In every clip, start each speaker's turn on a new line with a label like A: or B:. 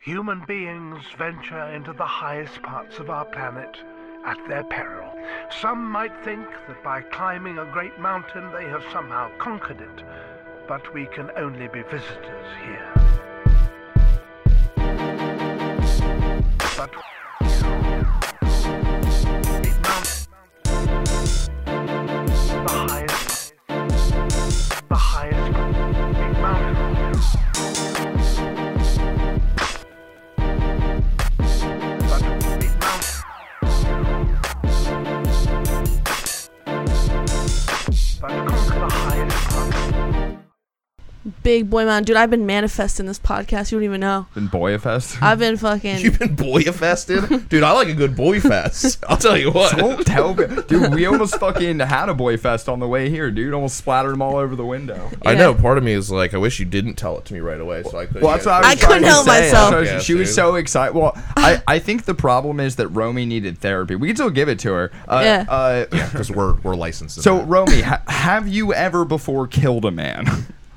A: Human beings venture into the highest parts of our planet at their peril. Some might think that by climbing a great mountain they have somehow conquered it, but we can only be visitors here. But Great mount- the highest, the highest big mountain. But big mountain. But conquer the highest part.
B: Big boy mountain, dude. I've been manifesting this podcast. You don't even know.
C: Been boyfest.
D: Hmm.
B: I've been fucking.
D: You've been boyfested, dude. I like a good boy fest. I'll tell you what.
C: Don't tell me, dude. We almost fucking had a boy fest on the way here, dude. Almost splattered him all over the window.
D: I
B: Yeah.
D: know. Part of me is like, I wish you didn't tell it to me right away, so I could.
C: Well, that's what I was
B: I couldn't
C: trying to
B: help
C: say.
B: myself.
C: So she-
D: Yeah,
C: she was
D: dude.
C: so excited. Well, I, I think the problem is that Romy needed therapy. We can still give it to her. Uh,
B: Yeah.
C: Uh,
D: because we're we're licensed. in
C: So,
D: that.
C: Romy, ha- have you ever before killed a man?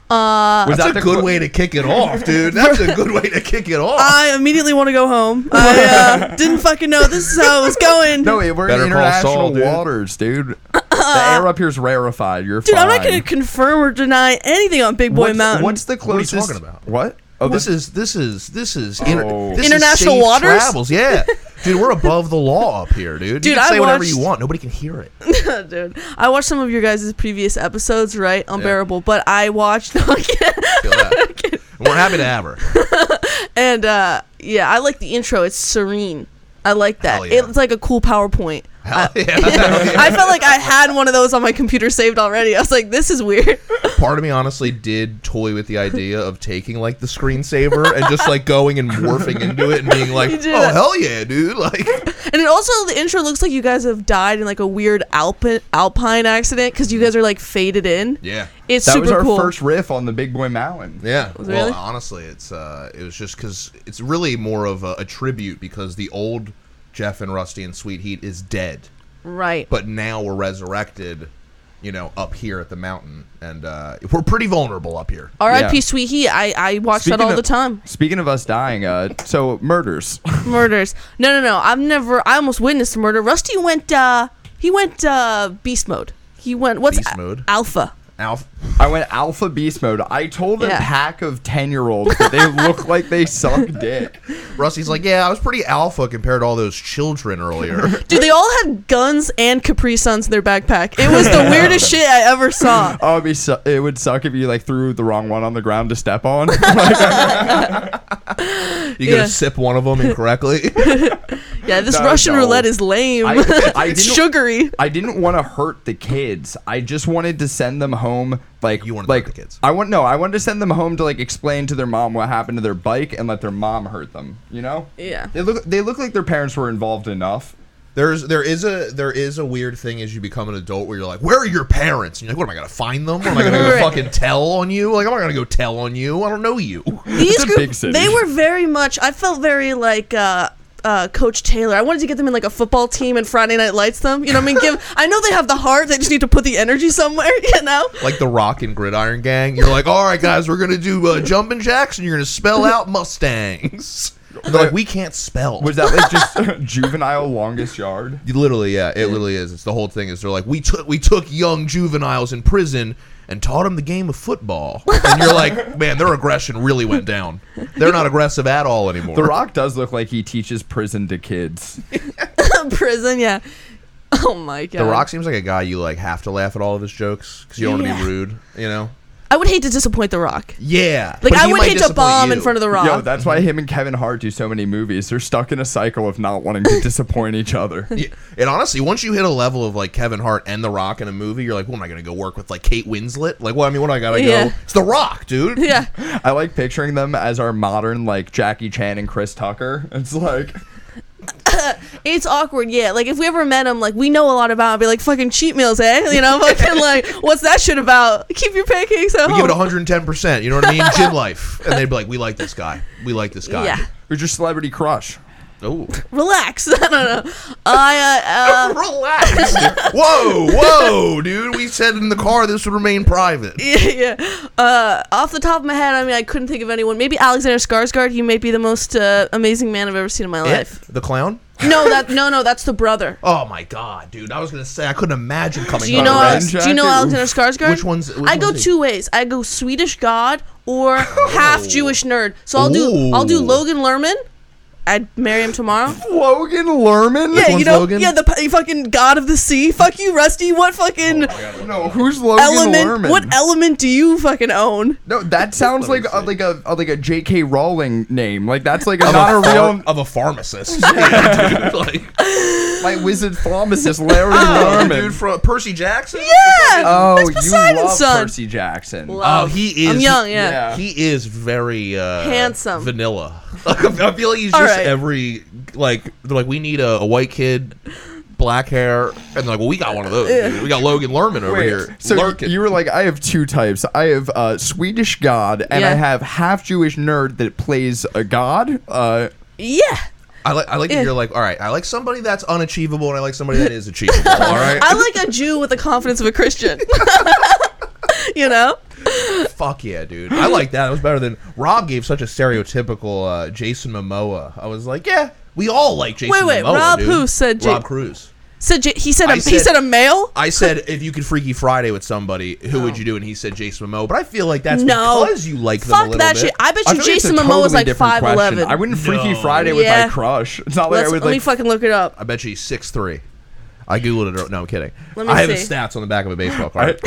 C: Uh, was
D: that's a good
C: que-
D: way to kick it off, dude. That's a good way to kick it off.
B: I immediately want to go home. I uh, didn't fucking know this is how it was going.
C: No, wait, we're
D: Better
C: in
D: call
C: international
D: Saul, dude.
C: waters, dude. the air up here's rarefied. You're
B: dude, I'm
C: fine.
B: not gonna confirm or deny anything on Big Boy
C: what's,
B: Mountain.
C: What's the
D: What are you
C: closest?
D: talking about?
C: What? Oh,
D: this
C: this is
D: is this is this is, inter-
C: Oh.
D: this is
B: International
D: safe
B: waters?
D: Travels. Yeah, dude, we're above the law up here, dude.
B: Dude,
D: you can
B: I
D: say whatever you
B: watched-
D: want. Nobody can hear it.
B: dude? I watched some of your guys' previous episodes, right? Unbearable, but I watched
D: Feel that. we're happy to have her.
B: and uh, yeah, I like the intro. It's serene. I like that.
D: Hell yeah.
B: It's like a cool PowerPoint.
D: Hell yeah.
B: I felt like I had one of those on my computer saved already. I was like, this is weird.
D: Part of me honestly did toy with the idea of taking like the screensaver and just like going and morphing into it and being like,
B: You
D: "Oh
B: do that.
D: hell yeah, dude!" Like,
B: And it also the intro looks like you guys have died in like a weird alpine alpine accident because you guys are like faded in.
D: yeah,
B: It's
C: that
B: super
C: was our
B: cool.
C: first riff on the Big Boy Mountain.
D: Yeah.
B: really?
D: Well, honestly, it's uh, it was just because it's really more of a, a tribute because the old Jeff and Rusty and Sweet Heat is dead,
B: right.
D: but now we're resurrected. You know, up here at the mountain, and uh, we're pretty vulnerable up here.
B: R.I.P.
C: Yeah.
B: Sweet Heat. I I watch that
C: Speaking
B: all
C: of-
B: the time.
C: Speaking of us dying, uh, so murders.
B: Murders. No, no, no. I've never. I almost witnessed a murder. Rusty went. uh He went uh beast mode. He went. What's
D: Beast
B: a-
D: mode?
B: Alpha.
D: Alf,
C: I went alpha beast mode. I told a
B: Yeah.
C: pack of ten year olds that they look like they suck dick.
D: Rusty's like, yeah, I was pretty alpha compared to all those children earlier.
B: Dude, they all had guns and Capri Suns in their backpack. It was the weirdest shit I ever saw.
C: Oh, it'd be su- it would suck if you like threw the wrong one on the ground to step on. Like,
D: You gonna
B: Yeah.
D: sip one of them incorrectly?
B: Yeah, this
C: No,
B: Russian
C: no.
B: roulette is lame.
C: I- I
B: it's
C: didn't-
B: sugary.
C: I didn't want to hurt the kids. I just wanted to send them home. Like
D: You wanted to
C: like
D: hurt the kids.
C: I want no. I wanted to send them home to like explain to their mom what happened to their bike and let their mom hurt them. You know?
B: Yeah.
C: They look. They look like their parents were involved enough.
D: There's there is a there is a weird thing as you become an adult where you're like, where are your parents? And you're like, what am I gonna find them? What am I gonna go
B: Right.
D: fucking tell on you? Like I'm not gonna go tell on you. I don't know you.
B: these
C: a
B: group,
C: big city.
B: they were very much i felt very like uh uh, Coach Taylor, I wanted to get them in like a football team and Friday Night Lights them. You know what I mean? Give. I know they have the heart. They just need to put the energy somewhere. You know.
D: Like the Rock and Gridiron Gang. You're like, all right guys, we're gonna do uh, jumping jacks and you're gonna spell out Mustangs. And they're like, we can't spell.
C: Was that like just juvenile longest yard?
D: Literally, yeah, it literally is. It's the whole thing is they're like, we took we took young juveniles in prison and taught them the game of football. And you're like, man, their aggression really went down. They're not aggressive at all anymore.
C: The Rock does look like he teaches prison to kids.
B: Prison. Yeah. Oh my god.
D: The Rock seems like a guy you like have to laugh at all of his jokes because you don't want
B: Yeah.
D: to be rude, you know?
B: I would hate to disappoint The Rock.
D: Yeah.
B: Like I would hate to bomb in front of The Rock.
C: Yo, that's why him and Kevin Hart do so many movies. They're stuck in a cycle of not wanting to disappoint each other.
D: Yeah. And honestly, once you hit a level of like Kevin Hart and The Rock in a movie, you're like, "What am I gonna go work with like Kate Winslet? Like, what I mean, what do I gotta
B: Yeah.
D: go? It's The Rock, dude.
B: yeah.
C: I like picturing them as our modern like Jackie Chan and Chris Tucker. It's like
B: It's awkward. Yeah. Like if we ever met him, like we know a lot about. Him, be like fucking cheat meals, eh? You know, fucking like what's that shit about? Keep your pancakes at
D: We
B: home.
D: give it 110. percent You know what I mean? Gym life, and they'd be like, "We like this guy. We like this guy.
B: Yeah.
C: who's your celebrity crush?
D: Oh,
B: Relax. I don't know. I uh, uh,
D: relax. whoa, whoa, dude. We said in the car this would remain private.
B: yeah. Uh, off the top of my head, I mean, I couldn't think of anyone. Maybe Alexander Skarsgård. He may be the most uh, amazing man I've ever seen in my
D: It?
B: life.
D: The clown.
B: No, that no, no. That's the brother.
D: Oh my god, dude! I was gonna say I couldn't imagine coming.
B: Do you
D: up
B: know?
D: with
C: Red
B: Alex,
D: that.
B: do you know
C: jacket.
B: Alexander Skarsgård?
D: Which one's- which
B: I go
D: one's he?
B: two ways. I go Swedish God or half Jewish nerd. So I'll do I'll do
D: Ooh. Logan
B: Logan Lerman. I'd marry him tomorrow.
C: Logan Lerman?
B: Yeah, you
D: one's
B: know,
D: Logan?
B: yeah, the p- fucking god of the sea. Fuck you, Rusty. What fucking
D: Oh
C: No, who's Logan
B: element?
C: Lerman?
B: What element do you fucking own?
C: No, that sounds like a, like a uh, like a J.K. Rowling name. Like that's like a,
D: Of
C: not a
D: phar-
C: real
D: of a pharmacist. Yeah, dude, like,
C: like wizard pharmacist Larry
B: Oh,
C: Lerman.
D: dude from Percy Jackson.
B: Yeah,
C: oh,
B: it's
C: you
B: Poseidon's
C: love
B: son.
C: Percy Jackson.
D: Oh, he is.
B: I'm young, yeah.
C: yeah.
D: He is very uh,
B: Handsome.
D: vanilla. Like, I feel like he's
B: All
D: just
B: right.
D: every like they're like we need a, a white kid, black hair, and they're like, well, we got one of those. dude. We got Logan Lerman over
C: Wait,
D: here.
C: so
D: Lurkin.
C: you were like, I have two types. I have uh, Swedish God, and I
B: Yeah.
C: have half Jewish nerd that plays a god. Uh,
B: yeah.
D: I like. I like that you're like. All right. I like somebody that's unachievable, and I like somebody that is achievable. all right.
B: I like a Jew with the confidence of a Christian. you know?
D: Fuck yeah, dude. I like that. It was better than Rob gave such a stereotypical uh, Jason Momoa. I was like, yeah, we all like Jason.
B: Wait, wait,
D: Momoa,
B: Rob
D: dude.
B: who said Ja-
D: Rob Cruz.
B: Said J- he said, a,
D: I
B: he
D: said-
B: said a male.
D: I said if you could Freaky Friday with somebody, who would you do? And he said Jason Momoa. But I feel like that's
B: No.
D: because you like them a
B: Fuck
D: little
B: that
D: bit.
B: shit. I bet
C: I
B: you
C: feel like it's a
B: Jason Momoa is
C: totally
B: like
C: different
B: five
C: question.
B: eleven.
C: I wouldn't Freaky Friday with
B: Yeah.
C: my crush. It's not like
B: Let's,
C: I would
B: let me
C: like.
B: fucking look it up.
D: I bet you he's six three. I googled it. ear- No, I'm kidding.
B: Let me
D: I have his
B: see.
D: stats on the back of a baseball card.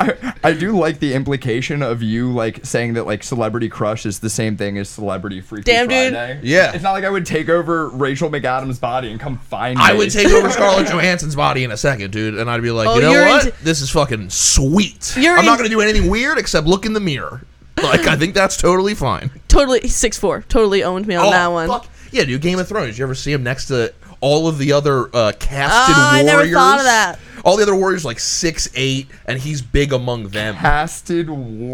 C: I, I do like the implication of you like saying that like celebrity crush is the same thing as celebrity freaky
B: Damn, dude.
C: Friday.
D: Yeah.
C: it's not like I would take over Rachel McAdams' body and come find.
D: I
C: me.
D: would take over Scarlett Johansson's body in a second, dude, and I'd be like,
B: Oh,
D: you know
B: you're
D: what?
B: into-
D: this is fucking sweet.
B: You're
D: I'm not
B: in-
D: going to do anything weird except look in the mirror. Like, I think that's totally fine. Oh,
B: Totally he's six four. Totally owned me on that one.
D: Fuck. Yeah, dude, Game of Thrones. You ever see him next to all of the other uh, casted
B: Oh, I
D: warriors?
B: never thought of that.
D: All the other warriors like six eight, and he's big among them.
C: casted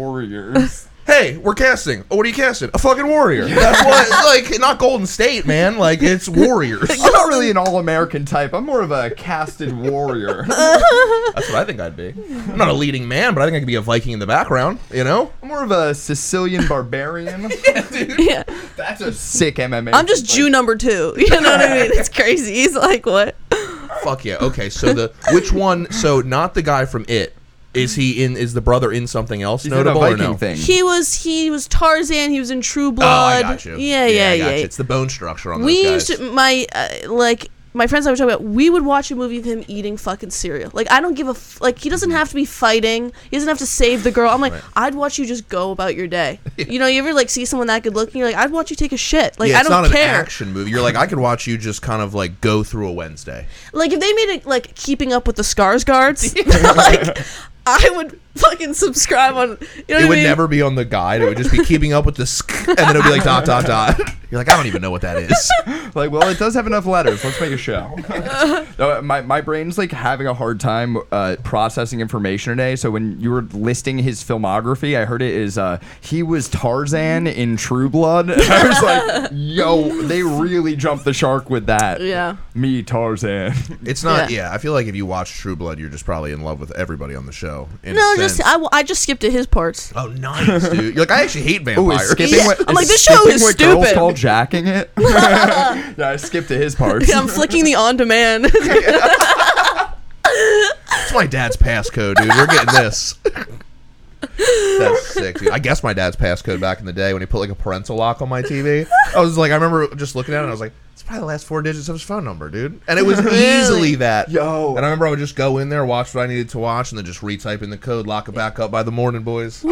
C: warriors.
D: Hey, we're casting. Oh, what are you casting? A fucking warrior. That's what. Like, not Golden State, man. Like, it's warriors.
C: I'm not really an all-American type. I'm more of a casted warrior.
D: That's what I think I'd be. I'm not a leading man, but I think I could be a Viking in the background. You know?
C: I'm more of a Sicilian barbarian.
B: Yeah.
C: That's a sick MMA.
B: I'm just
C: fight.
B: Jew number two. You know what I mean? It's crazy. He's like what?
D: Fuck yeah. Okay, so the which one? So not the guy from It. Is he in? Is the brother in something else
C: He's in a
D: notable
C: Viking
D: or no?
C: thing.
B: He was he was Tarzan, he was in True
D: Oh,
B: Blood.
D: I got you.
B: Uh, Yeah, yeah,
D: I
B: yeah.
D: got you. It's the bone structure on
B: we
D: those guys.
B: used to my uh, like my friends I was talking about. We would watch a movie of him eating fucking cereal. Like I don't give a f- like. He
D: Mm-hmm.
B: doesn't have to be fighting. He doesn't have to save the girl. I'm like, I'd watch you just go about your day. You know, you ever like see someone that good looking? You're like, I'd watch you take a shit. Like I
D: yeah, it's
B: don't
D: not
B: care.
D: an action movie. You're like, I could watch you just kind of like go through a Wednesday.
B: Like if they made it like Keeping Up with the Scars guards, like I would fucking subscribe on. You know what
D: It
B: I
D: would
B: mean?
D: never be on the guide. It would just be keeping up with the, sk- and then it'd be like dot dot dot. You're like, I don't even know what that is.
C: Like, well, it does have enough letters. Let's make a show. no, my, my brain's like having a hard time uh, processing information today. So when you were listing his filmography, I heard it is uh, he was Tarzan in True Blood. And I was like, yo, they really jumped the shark with that.
B: Yeah.
C: Me Tarzan.
D: It's not. Yeah.
B: Yeah.
D: I feel like if you watch True Blood, you're just probably in love with everybody on the show. in a
B: No, just
D: sense.
B: I, w- I just skipped at his parts.
D: oh, nice, dude. You're like, I actually hate
C: Ooh, is
D: vampires.
C: skipping
B: Yeah,
C: what-
B: I'm
C: is
B: like, this show
C: skipping
B: is
C: what girls
B: stupid.
C: call jacking it. yeah, I skipped to his part.
B: I'm flicking the on demand.
D: That's my dad's passcode, dude. We're getting this. That's sick, dude. I guess my dad's passcode back in the day when he put like a parental lock on my TV. I was like, I remember just looking at it and I was like, it's probably the last four digits of his phone number, dude. And it was easily that.
C: Yo.
D: And I remember I would just go in there, watch what I needed to watch, and then just retype in the code, lock it back up by the morning, boys.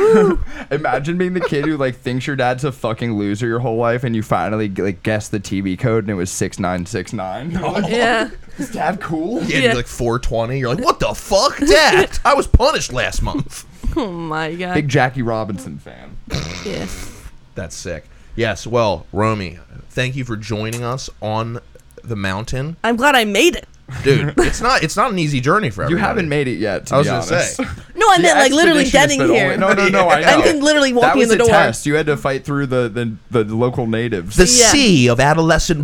C: Imagine being the kid who like thinks your dad's a fucking loser your whole life, and you finally like guess the TV code, and it was six nine six nine.
B: yeah.
C: Is dad cool?
D: Yeah, it'd be like 420. You're like, what the fuck, dad? I was punished last month.
B: Oh my god.
C: Big Jackie Robinson fan.
B: yeah.
D: That's sick. Yes, well, Romy, thank you for joining us on the mountain.
B: I'm glad I made it.
D: dude. It's not. It's not an easy journey for
C: You
D: everybody.
C: haven't made it yet. To
D: I was
C: be
D: gonna
C: honest.
D: say.
B: No, I meant like literally dead in
C: expedition has been
B: here.
C: only- no, no, no. I know.
B: I mean, literally
C: that
B: walking in
C: was
B: the door.
C: a test. You had to fight through the the, the local natives.
D: The
B: Yeah.
D: sea of adolescent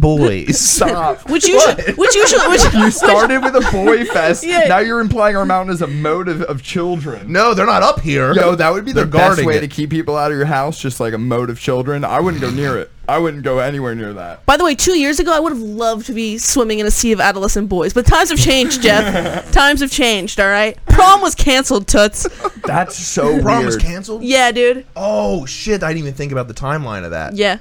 D: boys.
C: Stop.
B: Which usually, which usually, which
C: you started with a boy fest.
B: Yeah.
C: Now you're implying our mountain is a motive of children.
D: no, they're not up here.
C: Yo, that would be the
D: They're
C: best
D: guarding
C: way
D: it.
C: to keep people out of your house, just like a mode of children. I wouldn't go near it. I wouldn't go anywhere near that.
B: By the way, two years ago, I would have loved to be swimming in a sea of adolescent boys, but times have changed, Jeff. times have changed, all right? Prom was canceled, Toots.
C: That's so
D: Prom is
C: weird.
D: canceled.
B: Yeah, dude.
D: Oh shit! I didn't even think about the timeline of that.
B: Yeah.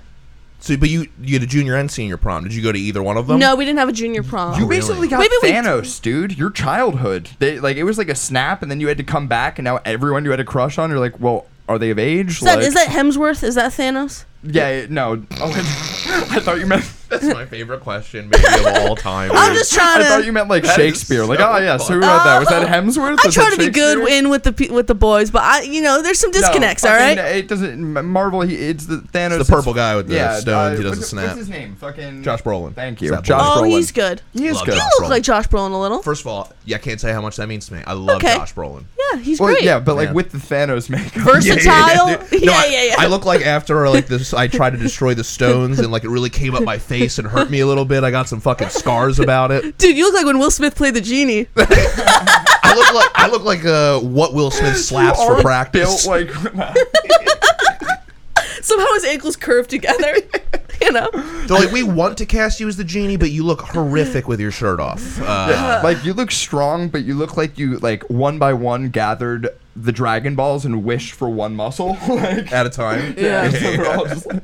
D: So, but you you had a junior and senior prom. Did you go to either one of them?
B: No, we didn't have a junior prom.
C: You
D: Really?
C: basically got
B: Maybe we-
C: Thanos, dude. Your childhood. They like it was like a snap, and then you had to come back, and now everyone you had a crush on, you're like, well, are they of age?
B: is, that,
C: like,
B: is that Hemsworth? Is that Thanos?
C: Yeah, no. Oh, I thought you meant.
D: That's my favorite question maybe of all time.
B: I'm just
C: I
B: trying
C: thought you
B: to.
C: meant like
D: That is
C: Shakespeare. Like,
D: so
C: oh yeah. So who
D: funny.
C: wrote that? Was that
B: Oh,
C: Hemsworth?
B: I
C: Was
B: try
C: that
B: to be good
C: Shakespeare?
B: in with the pe- with the boys, but I, you know, there's some
C: No,
B: disconnects. all
C: fucking,
B: right.
C: It doesn't. M- Marvel. He, it's the Thanos.
D: It's the purple guy with the
C: yeah,
D: stones, he
C: uh,
D: doesn't
C: what's-
D: snap.
C: What's his name? Fucking
D: Josh Brolin.
C: Thank you,
D: Is that
C: Josh
D: Brolin?
B: oh,
C: Brolin.
B: he's good.
C: He is
D: Love
C: good.
D: Josh
B: You look like Josh Brolin a little.
D: First of all, yeah, I can't say how much that means to me. I love
B: Okay.
D: Josh Brolin.
B: yeah, he's
C: Well,
B: great.
C: yeah, but like
D: Yeah.
C: with the Thanos makeup.
B: Versatile.
D: dude. No,
B: yeah,
D: I-
B: yeah, yeah.
D: I look like after like this, I tried to destroy the stones and like it really came up my face and hurt me a little bit. I got some fucking scars about it.
B: Dude, you look like when Will Smith played the genie.
D: I look like I look like uh, what Will Smith slaps
C: You
D: for
C: are
D: practice.
C: Built like
B: Somehow his ankles curve together. you know?
D: They're like, we want to cast you as the genie, but you look horrific with your shirt off. Uh,
C: like you look strong, but you look like you like one by one gathered the Dragon Balls and wished for one muscle. like,
D: At a time,
B: Yeah.
C: so we're all just like-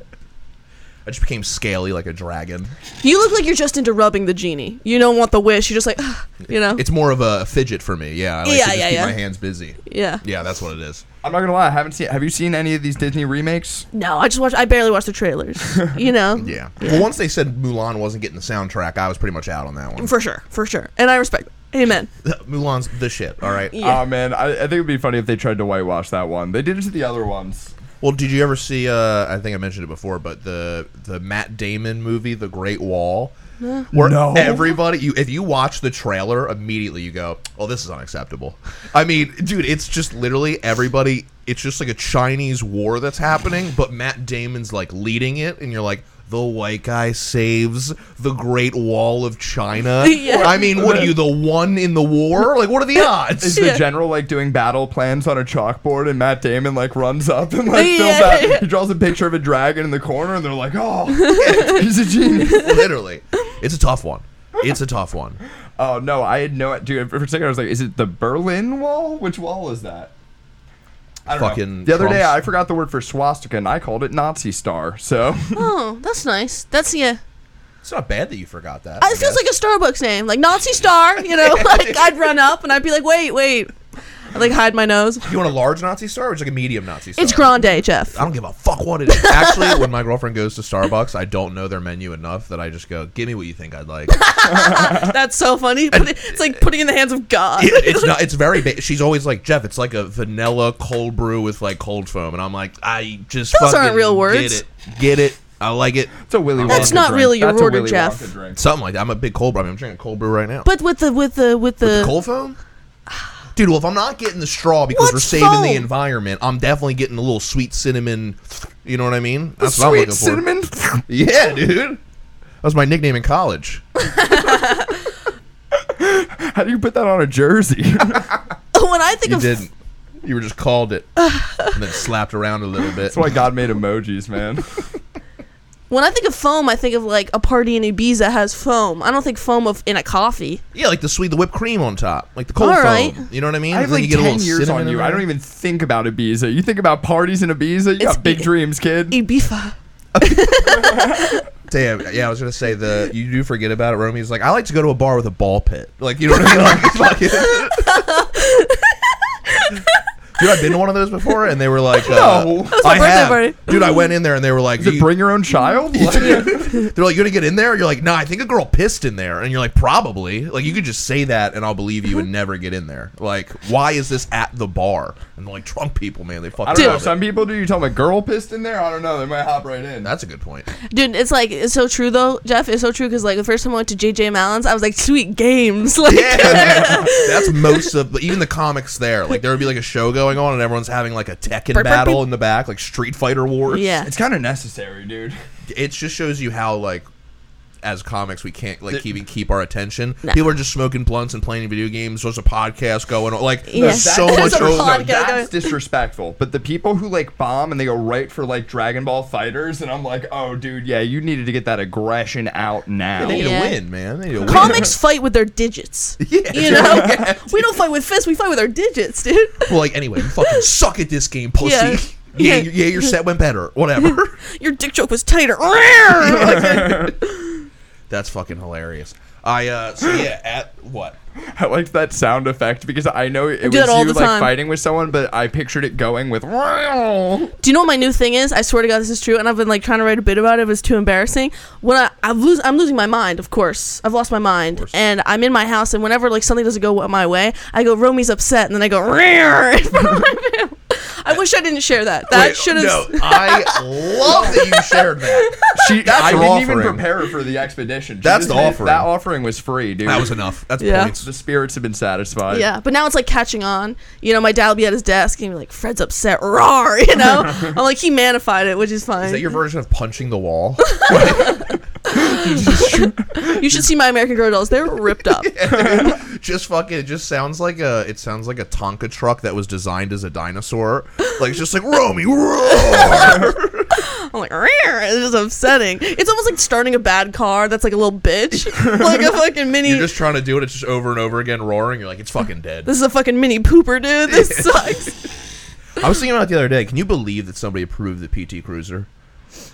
D: I just became scaly like a dragon.
B: You look like you're just into rubbing the genie. You don't want the wish. You're just like, "Ah," you know?
D: It's more of a fidget for me. Yeah, I like
B: Yeah,
D: to just
B: yeah,
D: keep
B: yeah.
D: my hands busy.
B: yeah.
D: Yeah, that's what it is.
C: I'm not gonna lie. I haven't seen. Have you seen any of these Disney remakes?
B: No, I just watch. I barely watch the trailers. You know?
D: Yeah. Well, once they said Mulan wasn't getting the soundtrack, I was pretty much out on that one.
B: For sure. For sure. And I respect it. Amen.
D: Mulan's the shit. All right.
B: Yeah.
C: Oh man, I, I think it'd be funny if they tried to whitewash that one. They did it to the other ones.
D: Well, did you ever see? Uh, I think I mentioned it before, but the the Matt Damon movie, The Great Wall, where
C: No.
D: everybody you if you watch the trailer immediately, you go, "Oh, this is unacceptable." I mean, dude, it's just literally everybody. It's just like a Chinese war that's happening, but Matt Damon's like leading it, and you're like. The white guy saves the Great Wall of China.
B: Yeah.
D: I mean, what are you, the one in the war? Like, what are the odds?
C: Is the
B: Yeah.
C: general like doing battle plans on a chalkboard, and Matt Damon like runs up and like
B: Yeah,
C: fills
B: yeah,
C: out.
B: yeah.
C: He draws a picture of a dragon in the corner, and they're like, "Oh, he's a genius."
D: Literally, it's a tough one. It's a tough one.
C: Oh no, I had no dude. For a second, I was like, "Is it the Berlin Wall? Which wall is that?" I don't know.
D: Fucking
C: The other day,
D: Trump's-
C: I forgot the word for swastika, and I called it Nazi star. So
B: Oh, that's nice. That's, yeah.
D: It's not bad that you forgot that.
B: Uh, It feels like a Starbucks name. Like Nazi Star, you know? Like I'd run up and I'd be like, wait, wait. I'd like hide my nose.
D: you want a large Nazi star or just like a medium Nazi star?
B: It's Grande, Jeff.
D: I don't give a fuck what it is. Actually, when my girlfriend goes to Starbucks, I don't know their menu enough that I just go, "Give me what you think I'd like."
B: That's so funny. But it's like putting in the hands of God.
D: It- it's not. It's very. Ba- She's always like, "Jeff, it's like a vanilla cold brew with like cold foam," and I'm like, "I just
B: Those
D: fucking
B: aren't real
D: Get
B: words.
D: it? Get it? I like it.
C: it's a Willy.
B: That's
C: Wonka
B: not
C: drink.
B: really your
C: That's a
B: order,
C: Willy
B: Jeff.
C: Wonka drink.
D: Something like that." I'm a big cold brew. I mean, I'm drinking cold brew right now.
B: But with the with the with the,
D: the cold foam. Dude, well, if I'm not getting the straw because we're
B: What's
D: saving the
B: foam?
D: environment, I'm definitely getting a little sweet cinnamon. You know what I mean? That's what
C: Sweet
D: I'm looking for.
C: cinnamon.
D: Yeah, dude. That was my nickname in college.
C: How do you put that on a jersey?
B: when I think
D: You
B: of
D: didn't. You were just called it and then slapped around a little bit.
C: That's why God made emojis, man.
B: When I think of foam, I think of like a party in Ibiza has foam. I don't think foam of in a coffee.
D: Yeah, like the sweet, the whipped cream on top, like the cold
B: All
D: foam.
B: right.
D: You know what I mean?
C: I have
D: And then
C: like
D: you get a
C: ten
D: little
C: years
D: cinnamon
C: on
D: in
C: you.
D: there.
C: I don't even think about Ibiza. You think about parties in Ibiza. You
B: It's-
C: got big dreams, kid.
B: Ibiza.
D: Damn. Yeah, I was gonna say the you do forget about it. Romy's like, I like to go to a bar with a ball pit. Like you know what I mean? Like, it's fucking. Dude, I've been to one of those before, and they were like, uh,
C: No. That
B: was my
D: I
B: birthday
D: have.
B: party.
D: Dude, I went in there, and they were like,
C: Is it
D: "You-
C: bring your own child? Like-
D: They're like, "You gonna get in there?" You're like, "No, I think a girl pissed in there," and you're like, "Probably." Like you could just say that, and I'll believe you and never get in there. Like, why is this at the bar? And like drunk people, man, they
C: I
D: fucking.
C: don't know.
D: love it.
C: Some people do. You tell them a girl pissed in there. I don't know. They might hop right in.
D: That's a good point.
B: Dude, it's like it's so true though, Jeff. It's so true because like the first time I went to JJ Mallon's, I was like, sweet games. Like,
D: Yeah, man. that's most of even the comics there. Like there would be like a show going on, and everyone's having like a Tekken
B: burp,
D: battle
B: beep.
D: in the back, like Street Fighter Wars.
B: yeah.
C: it's kind of necessary, dude.
D: it just shows you how like as comics we can't like even keep our attention. People are just smoking blunts and playing video games. There's a podcast going on. Like
B: Yeah.
D: there's so
B: There's
D: much.
B: a
D: over-
B: pod-
C: No,
B: podcast going-
C: that's disrespectful. But the people who like bomb and they go right for like Dragon Ball fighters, and I'm like, oh, dude, yeah, you needed to get that aggression out now.
D: They need
B: Yeah.
D: to win, man. They need to win.
B: Comics fight with their digits. You know, we don't fight with fists. We fight with our digits, dude.
D: Well, like anyway, you fucking suck at this game, pussy.
B: Yeah.
D: Yeah,
B: Yeah.
D: yeah, you- yeah your set went better. Whatever.
B: Your dick joke was tighter. Like,
D: That's fucking hilarious. I uh so yeah, at what?
C: I liked that sound effect because I know it was
B: that all
C: you
B: the
C: like
B: time.
C: fighting with someone, but I pictured it going with.
B: Do you know what my new thing is? I swear to God, this is true, and I've been like trying to write a bit about it. It was too embarrassing. When I, I'm losing, I'm losing my mind. Of course, I've lost my mind, and I'm in my house. And whenever like something doesn't go my way, I go Romy's upset, and then I go. "Rrrr," in front of my family. I wish I didn't share that. That
D: Wait,
B: should have.
D: No, I love that you shared that.
C: She,
D: That's
C: I
D: her
C: didn't even
D: offering.
C: prepare her for the expedition. She
D: That's
C: just
D: the
C: made-
D: offering.
C: That offering was free, dude.
D: That was enough. That's
B: Yeah.
D: points.
C: the spirits have been satisfied.
B: Yeah, but now it's like catching on. You know, my dad will be at his desk and he'll be like, "Fred's upset, roar." You know, I'm like, he manified it, which is fine.
D: Is that your version of punching the wall?
B: you should see my American Girl dolls; they're ripped up.
D: just fucking it just sounds like a it sounds like a Tonka truck that was designed as a dinosaur. Like it's just like Romy roar.
B: I'm like, "Roar," it's just upsetting. It's almost like starting a bad car that's like a little bitch, like a fucking mini.
D: You're just trying to do it, it's just over and over again roaring. You're like, it's fucking dead.
B: this is a fucking mini pooper, dude. This sucks.
D: I was thinking about it the other day. Can you believe that somebody approved the PT Cruiser?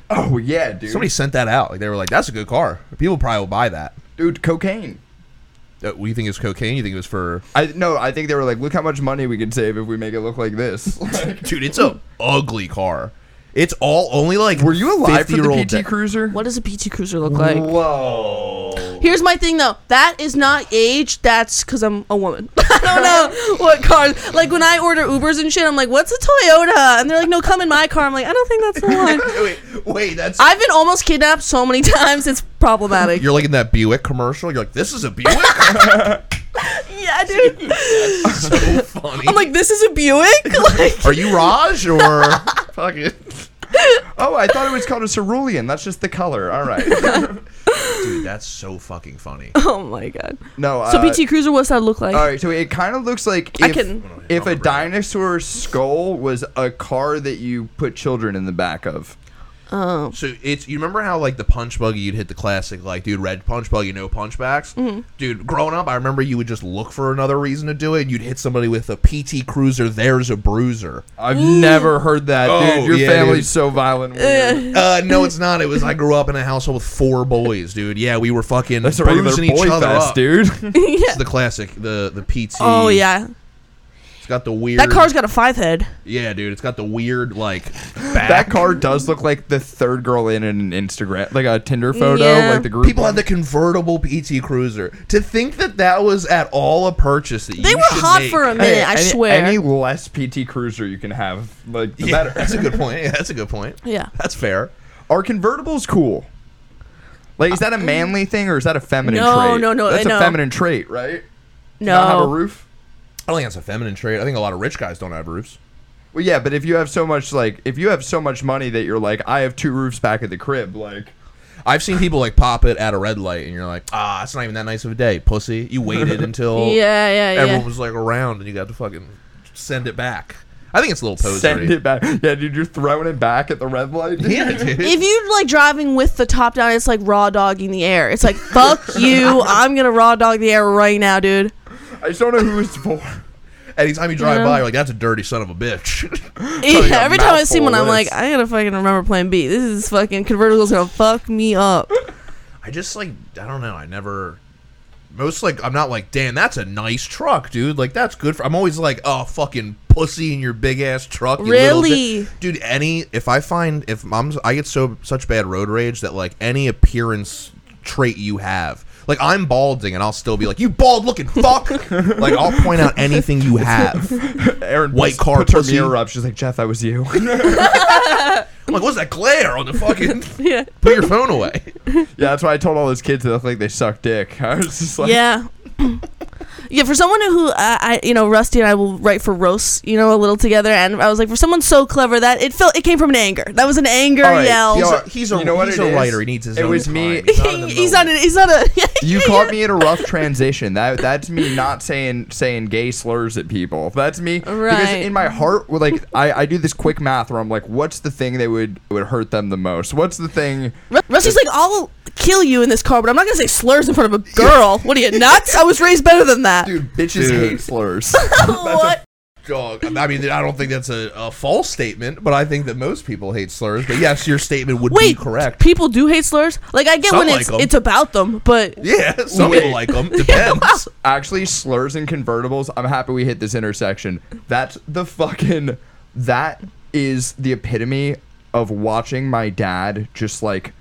C: Oh yeah, dude.
D: Somebody sent that out. Like they were like, that's a good car. People probably will buy that.
C: dude, cocaine.
D: Uh, what do you think is cocaine? You think it was for
C: I no, I think they were like, look how much money we could save if we make it look like this. Like,
D: dude? It's a ugly car. It's all only like.
C: were you alive for the
D: 50-year-old
C: PT
D: da-
C: Cruiser?
B: What does a PT Cruiser look like?
C: Whoa.
B: Here's my thing though. That is not age. That's because I'm a woman. I don't know what cars. Like when I order Ubers and shit, I'm like, "What's a Toyota?" And they're like, "No, come in my car." I'm like, "I don't think that's the one."
D: Wait, wait, that's.
B: I've been almost kidnapped so many times. It's problematic.
D: you're like in that Buick commercial. You're like, this is a Buick.
B: yeah, dude.
D: so funny.
B: I'm like, "This is a Buick." Like,
D: Are you Raj or fucking
C: Oh, I thought it was called a cerulean. That's just the color. All right.
D: dude? That's so fucking funny.
B: oh my god.
C: No.
B: So
C: uh,
B: PT Cruiser, what's that look like?
C: All right, so it kind of looks like
B: I
C: if,
B: can-
C: if a dinosaur skull was a car that you put children in the back of.
D: So it's you remember how like the punch buggy you'd hit the classic like dude red punch buggy no punchbacks.
C: Mm-hmm.
D: Dude, growing up, I remember you would just look for another reason to do it. and You'd hit somebody with a PT Cruiser. There's a bruiser.
C: I've never heard that,
D: Oh,
C: dude. Your
D: yeah,
C: family's
D: dude.
C: so violent. and Weird.
D: Uh, no, it's not. It was I grew up in a household with four boys, dude. Yeah, we were fucking
C: That's a regular
D: bruising each
C: boy
D: other
C: fest,
D: up.
C: dude.
D: It's the classic, the the PT.
B: Oh yeah,
D: it's got the weird.
B: that car's got a five head.
D: yeah, dude. It's got the weird like back.
C: that car does look like the third girl in an Instagram, like a Tinder photo,
B: Yeah.
C: like the group.
D: People had the convertible PT Cruiser. To think that that was at all a purchase that
B: They
D: you
B: were
D: should
B: hot
D: make.
B: for a minute. I
C: any,
B: swear.
C: Any less PT Cruiser you can have, like the
D: Yeah,
C: better.
D: that's a good point. Yeah, that's a good point.
B: yeah.
D: That's fair.
C: Are convertibles cool? Like, is that a manly thing or is that a feminine
B: Uh, No,
C: trait?
B: no, no,
C: That's
B: no.
C: a feminine trait, right? Not have a
B: No.
C: roof.
D: I don't think that's a feminine trait. I think a lot of rich guys don't have roofs.
C: Well, yeah, but if you have so much like if you have so much money that you're like, I have two roofs back at the crib, like
D: I've seen people like pop it at a red light, and you're like, ah, it's not even that nice of a day, pussy. You waited until
B: Yeah, yeah, yeah.
D: everyone was like around, and you got to fucking send it back. I think it's a little poser.
C: send it back. Yeah, dude, you're throwing it back at the red light.
D: Yeah, dude.
B: if you like driving with the top down, it's like raw dogging the air. It's like fuck you. I'm gonna raw dog the air right now, dude.
C: I just don't know who it's for.
D: Anytime you drive
B: Yeah.
D: by, you're like, that's a dirty son of a bitch.
B: Yeah,
C: got
B: every time I see
C: mouthful
B: one, I'm
C: of
B: like,
C: this.
B: I gotta fucking remember Plan B. This is fucking convertible's gonna fuck me up.
D: I just like I don't know. I never most like I'm not like Dan. That's a nice truck, dude. Like that's good for. I'm always like oh fucking pussy in your big ass truck. you little
B: Really?
D: di- dude? Any if I find if I'm I get so such bad road rage that like any appearance trait you have. Like I'm balding, and I'll still be like, "You bald looking fuck!" like I'll point out anything you have.
C: Aaron
D: White
C: puts-
D: car
C: puts her
D: pussy.
C: mirror up. She's like, Jeff, that was you.
D: I'm like, "What's that glare on the fucking?"
B: Yeah.
D: Put your phone away.
C: yeah, that's why I told all those kids that look like they suck dick. I was just like,
B: yeah. yeah, for someone who uh, I, I, you know, Rusty and I will write for roasts, you know, a little together, and I was like, for someone so clever that it felt it came from an anger. That was an anger
C: All right,
B: yell.
D: He's
C: Yo,
D: a, he's a,
C: you know what
D: he's
C: it
D: a
C: is?
D: writer. He needs his
C: It
D: own
C: was
D: time.
C: me-
D: He's not in the
B: he's not.
D: moment.
B: A, he's not a.
C: You caught me in a rough transition. That that's me not saying saying gay slurs at people. That's me because
B: Right.
C: in my heart, well, like I, I do this quick math where I'm like, what's the thing that would would hurt them the most? What's the thing?
B: Ru- Rusty's like, I'll kill you in this car, but I'm not gonna say slurs in front of a girl. what are you nuts? I was raised better than that.
C: Dude, bitches
D: Dude.
C: hate slurs.
B: what?
D: Dog. I mean, I don't think that's a, a false statement, but I think that most people hate slurs. But yes, your statement would
B: Wait,
D: be correct.
B: people do hate slurs. Like I get
D: Some
B: when
D: like
B: it's
D: 'em.
B: it's about them, but
D: Yeah, some
C: Wait.
D: people like them. Depends.
C: Actually, slurs and convertibles. I'm happy we hit this intersection. That's the fucking. That is the epitome of watching my dad just like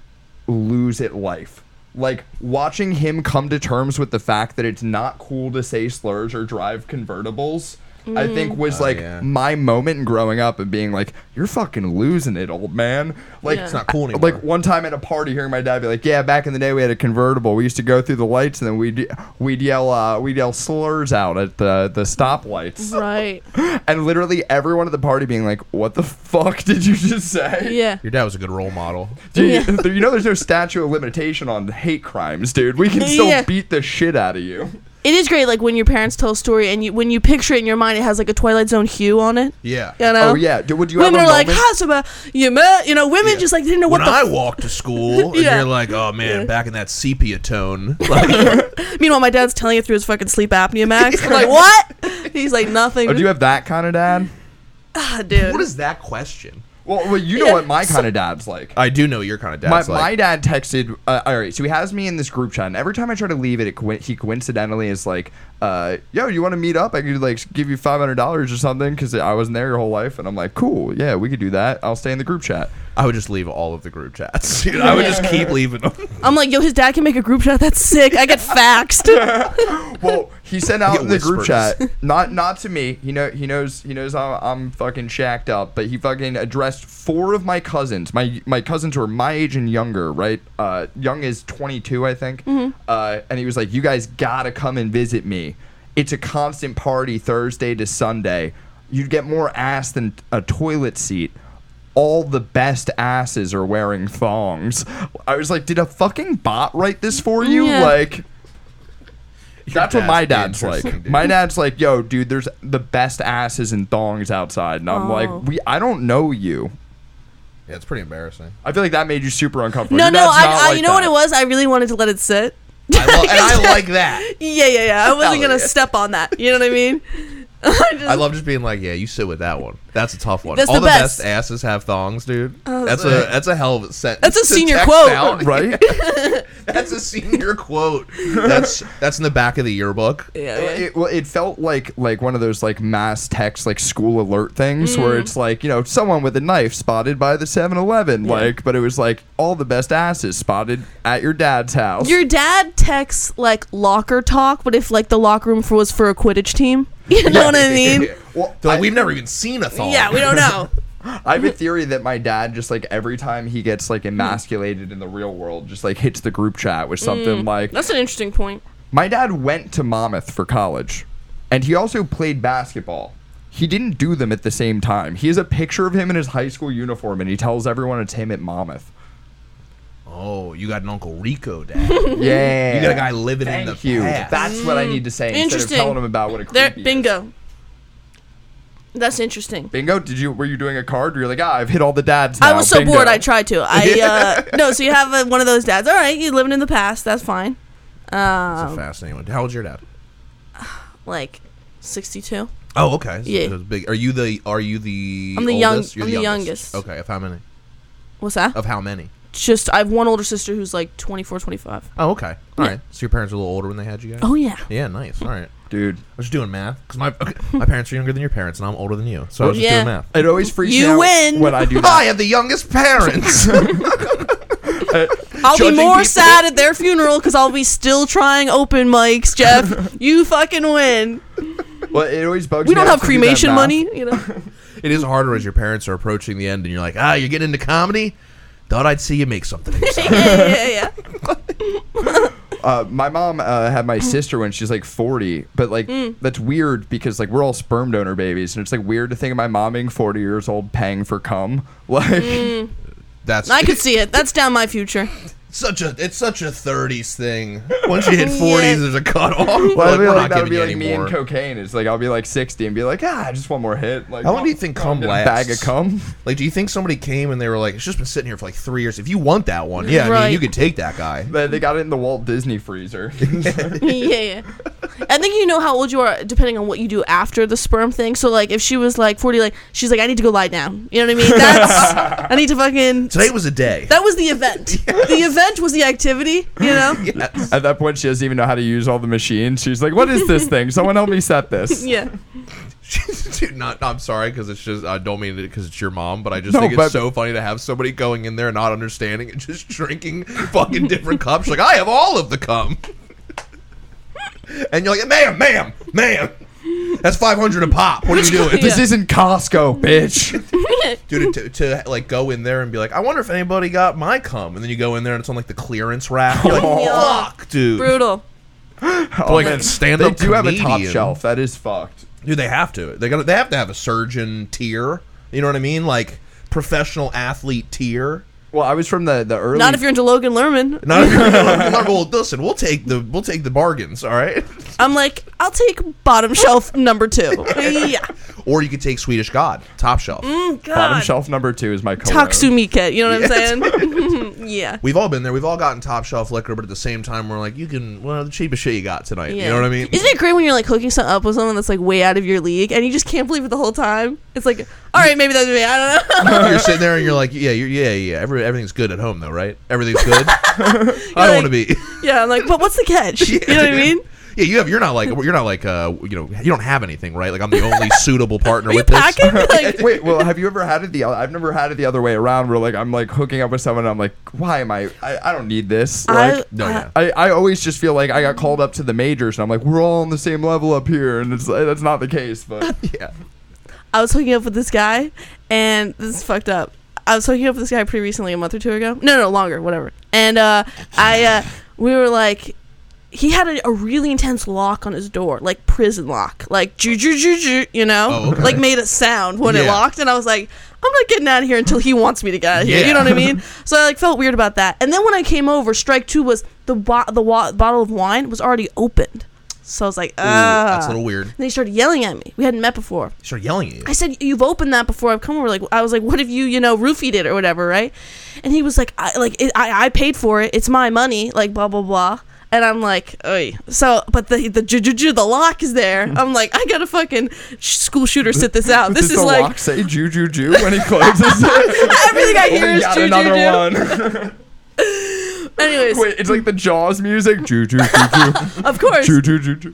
C: lose at life. Like watching him come to terms with the fact that it's not cool to say slurs or drive convertibles. I think was like
D: Oh, yeah.
C: my moment in growing up and being like, "You're fucking losing it, old man." Like
B: Yeah. It's
D: not cool
C: I-
D: anymore.
C: Like one time at a party, hearing my dad be like, "Yeah, back in the day, we had a convertible. We used to go through the lights, and then we'd we'd yell uh, we'd yell slurs out at the the stoplights."
B: right,
C: and literally everyone at the party being like, "What the fuck did you just say?"
B: yeah.
D: Your dad was a good role model.
C: Dude,
B: Yeah.
C: there- you know, there's no statute of limitation on hate crimes, dude. We can still
B: Yeah.
C: beat the shit out of you.
B: It is great, like when your parents tell a story and you when you picture it in your mind, it has like a Twilight Zone hue on it.
D: Yeah.
B: You know?
C: Oh yeah, dude, would you
B: women
C: have
B: are
C: a
B: like,
C: moment?
B: "How's about you met?" You know, women
D: Yeah.
B: just like didn't know
D: When
B: what the.
D: I walk to school, and
B: Yeah.
D: you're like, "Oh man, back in that sepia tone." Like,
B: f-" Meanwhile, my dad's telling it through his fucking sleep apnea mask. I'm like, what? He's like, nothing.
C: Oh, do you have that kind of dad?
B: Ah, dude.
D: what is that question?
C: Well, well, you know
B: Yeah,
C: what my kind of dad's like.
D: I do know your kind of
C: my,
D: dad's like.
C: my dad texted uh, all right so he has me in this group chat and every time i try to leave it, it co- he coincidentally is like uh, yo you want to meet up i could like give you $500 or something because i wasn't there your whole life and i'm like cool yeah we could do that i'll stay in the group chat
D: I would just leave all of the group chats. Dude, I would just keep leaving them.
B: I'm like, yo, his dad can make a group chat. That's sick. I get faxed.
C: well he sent out
D: get
C: in the group
D: whispers.
C: chat not not to me he know he knows he knows I'm, I'm fucking shacked up but he fucking addressed four of my cousins my my cousins who are my age and younger right uh young is 22 i think uh and he was like you guys gotta come and visit me it's a constant party thursday to sunday you'd get more ass than a toilet seat all the best asses are wearing thongs. I was like, did a fucking bot write this for you?
B: Yeah.
C: Like, that's what
D: dad's
C: my dad's like.
D: interesting, dude.
C: My dad's like, yo, dude, there's the best asses and thongs outside, and I'm
B: Oh.
C: like, we, I don't know you.
D: Yeah, it's pretty embarrassing.
C: I feel like that made you super uncomfortable.
B: no,
C: Your
B: no.
C: dad's
B: I,
C: not
B: I
C: like
B: you know what
C: that.
B: it was? I really wanted to let it sit.
D: I lo- and I like that.
B: Yeah, yeah, yeah. I wasn't
D: Hell
B: gonna
D: yeah.
B: step on that. You know what I mean?
D: I love just being like, yeah, you sit with that one. That's a tough one.
B: That's
D: All
B: the
D: the
B: best.
D: best. asses have thongs, dude.
B: Oh,
D: that's a
B: sorry.
D: that's a hell of a sentence.
B: That's a
D: to
B: senior
D: text
B: quote.
D: out.
C: right.
D: That's a senior quote. That's that's in the back of the yearbook.
B: Yeah.
C: It,
B: yeah.
C: it- well, it felt like like one of those like mass text like school alert things
B: Mm.
C: where it's like you know someone with a knife spotted by the 7-Eleven like but it was like all the best asses spotted at your dad's house.
B: Your dad texts like locker talk, but if like the locker room for, was for a Quidditch team, you know what I mean?
C: well,
D: They're like,
C: I-
D: we've never even seen a
C: Oh.
D: thong.
B: Yeah, we don't know.
C: I have a theory that my dad just like every time he gets
B: Hmm.
C: like emasculated in the real world, just like hits the group chat with something like
B: That's an interesting point.
C: my dad went to Monmouth for college, and he also played basketball. He didn't do them at the same time. He has a picture of him in his high school uniform, and he tells everyone it's him at Monmouth.
D: Oh, you got an Uncle Rico, dad. you
C: Yeah,
D: got a guy living in
C: Thank
D: the
C: you.
D: past.
C: That's what I need to say instead of
B: Interesting.
C: telling him about what a
B: There,
C: creepy is.
B: bingo. That's interesting.
C: Bingo. Did you were you doing a card? Where you're like, ah, I've hit all the dads.
B: I
C: now,
B: was so
C: bingo."
B: bored. I tried to. I uh, no. So you have uh one of those dads. All right, you're living in the past. That's fine.
D: That's a
B: Um,
D: fascinating one. How old's your dad?
B: like sixty-two.
D: Oh, okay. So
B: Yeah.
D: it was big. Are you the Are you the?
B: I'm the young-
D: oldest? You're
B: I'm the
D: youngest.
B: youngest.
D: Okay, of how many?
B: What's that?
D: Of how many?
B: just I have one older sister who's like 24, 25.
D: Oh, okay. All right. So your parents were a little older when they had you guys.
B: Oh yeah.
D: Yeah, nice. All right.
C: dude.
D: I was just doing math because my okay, my parents are younger than your parents, and I'm older than you. So I was just
B: Yeah.
D: doing math.
C: It always freaks
B: You
C: me out
B: win.
C: when I do that.
D: I have the youngest parents.
B: I'll be
C: Judging
B: more
C: people.
B: sad at their funeral because I'll be still trying open mics. Jeff, you fucking win.
C: Well, it always bugs
B: We
C: me
B: don't
C: out
B: have
C: to do that
B: cremation
C: math.
B: money, you know.
D: it is harder as your parents are approaching the end, and you're like, ah, you're getting into comedy. Thought I'd see you make something. of yourself."
B: yeah, yeah, yeah.
C: Uh, my mom uh, had
B: Mm.
C: my sister when she's like 40, but like that's weird because like we're all sperm donor babies, and it's like weird to think of my mom being 40 years old paying for cum. Like,
B: Mm.
D: That's
B: I could see it. That's down my future.
D: such a it's such a 30s thing. Once you hit 40s,
B: Yeah.
D: there's a cutoff.
C: well, I
D: Like,
C: feel
D: we're
C: like
D: not
C: that would
D: giving
C: be
D: you
C: like
D: any
C: me and
D: more.
C: cocaine. It's like I'll be like 60 and be like, ah, just one more hit. Like,
D: How long do you
C: oh,
D: think
C: oh,
D: cum
C: get a
D: lasts?
C: Bag of cum.
D: Like, do you think somebody came and they were like, "It's just been sitting here for like three years. If you want that one, yeah, I mean,
B: Right.
D: you could take that guy."
C: They, they got it in the Walt Disney freezer.
B: yeah, yeah. I think you know how old you are depending on what you do after the sperm thing. So like, if she was like forty, like she's like, I need to go lie down. You know what I mean? That's I need to fucking.
D: Today was a day.
B: That was the event. The event was the activity. You know?
D: Yes.
C: At that point, she doesn't even know how to use all the machines. She's like, what is this thing? Someone help me set this.
B: Yeah.
D: Dude, not. I'm sorry because it's just. I don't mean it because it's your mom, but I just
C: No,
D: think it's
C: but-
D: so funny to have somebody going in there and not understanding and just drinking fucking different cups. Like I have all of the cum, and you're like, "Ma'am, ma'am, ma'am, that's 500 a pop. What are you doing?"
C: This
B: Yeah.
C: isn't Costco, bitch.
D: dude to, to like go in there and be like i wonder if anybody got my cum and then you go in there and it's on like the clearance rack you're like
B: Yeah.
D: fuck dude
B: Brutal.
C: Oh,
D: like
C: man.
D: a stand-up
C: They do have a top
D: comedian.
C: shelf. That is fucked.
D: dude they have to they got to they have to have a surgeon tier you know what i mean like professional athlete tier
C: Well, I was from the the early.
B: Not if you're into Logan Lerman.
D: not if you're well listen we'll take the we'll take the bargains all right
B: I'm like, I'll take bottom shelf number two. Yeah.
D: or you could take swedish god top shelf
B: Mm, God.
C: bottom shelf number two is my cologne.
B: Taksumike. You know what I'm saying? yeah.
D: We've all been there. We've all gotten top shelf liquor, but at the same time, we're like, you can, well, the cheapest shit you got tonight.
B: Yeah.
D: You know what I mean?
B: Isn't it great when you're like hooking something up with someone that's like way out of your league and you just can't believe it the whole time? It's like, all right, maybe that's me. I don't know.
D: you're sitting there and you're like, yeah, you're, yeah, yeah. Every, everything's good at home though, right? Everything's good. I don't
B: You're
D: want to
B: like-
D: be.
B: yeah, I'm like, but what's the catch? you know what I mean?
D: Yeah, you have. You're not like. You're not like. Uh, you know, you don't have anything, right? Like I'm the only suitable partner
B: Are you
D: with this.
B: packing? Like,
C: Wait, well, have you ever had it the? o- I've never had it the other way around. Where like I'm like hooking up with someone, and I'm like, why am I? I, I don't need this.
B: I,
C: Like,
D: No,
B: I-
D: yeah.
C: I, I always just feel like I got called up to the majors, and I'm like, we're all on the same level up here, and it's eh, that's not the case. But
D: Yeah.
B: I was hooking up with this guy, and this is fucked up. I was hooking up with this guy pretty recently, a month or two ago. No, no, longer, whatever. And uh, I, uh, we were like, he had a, a really intense lock on his door, like prison lock, like ju ju ju ju, you know,
D: Oh, okay.
B: like made it sound when it
D: Yeah.
B: locked. And I was like, I'm not getting out of here until he wants me to get out of here.
D: Yeah.
B: You know what I mean? so I like felt weird about that. And then when I came over, strike two was the bo- the wa- bottle of wine was already opened, so I was like,
D: Ooh,
B: ah.
D: that's a little weird.
B: And then he started yelling at me. We hadn't met before.
D: Start yelling at you.
B: I said, "You've opened that before. I've come over." Like, I was like, "What if you, you know, roofied it or whatever, right?" And he was like, "I like, it, I, I paid for it. It's my money." Like, blah blah blah. And I'm like, "Oy." So, but the the ju- ju- ju- the lock is there. I'm like, I gotta fucking sh- school shooter sit this out. This
C: does
B: is
C: the
B: like
C: lock say Jew Jew Jew when he closes. it?
B: everything I hear
C: We
B: is
C: got
B: ju-
C: another
B: ju-
C: one.
B: ju. Anyways,
C: Wait, it's like the Jaws music. Jew Jew Jew
B: of course,
C: Jew Jew Jew Jew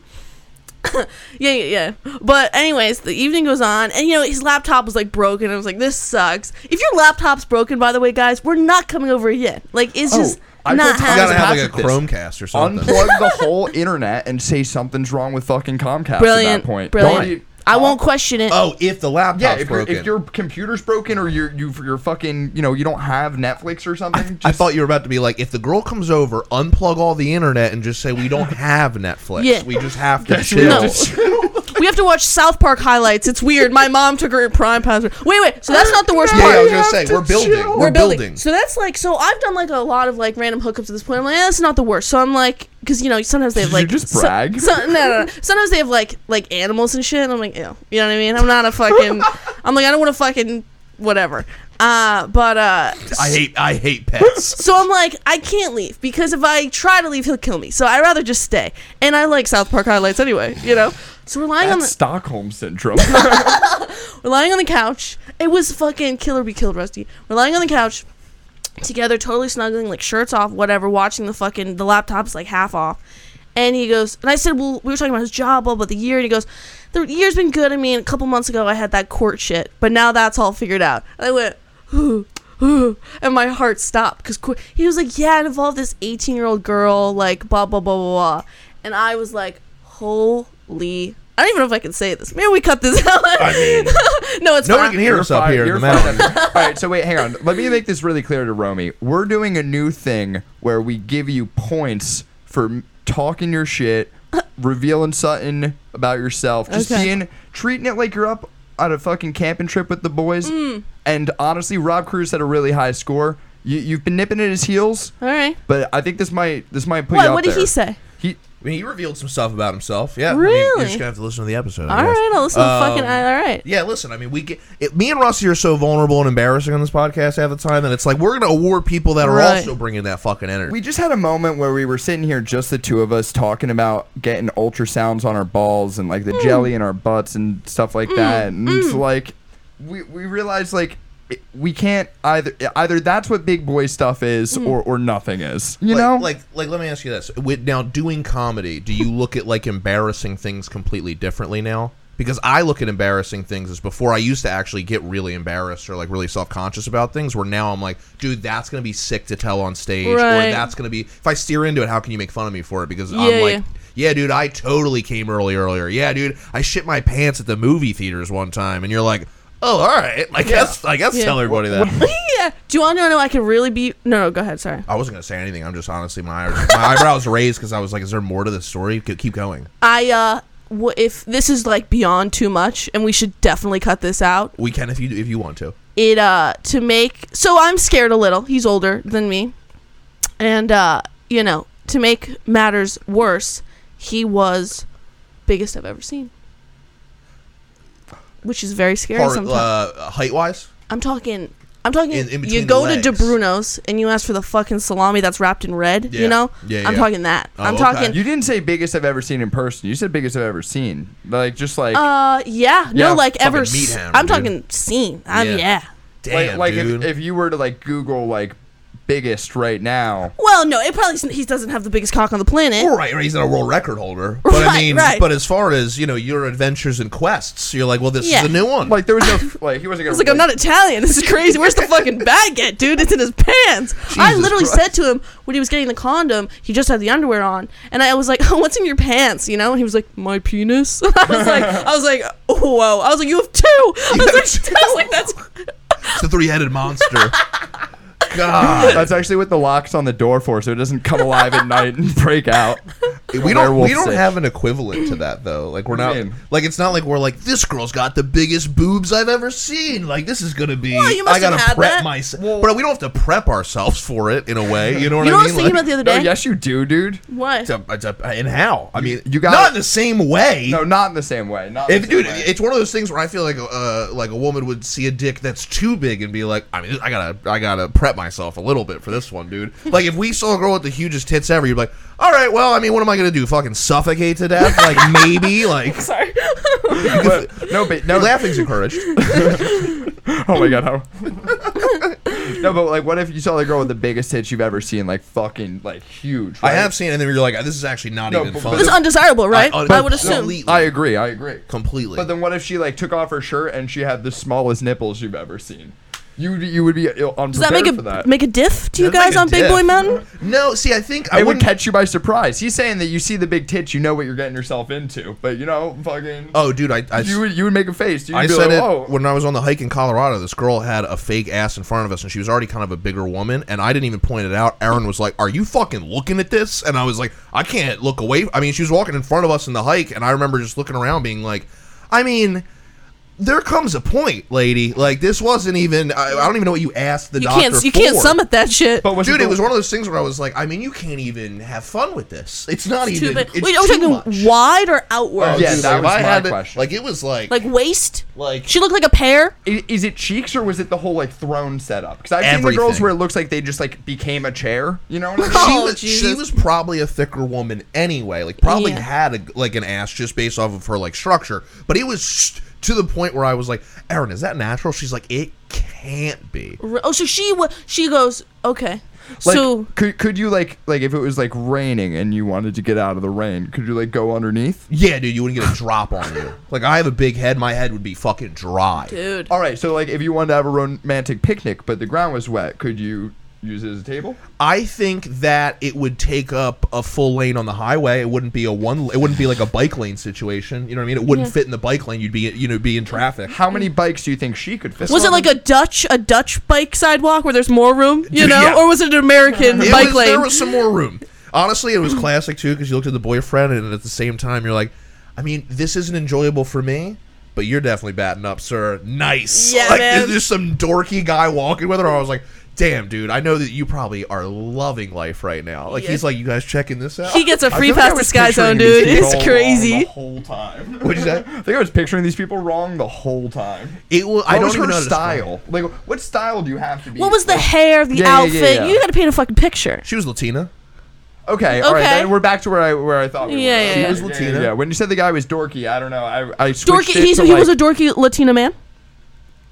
C: Jew.
B: Yeah, yeah, yeah. But anyways, the evening goes on, and you know his laptop was like broken. I was like, this sucks. If your laptop's broken, by the way, guys, we're not coming over again. Like it's
C: Oh,
B: just
C: I
B: not
C: told Tom
D: You gotta
B: happening.
D: have like a
C: Patrick this.
D: Chromecast or something.
C: unplug the whole internet and say something's wrong with fucking Comcast at
B: Brilliant,
C: that point.
B: brilliant.
C: Don't you-
B: I won't question it.
D: oh, if the laptop's
C: yeah, if, your-
D: broken.
C: if your computer's broken or you're, you you're fucking, you know, you don't have Netflix or something.
D: I
C: just-
D: thought you were about to be like, if the girl comes over, unplug all the internet and just say we don't have Netflix.
B: Yeah.
D: We just have to
C: we
D: chill.
C: just-
B: We have to watch South Park highlights. It's weird. My mom took her prime password. Wait, wait. So that's not the worst
D: Yeah,
B: part.
D: I was
C: We
D: gonna say
C: have to
D: we're building.
C: chill.
D: We're,
B: we're building.
D: building.
B: So that's like, so I've done like a lot of like random hookups at this point. I'm like, eh, that's not the worst. So I'm like, because you know sometimes they have
C: Did you
B: like
C: just
B: so-
C: brag?
B: So, no, no, no. Sometimes they have like like animals and shit. And I'm like, ew. You know what I mean? I'm not a fucking. I'm like, I don't want to fucking whatever. Uh, but uh,
D: I hate. I hate pets.
B: so I'm like, I can't leave because if I try to leave, he'll kill me. So I would rather just stay. And I like South Park highlights anyway. You know. So we're lying on
C: That's
B: the
C: Stockholm syndrome.
B: We're lying on the couch. It was fucking kill or be killed, Rusty. We're lying on the couch. together, totally snuggling, like shirts off, whatever, watching the fucking the laptops like half off. And he goes, and I said, well, we were talking about his job, blah, blah, the year. And he goes, the year's been good. I mean, a couple months ago, I had that court shit, but now that's all figured out. And I went, ooh, ooh, and my heart stopped because qu- he was like, yeah, it involved this 18 year old girl, like, blah, blah, blah, blah, blah. And I was like, holy. I don't even know if I can say this. Maybe we cut this out.
D: I mean,
B: no, it's
D: no one
B: fine.
D: can hear us up
C: Fine,
D: here in
C: you're
D: the mountain.
C: fine. All right, so wait, hang on. Let me make this really clear to Romy. We're doing a new thing where we give you points for m- talking your shit, revealing something about yourself, just
B: Okay.
C: being treating it like you're up on a fucking camping trip with the boys.
B: Mm.
C: And honestly, Rob Cruz had a really high score. You, you've been nipping at his heels,
B: All right.
C: but I think this might this might put
B: What?
C: you out
B: What did
C: there.
B: he say?
C: He
D: I mean, he revealed some stuff about himself. Yeah, I mean,
B: Really?
D: you're just gonna have to listen to the episode. I
B: All
D: guess.
B: right, I'll listen to the fucking.
D: Um,
B: I- All right.
D: Yeah, listen. I mean, we get it, me and Rossi are so vulnerable and embarrassing on this podcast half the time, and it's like we're gonna award people that are
B: Right.
D: also bringing that fucking energy.
C: We just had a moment where we were sitting here, just the two of us, talking about getting ultrasounds on our balls and like the
B: Hmm.
C: jelly in our butts and stuff like that. And it's like, we, we realized like it- we can't either either that's what big boy stuff is
B: Hmm.
C: or or nothing is. You
D: like,
C: know,
D: like, like, let me ask you this: With now doing comedy, do you look at like embarrassing things completely differently now? Because I look at embarrassing things as before I used to actually get really embarrassed or like really self conscious about things. Where now I'm like, dude, that's gonna be sick to tell on stage,
B: Right.
D: or that's gonna be if I steer into it, how can you make fun of me for it? Because
B: Yeah,
D: I'm like,
B: yeah.
D: yeah, dude, I totally came early earlier. Yeah, dude, I shit my pants at the movie theaters one time, and you're like, oh, all right, I guess, I guess,
B: Yeah.
D: tell everybody that.
B: yeah. Do you want to know? I can really be. No, no. Go ahead. Sorry.
D: I wasn't gonna say anything. I'm just honestly my eyebrows, my eyebrows raised because I was like, "Is there more to this story?" Keep keep going.
B: I uh, w- if this is like beyond too much, and we should definitely cut this out.
D: We can if you if you want to.
B: It uh, to make. So I'm scared a little. He's older than me, and uh, you know, to make matters worse, he was biggest I've ever seen, which is very scary.
D: Part,
B: sometimes
D: uh, height wise,
B: I'm talking. I'm talking.
D: In- in
B: you
D: between
B: go
D: the
B: to
D: legs.
B: DeBruno's and you ask for the fucking salami that's wrapped in red. You
D: Yeah.
B: know.
D: Yeah,
B: I'm
D: yeah.
B: talking that.
D: Oh,
B: I'm
D: okay.
B: talking.
C: you didn't say biggest I've ever seen in person. You said biggest I've ever seen. Like just like
B: Uh, yeah.
C: Yeah,
B: No, like
D: fucking
B: ever.
D: meat
B: s-
D: hammer,
B: I'm
D: dude.
B: talking seen. I'm yeah.
D: Yeah.
C: like
D: damn,
C: like if,
D: dude.
C: if you were to like Google like biggest right now.
B: Well, no, it probably isn't- he doesn't have the biggest cock on the planet.
D: All right, right, he's not a world record holder, but
B: Right,
D: I mean,
B: right.
D: but as far as you know, your adventures and quests, you're like, well, this
B: Yeah.
D: is a new one.
C: Like there was no like he wasn't
B: I
C: gonna
B: was like, I'm not Italian. This is crazy. Where's the fucking baguette, dude? It's in his pants. I
D: Jesus
B: literally said
D: Christ.
B: to him when he was getting the condom, he just had the underwear on, and I was like, oh, "What's in your pants?" You know, and he was like, "My penis." I was like, I was like, oh, "Whoa!" I was like, "You have two. I
D: have
B: was like,
D: two.
B: I was like, "That's."
D: it's the three headed monster. God,
C: That's actually what the lock's on the door for, so it doesn't come alive at night and break out.
D: we don't
C: Werewolf
D: we don't
C: sick.
D: have an equivalent to that though. Like we're not
C: Man.
D: like it's not like we're like this girl's got the biggest boobs I've ever seen. Like this is gonna be.
B: Well, you must
D: I gotta
B: have had that.
D: prep myself, but we don't have to prep ourselves for it in a way. You know what
B: You know what
D: I
B: I was
D: mean?
B: thinking
D: Like- oh,
B: about the other
C: No,
B: day?
C: yes, you do, dude.
B: What?
D: It's a- it's a- and how? I mean,
C: you got
D: not
C: it.
D: in the same way.
C: No, not in the same way. Not in
D: If,
C: the same
D: dude,
C: way.
D: it's one of those things where I feel like uh, like a woman would see a dick that's too big and be like, I mean, I gotta I gotta prep myself a little bit for this one, dude. like if we saw a girl with the hugest tits ever, you'd be like, all right, well, I mean, what am I gonna do? Fucking suffocate to death? like maybe, like
B: Sorry.
C: But- no, but no.
D: laughing's encouraged.
C: Oh my god, how? no, but like, what if you saw the girl with the biggest tits you've ever seen, like fucking, like huge?
D: I
C: right?
D: have seen, it and then you're like, this is actually not
C: No,
D: even
C: but-
D: fun.
B: It was undesirable,
D: Uh,
B: right? I, would assume.
D: Completely,
C: I agree. I agree.
D: completely.
C: But then, what if she like took off her shirt and she had the smallest nipples you've ever seen? You would- you would be ill- unprepared
B: Does that make a
C: for that.
B: make a diff to you guys
D: That's like a
B: on Big
D: diff.
B: Boy Mountain?
D: no, see, I think I
C: it would
D: wouldn't.
C: catch you by surprise. He's saying that you see the big tits, you know what you're getting yourself into. But you know, fucking.
D: oh, dude, I, I
C: you would you would make a face. You'd
D: I
C: be like,
D: said it
C: "Whoa."
D: when I was on the hike in Colorado. This girl had a fake ass in front of us, and she was already kind of a bigger woman. And I didn't even point it out. Aaron was like, "Are you fucking looking at this?" And I was like, "I can't look away." I mean, she was walking in front of us in the hike, and I remember just looking around, being like, "I mean." There comes a point, lady. Like this wasn't even. I, I don't even know what you asked the
B: You
D: doctor
B: can't you
D: for.
B: can't summit that shit.
C: But was
D: Dude,
C: the-
D: it was one of those things where I was like, I mean, you can't even have fun with this. It's not
B: It's too
D: even.
B: big.
D: It's
B: Wait, are we
D: too
B: talking
D: much.
B: wide or outward?
C: Oh, Yeah,
D: Dude,
C: that
D: like, if
C: was
D: I
C: my
D: had it-
C: question.
D: Like it was like
B: Like waist?
D: Like-
B: she looked like a pear.
C: I- Is it cheeks or was it the whole like throne setup? Because I've seen the girls
D: Everything.
C: where it looks like they just like became a chair. You know what I mean?
D: she
B: Oh,
D: was she
B: Jesus.
D: was probably a thicker woman anyway. Like probably
B: Yeah.
D: had a, like an ass just based off of her like structure. But it was sh- to the point where I was like, "Erin, is that natural?" She's like, "It." Came. can't be.
B: Re- Oh, so she wa- she goes okay.
C: Like,
B: so
C: could could you like like if it was like raining and you wanted to get out of the rain, could you like go underneath?
D: Yeah, dude, you wouldn't get a drop on you. Like I have a big head, my head would be fucking dry.
B: dude,
C: All right, so like if you wanted to have a romantic picnic but the ground was wet, could you use it as a table?
D: I think that it would take up a full lane on the highway. It wouldn't be a one. It wouldn't be like a bike lane situation. You know what I mean? It wouldn't fit in the bike lane. You'd be you know be in traffic.
C: How many bikes do you think she could fit?
B: was it like a Dutch a Dutch bike sidewalk where there's more room, you know,
D: yeah.
B: or was it an American
D: It
B: bike
D: was-
B: lane?
D: There was some more room. Honestly, it was classic too because you looked at the boyfriend and at the same time you're like, I mean, this isn't enjoyable for me. But you're definitely batting up, sir. Nice.
B: Yeah,
D: like,
B: man.
D: Is this some dorky guy walking with her? I was like, damn, dude, I know that you probably are loving life right now. Like,
B: Yeah.
D: he's like, you guys checking this out?
B: he gets a
C: I
B: free
C: feel like I
B: pass to
C: was
B: Sky Zone,
C: picturing
B: dude.
C: these
B: It's
C: people wrong
B: crazy.
C: The whole time.
D: What'd you say?
C: I think I was picturing these people wrong the whole time.
D: It will,
C: What
D: I don't
C: was
D: even
C: her
D: know how to describe it.
C: style. Like, what style do you have to be?
B: What was the
C: like-
B: hair, the
C: Yeah, yeah,
B: outfit?
C: yeah, yeah.
B: You got to paint a fucking picture.
D: She was Latina.
C: Okay, all right.
B: Okay.
C: Then we're back to where I where I thought we
B: Yeah,
C: were.
B: yeah, She yeah.
D: was Latina.
C: Yeah, yeah. When you said the guy was dorky, I don't know. I I switched
B: Dorky.
C: It
B: He's,
C: to
B: he was a
C: like-
B: dorky Latina man.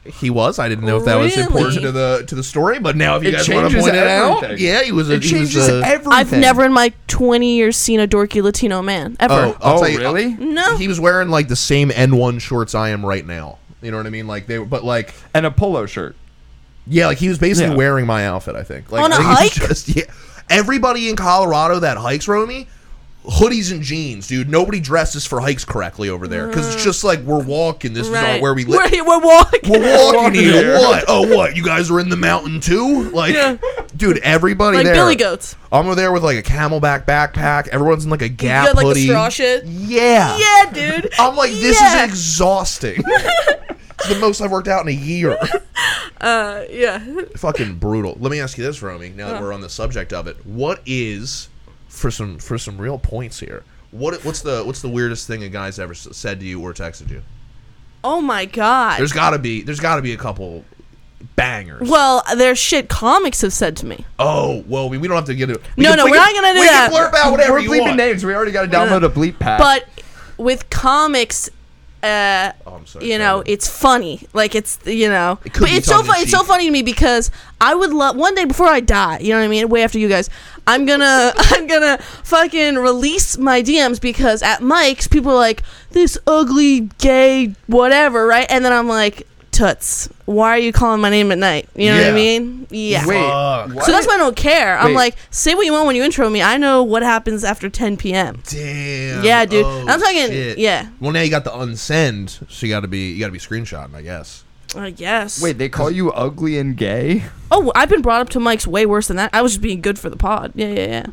D: He was. I didn't know if that was
B: Really?
D: important to the to the story, but now if you
C: It
D: guys want to
C: changes
D: point it out,
C: everything.
D: yeah, he was. A,
C: It
D: he was
C: changes
D: a-
C: everything.
B: I've never in my 20 years seen a dorky Latino man ever.
D: Oh, I'll
C: oh,
D: tell you-
C: really?
B: no.
D: He was wearing like the same N1 shorts I am right now. You know what I mean? Like they were, but like
C: And a polo shirt.
D: yeah, like he was basically
C: Yeah.
D: wearing my outfit. I think like
B: On
D: I
B: a
D: think he
B: hike?
D: was Just, yeah, everybody in Colorado that hikes, Romy, hoodies and jeans, dude. Nobody dresses for hikes correctly over there because it's just like we're walking. This is
B: right.
D: all where we live.
B: We're, we're walking.
D: We're
C: Walking
D: walking here.
C: here.
D: What? Oh, what? You guys are in the mountain too? Like,
B: Yeah.
D: dude, everybody
B: like
D: there.
B: billy goats.
D: I'm over there with like a camelback backpack. Everyone's in like a gap
B: got, like, the
D: hoodie. Oh.
B: straw shit?
D: Yeah.
B: Yeah, dude.
D: I'm like, this
B: Yeah.
D: is exhausting. it's the most I've worked out in a year.
B: Uh, yeah.
D: Fucking brutal. Let me ask you this, Romy. Now
B: Uh.
D: that we're on the subject of it, what is for some for some real points here? What what's the what's the weirdest thing a guy's ever s- said to you or texted you?
B: Oh my god.
D: There's gotta be there's gotta be a couple bangers.
B: well, there's shit comics have said to me.
D: Oh well, we, we don't have to get it. we
B: No,
D: can-
B: no,
D: we
B: we're
D: can-
B: not gonna do
D: we
B: that.
D: can blurb out whatever
C: we're
D: you
C: bleeping
D: want.
C: names. We already got to download a bleep pack.
B: But with comics uh
D: Oh, I'm sorry,
B: you know,
D: Kevin.
B: it's funny. Like it's you know,
D: It could
B: but
D: be
B: it's so funny. It's so
D: tongue-in-cheek.
B: funny to me because I would love one day before I die. You know what I mean? Way after you guys, I'm gonna I'm gonna fucking release my DMs because at Mike's people are like this ugly gay whatever, right? And then I'm like, toots, why are you calling my name at night? You know what
D: Yeah.
B: I mean? Yeah.
C: wait,
D: Fuck.
C: what?
B: So that's why I don't care. I'm
C: Wait.
B: like, say what you want when you intro me. I know what happens after 10 p.m.
D: Damn.
B: Yeah, dude.
D: Oh,
B: I'm talking-
D: shit.
B: yeah.
D: Well, now you got the unsend, so you got to be you got to be screenshotting, I guess.
B: I guess.
C: wait, they call you ugly and gay?
B: Oh, I've been brought up to Mike's way worse than that. I was just being good for the pod. Yeah, yeah, yeah.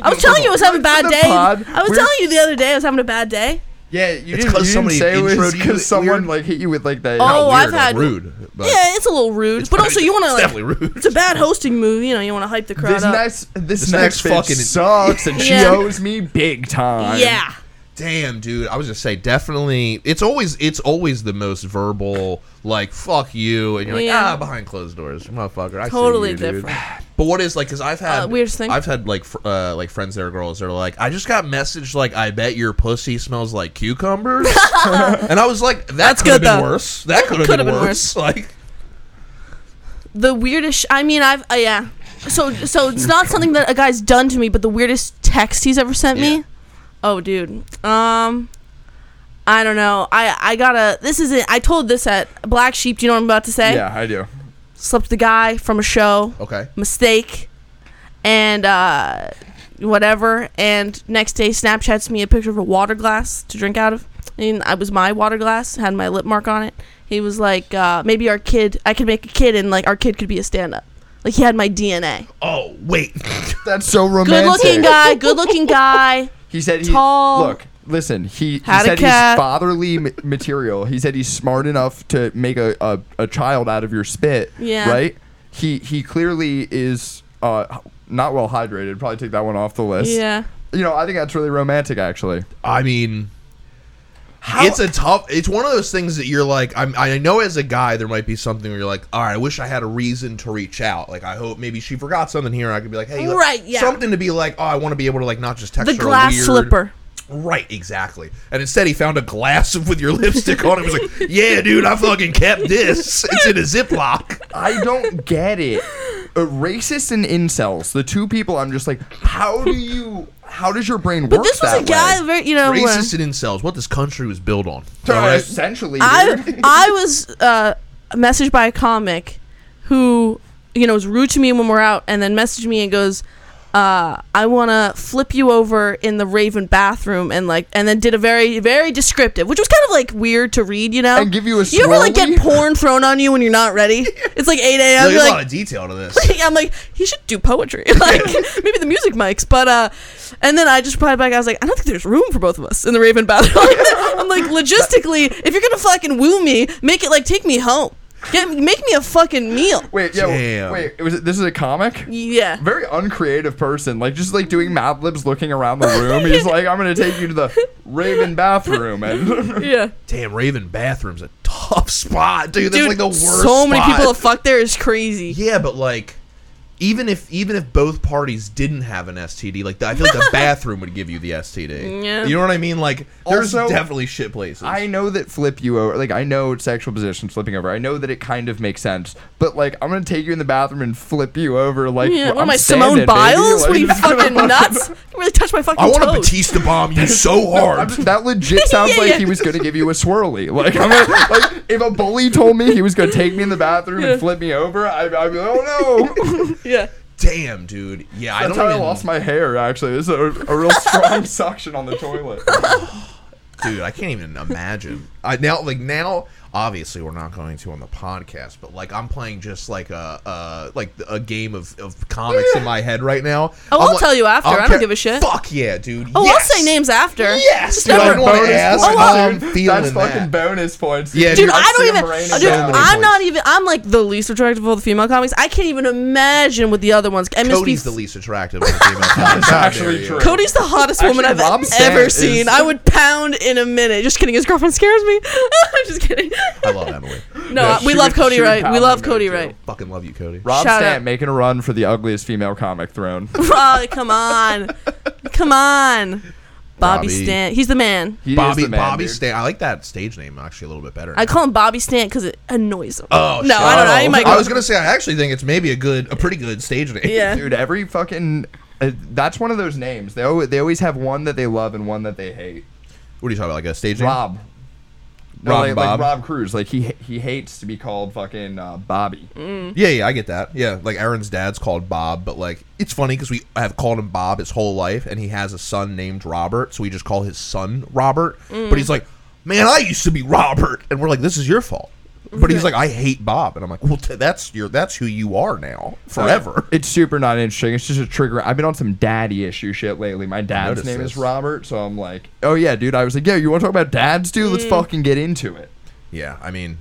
B: I was telling you I was having a bad
C: the
B: day.
C: pod?
B: I was
C: We're-
B: telling you the other day I was having a bad day.
C: Yeah, you
D: It's
C: didn't,
D: 'cause
C: you didn't
D: somebody
C: say it
D: introed
C: was
D: you to
C: because
D: it
C: someone
D: weird?
C: like hit you with like that.
B: Oh,
D: Not
B: I've
D: weird, like
B: had-
D: rude. But
B: yeah, it's a little rude, but also you want to
D: it's
B: like.
D: definitely rude.
B: It's a bad hosting move. You know, you want to hype the crowd
C: this
B: up.
C: next, this,
D: This
C: next,
D: next
C: bitch
D: fucking-
C: sucks, and she
B: Yeah.
C: owes me big time.
B: yeah.
D: Damn, dude. I was just say definitely. It's always it's always the most verbal. Like fuck you, and you're like
B: Yeah.
D: ah behind closed doors, motherfucker. I see
B: Totally
D: you, dude."
B: different.
D: But what is like? Because I've had
B: Uh, weirdest thing?
D: I've had like fr- uh, like friends that are girls that are like, I just got messaged like, I bet your pussy smells like cucumbers, and I was like, that
B: That's
D: could have
B: good,
D: been
B: though.
D: worse. That could have
B: Could've
D: been,
B: been
D: worse. Like
B: The weirdest. Sh- I mean, I've. Uh, yeah. So, so it's not something that a guy's done to me, but the weirdest text he's ever sent
D: Yeah.
B: me. Oh, dude. Um. I don't know. I, I gotta. This is it. I told this at Black Sheep. Do you know what I'm about to say?
C: yeah, I do.
B: Slept with a guy from a show.
D: okay,
B: mistake and uh, whatever. And next day, Snapchats me a picture of a water glass to drink out of. And I was my water glass, had my lip mark on it. He was like, uh, maybe our kid, I could make a kid, and like our kid could be a stand up. Like he had my DNA.
D: oh wait,
C: That's so
B: Good
C: romantic.
B: looking guy, good looking guy.
C: He said he
B: Tall.
C: look. Listen, he, he
B: Had a
C: said he's
B: cat.
C: fatherly ma- material. He said he's smart enough to make a, a, a child out of your spit.
B: Yeah.
C: Right. He he clearly is uh, not well hydrated. Probably take that one off the list.
B: Yeah.
C: You know, I think that's really romantic, actually.
D: I mean. It's a tough. It's one of those things that you're like. I'm, I know as a guy, there might be something where you're like, "All right, I wish I had a reason to reach out. Like, I hope maybe she forgot something here. I could be like, hey, like,
B: Right, yeah.
D: something to be like, oh, I want to be able to like not just text
B: The
D: her a
B: glass
D: weird-
B: slipper.
D: Right, exactly. And instead, he found a glass of- with your lipstick on it. He was like, "Yeah, dude, I fucking kept this. It's in a Ziploc."
C: I don't get it. Uh, racists and incels, the two people I'm just like, how do you, how does your brain work
B: But this was
C: that
B: a guy,
C: way?
B: very, you know, where-
D: Racist and incels. What this country was built on.
C: So,
D: All right?
C: Essentially, dude.
B: I I was uh, messaged by a comic who you know was rude to me when we're out, and then messaged me and goes, uh, "I want to flip you over in the Raven bathroom," and like, and then did a very very descriptive, which was kind of like weird to read, you know.
C: And give you a
B: You ever like
C: swirly?
B: get porn thrown on you when you're not ready? It's like eight a.m.
D: There's
B: You're
D: a lot
B: like.
D: of detail to this.
B: I'm like, he should do poetry, like maybe the music mics. But uh, and then I just replied back. I was like, I don't think there's room for both of us in the Raven bathroom. I'm like, logistically, if you're gonna fucking woo me, make it like take me home, Get, make me a fucking meal.
C: Wait, yeah,
D: Damn.
C: wait. It was this is a comic.
B: Yeah.
C: Very uncreative person, like just like doing Mad Libs, looking around the room. He's like, "I'm gonna take you to the Raven bathroom," and
B: Yeah,
D: Damn, Raven bathroom's a tough spot, dude. That's
B: dude.
D: like the worst.
B: so many
D: spot.
B: people have fucked there is crazy.
D: Yeah, but like, even if even if both parties didn't have an STD, like I feel like the bathroom would give you the STD.
B: Yeah.
D: You know what I mean? Like, there's
C: Also,
D: definitely shit places.
C: I know that flip you over, like I know sexual position flipping over. I know that it kind of makes sense, but like I'm gonna take you in the bathroom and flip you over, like
B: Yeah,
C: I'm
B: what am I,
C: standing,
B: Simone
C: baby.
B: Biles? What are
C: Like-
B: you fucking nuts? You really touched my fucking
D: I want to
B: toes.
D: Batista bomb you so
C: No, I'm
D: hard.
C: just- that legit sounds
B: Yeah,
C: like
B: yeah.
C: he was gonna give you a swirly. Like, I'm a, like if a bully told me he was gonna take me in the bathroom and flip me over, I, I'd be like, oh no.
B: Yeah.
D: Damn, dude. Yeah, I
C: That's
D: don't
C: how
D: even,
C: I lost my hair. Actually, this is a, a real strong suction on the toilet.
D: dude. I can't even imagine. I now like now. Obviously, we're not going to on the podcast, but like I'm playing just like a uh, like a game of, of comics in my head right now.
B: Oh,
D: I'm
B: I'll
D: like-
B: tell you after. I don't
D: care-
B: give a shit.
D: Fuck yeah, dude.
B: Oh,
D: yes!
B: I'll say names after.
D: Yes,
B: Just
D: dude, I
B: never-
D: don't wanna
C: Bonus
D: ask,
C: points,
D: I'm
C: dude.
D: feeling
C: That's fucking
D: that.
C: bonus points.
D: Yeah,
B: Dude,
D: Dude,
B: I don't
C: see
B: even.
C: him raining
B: Dude,
C: down.
D: many
B: I'm not
D: points.
B: even. I'm like the least attractive of the female comics. I can't even imagine what the other ones. I must be.
D: Cody's the least attractive of the female comics. How
C: actually
D: dare you.
C: true.
B: Cody's the hottest
C: Actually,
B: woman I've
C: Rob Sand
B: ever
C: is-
B: seen. I would pound in a minute. Just kidding. His girlfriend scares me. I'm just kidding.
D: I love Emily.
B: No,
C: Yeah,
B: I- we
C: she
B: love
C: would-
B: Cody
C: she would
B: Wright. We
C: pound
B: love
C: in there,
B: Cody
C: too.
B: Wright.
D: Fucking love you, Cody.
C: Rob
B: Shout
C: Stant
B: out.
C: making a run for the ugliest female comic throne.
B: Oh, come on, come on, Bobby,
D: Bobby.
B: Stant. He's the man.
C: He is
D: Bobby
C: the man,
D: Bobby
C: dude.
D: Stan. I like that stage name actually a little bit better.
B: I call him Bobby Stant because it annoys him.
D: oh
B: no,
D: shit.
B: I don't. know. I,
C: Oh.
B: might
D: I
B: go-
D: was gonna say I actually think it's maybe a good, a pretty good stage name.
B: Yeah.
C: Dude, every fucking uh, that's one of those names. They always, they always have one that they love and one that they hate.
D: What are you talking about? Like a stage name?
C: Rob. No,
D: Rob
C: like,
D: and
C: like
D: Bob.
C: Rob Cruz. Like he he hates to be called fucking uh, Bobby.
D: Yeah, yeah, I get that. Yeah, like Aaron's dad's called Bob, but like it's funny because we have called him Bob his whole life, and he has a son named Robert, so we just call his son Robert. But he's like, man, I used to be Robert, and we're like, this is your fault. But he's like, I hate Bob, and I'm like, well, t- that's your, that's who you are now, forever.
C: It's super not interesting. It's just a trigger. I've been on some daddy issue shit lately. My dad's
D: noticed
C: name is
D: this.
C: Robert, so I'm like, oh yeah, dude. I was like, yeah, you want to talk about dads, dude? Let's fucking get into it.
D: yeah, I mean,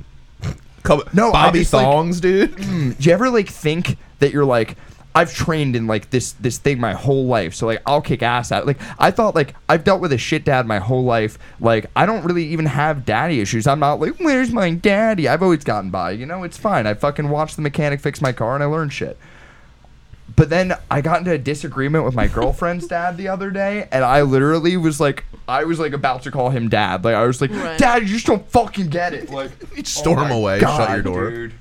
D: come,
C: No, I
D: no, Bobby
C: just, like- mm.
D: Thongs, dude.
C: Do you ever like think that you're like, I've trained in like this this thing my whole life, so like I'll kick ass at it. Like I thought like I've dealt with a shit dad my whole life. Like I don't really even have daddy issues. I'm not like, where's my daddy? I've always gotten by. You know, it's fine. I fucking watched the mechanic fix my car and I learned shit. But then I got into a disagreement with my girlfriend's dad the other day, and I literally was like, I was like about to call him dad. Like I was like,
B: Right.
C: Dad, you just don't fucking get it. Like
D: storm
C: Oh my
D: away, shut your
C: God,
D: door.
C: dude.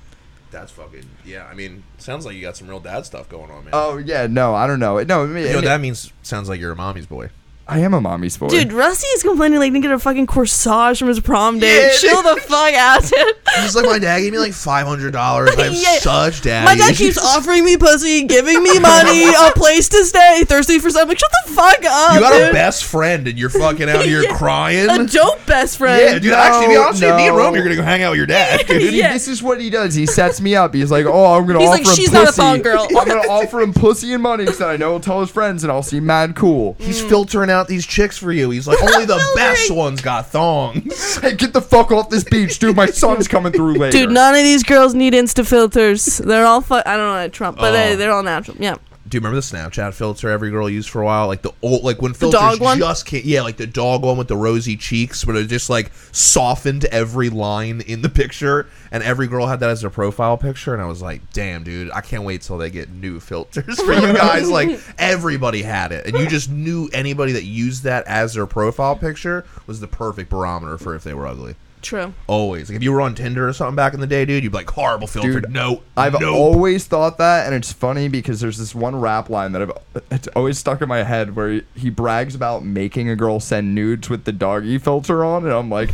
D: That's fucking yeah. I mean, sounds like you got some real dad stuff going on, man.
C: Oh yeah, no, I don't know. No, I, mean,
D: you know
C: I
D: what
C: mean,
D: that means? Sounds like you're a mommy's boy.
C: I am a mommy's boy.
B: Dude, Rusty is complaining like he didn't get a fucking corsage from his prom date.
D: Yeah,
B: Chill the fuck out, dude.
D: He's like, my dad gave me like five hundred dollars. I have
B: Yeah.
D: such daddy.
B: My dad
D: issues."
B: keeps offering me pussy, giving me money, a place to stay, thirsty for something. Shut the fuck up,
D: You got
B: dude.
D: a best friend, and you're fucking out here
B: Yeah.
D: crying.
B: A dope best
D: yeah,
B: friend.
D: dude. actually, to be
C: No,
D: honest, with you, me and
C: no.
D: Rome, you're gonna go hang out with your dad, dude.
B: Yeah.
C: This is what he does. He sets me up. He's like, "Oh, I'm gonna
B: He's
C: offer
B: like,
C: him
B: "She's
C: pussy.
B: not a thong girl."
C: I'm gonna offer him pussy and money because I know he'll tell his friends, and I'll seem mad cool.
D: He's filtering out these chicks for you. He's like, only the
B: Filtering.
D: best ones got thongs.
C: hey, get the fuck off this beach, dude. My son's coming through later.
B: Dude, none of these girls need Insta filters. They're all fu- I don't know Trump, but
D: Oh.
B: they, they're all natural. Yeah.
D: Do you remember the Snapchat filter every girl used for a while? Like the old, like when filters
B: dog one?
D: just came, yeah, like the dog one with the rosy cheeks, but it just like softened every line in the picture, and every girl had that as their profile picture, and I was like, damn, dude, I can't wait till they get new filters for you guys. like everybody had it, and you just knew anybody that used that as their profile picture was the perfect barometer for if they were ugly.
B: True.
D: Always, like if you were on Tinder or something back in the day, dude, you'd be like horrible filter.
C: Dude,
D: no,
C: I've
D: no.
C: always thought that, and it's funny because there's this one rap line that I've it's always stuck in my head where he, he brags about making a girl send nudes with the doggy filter on, and I'm like,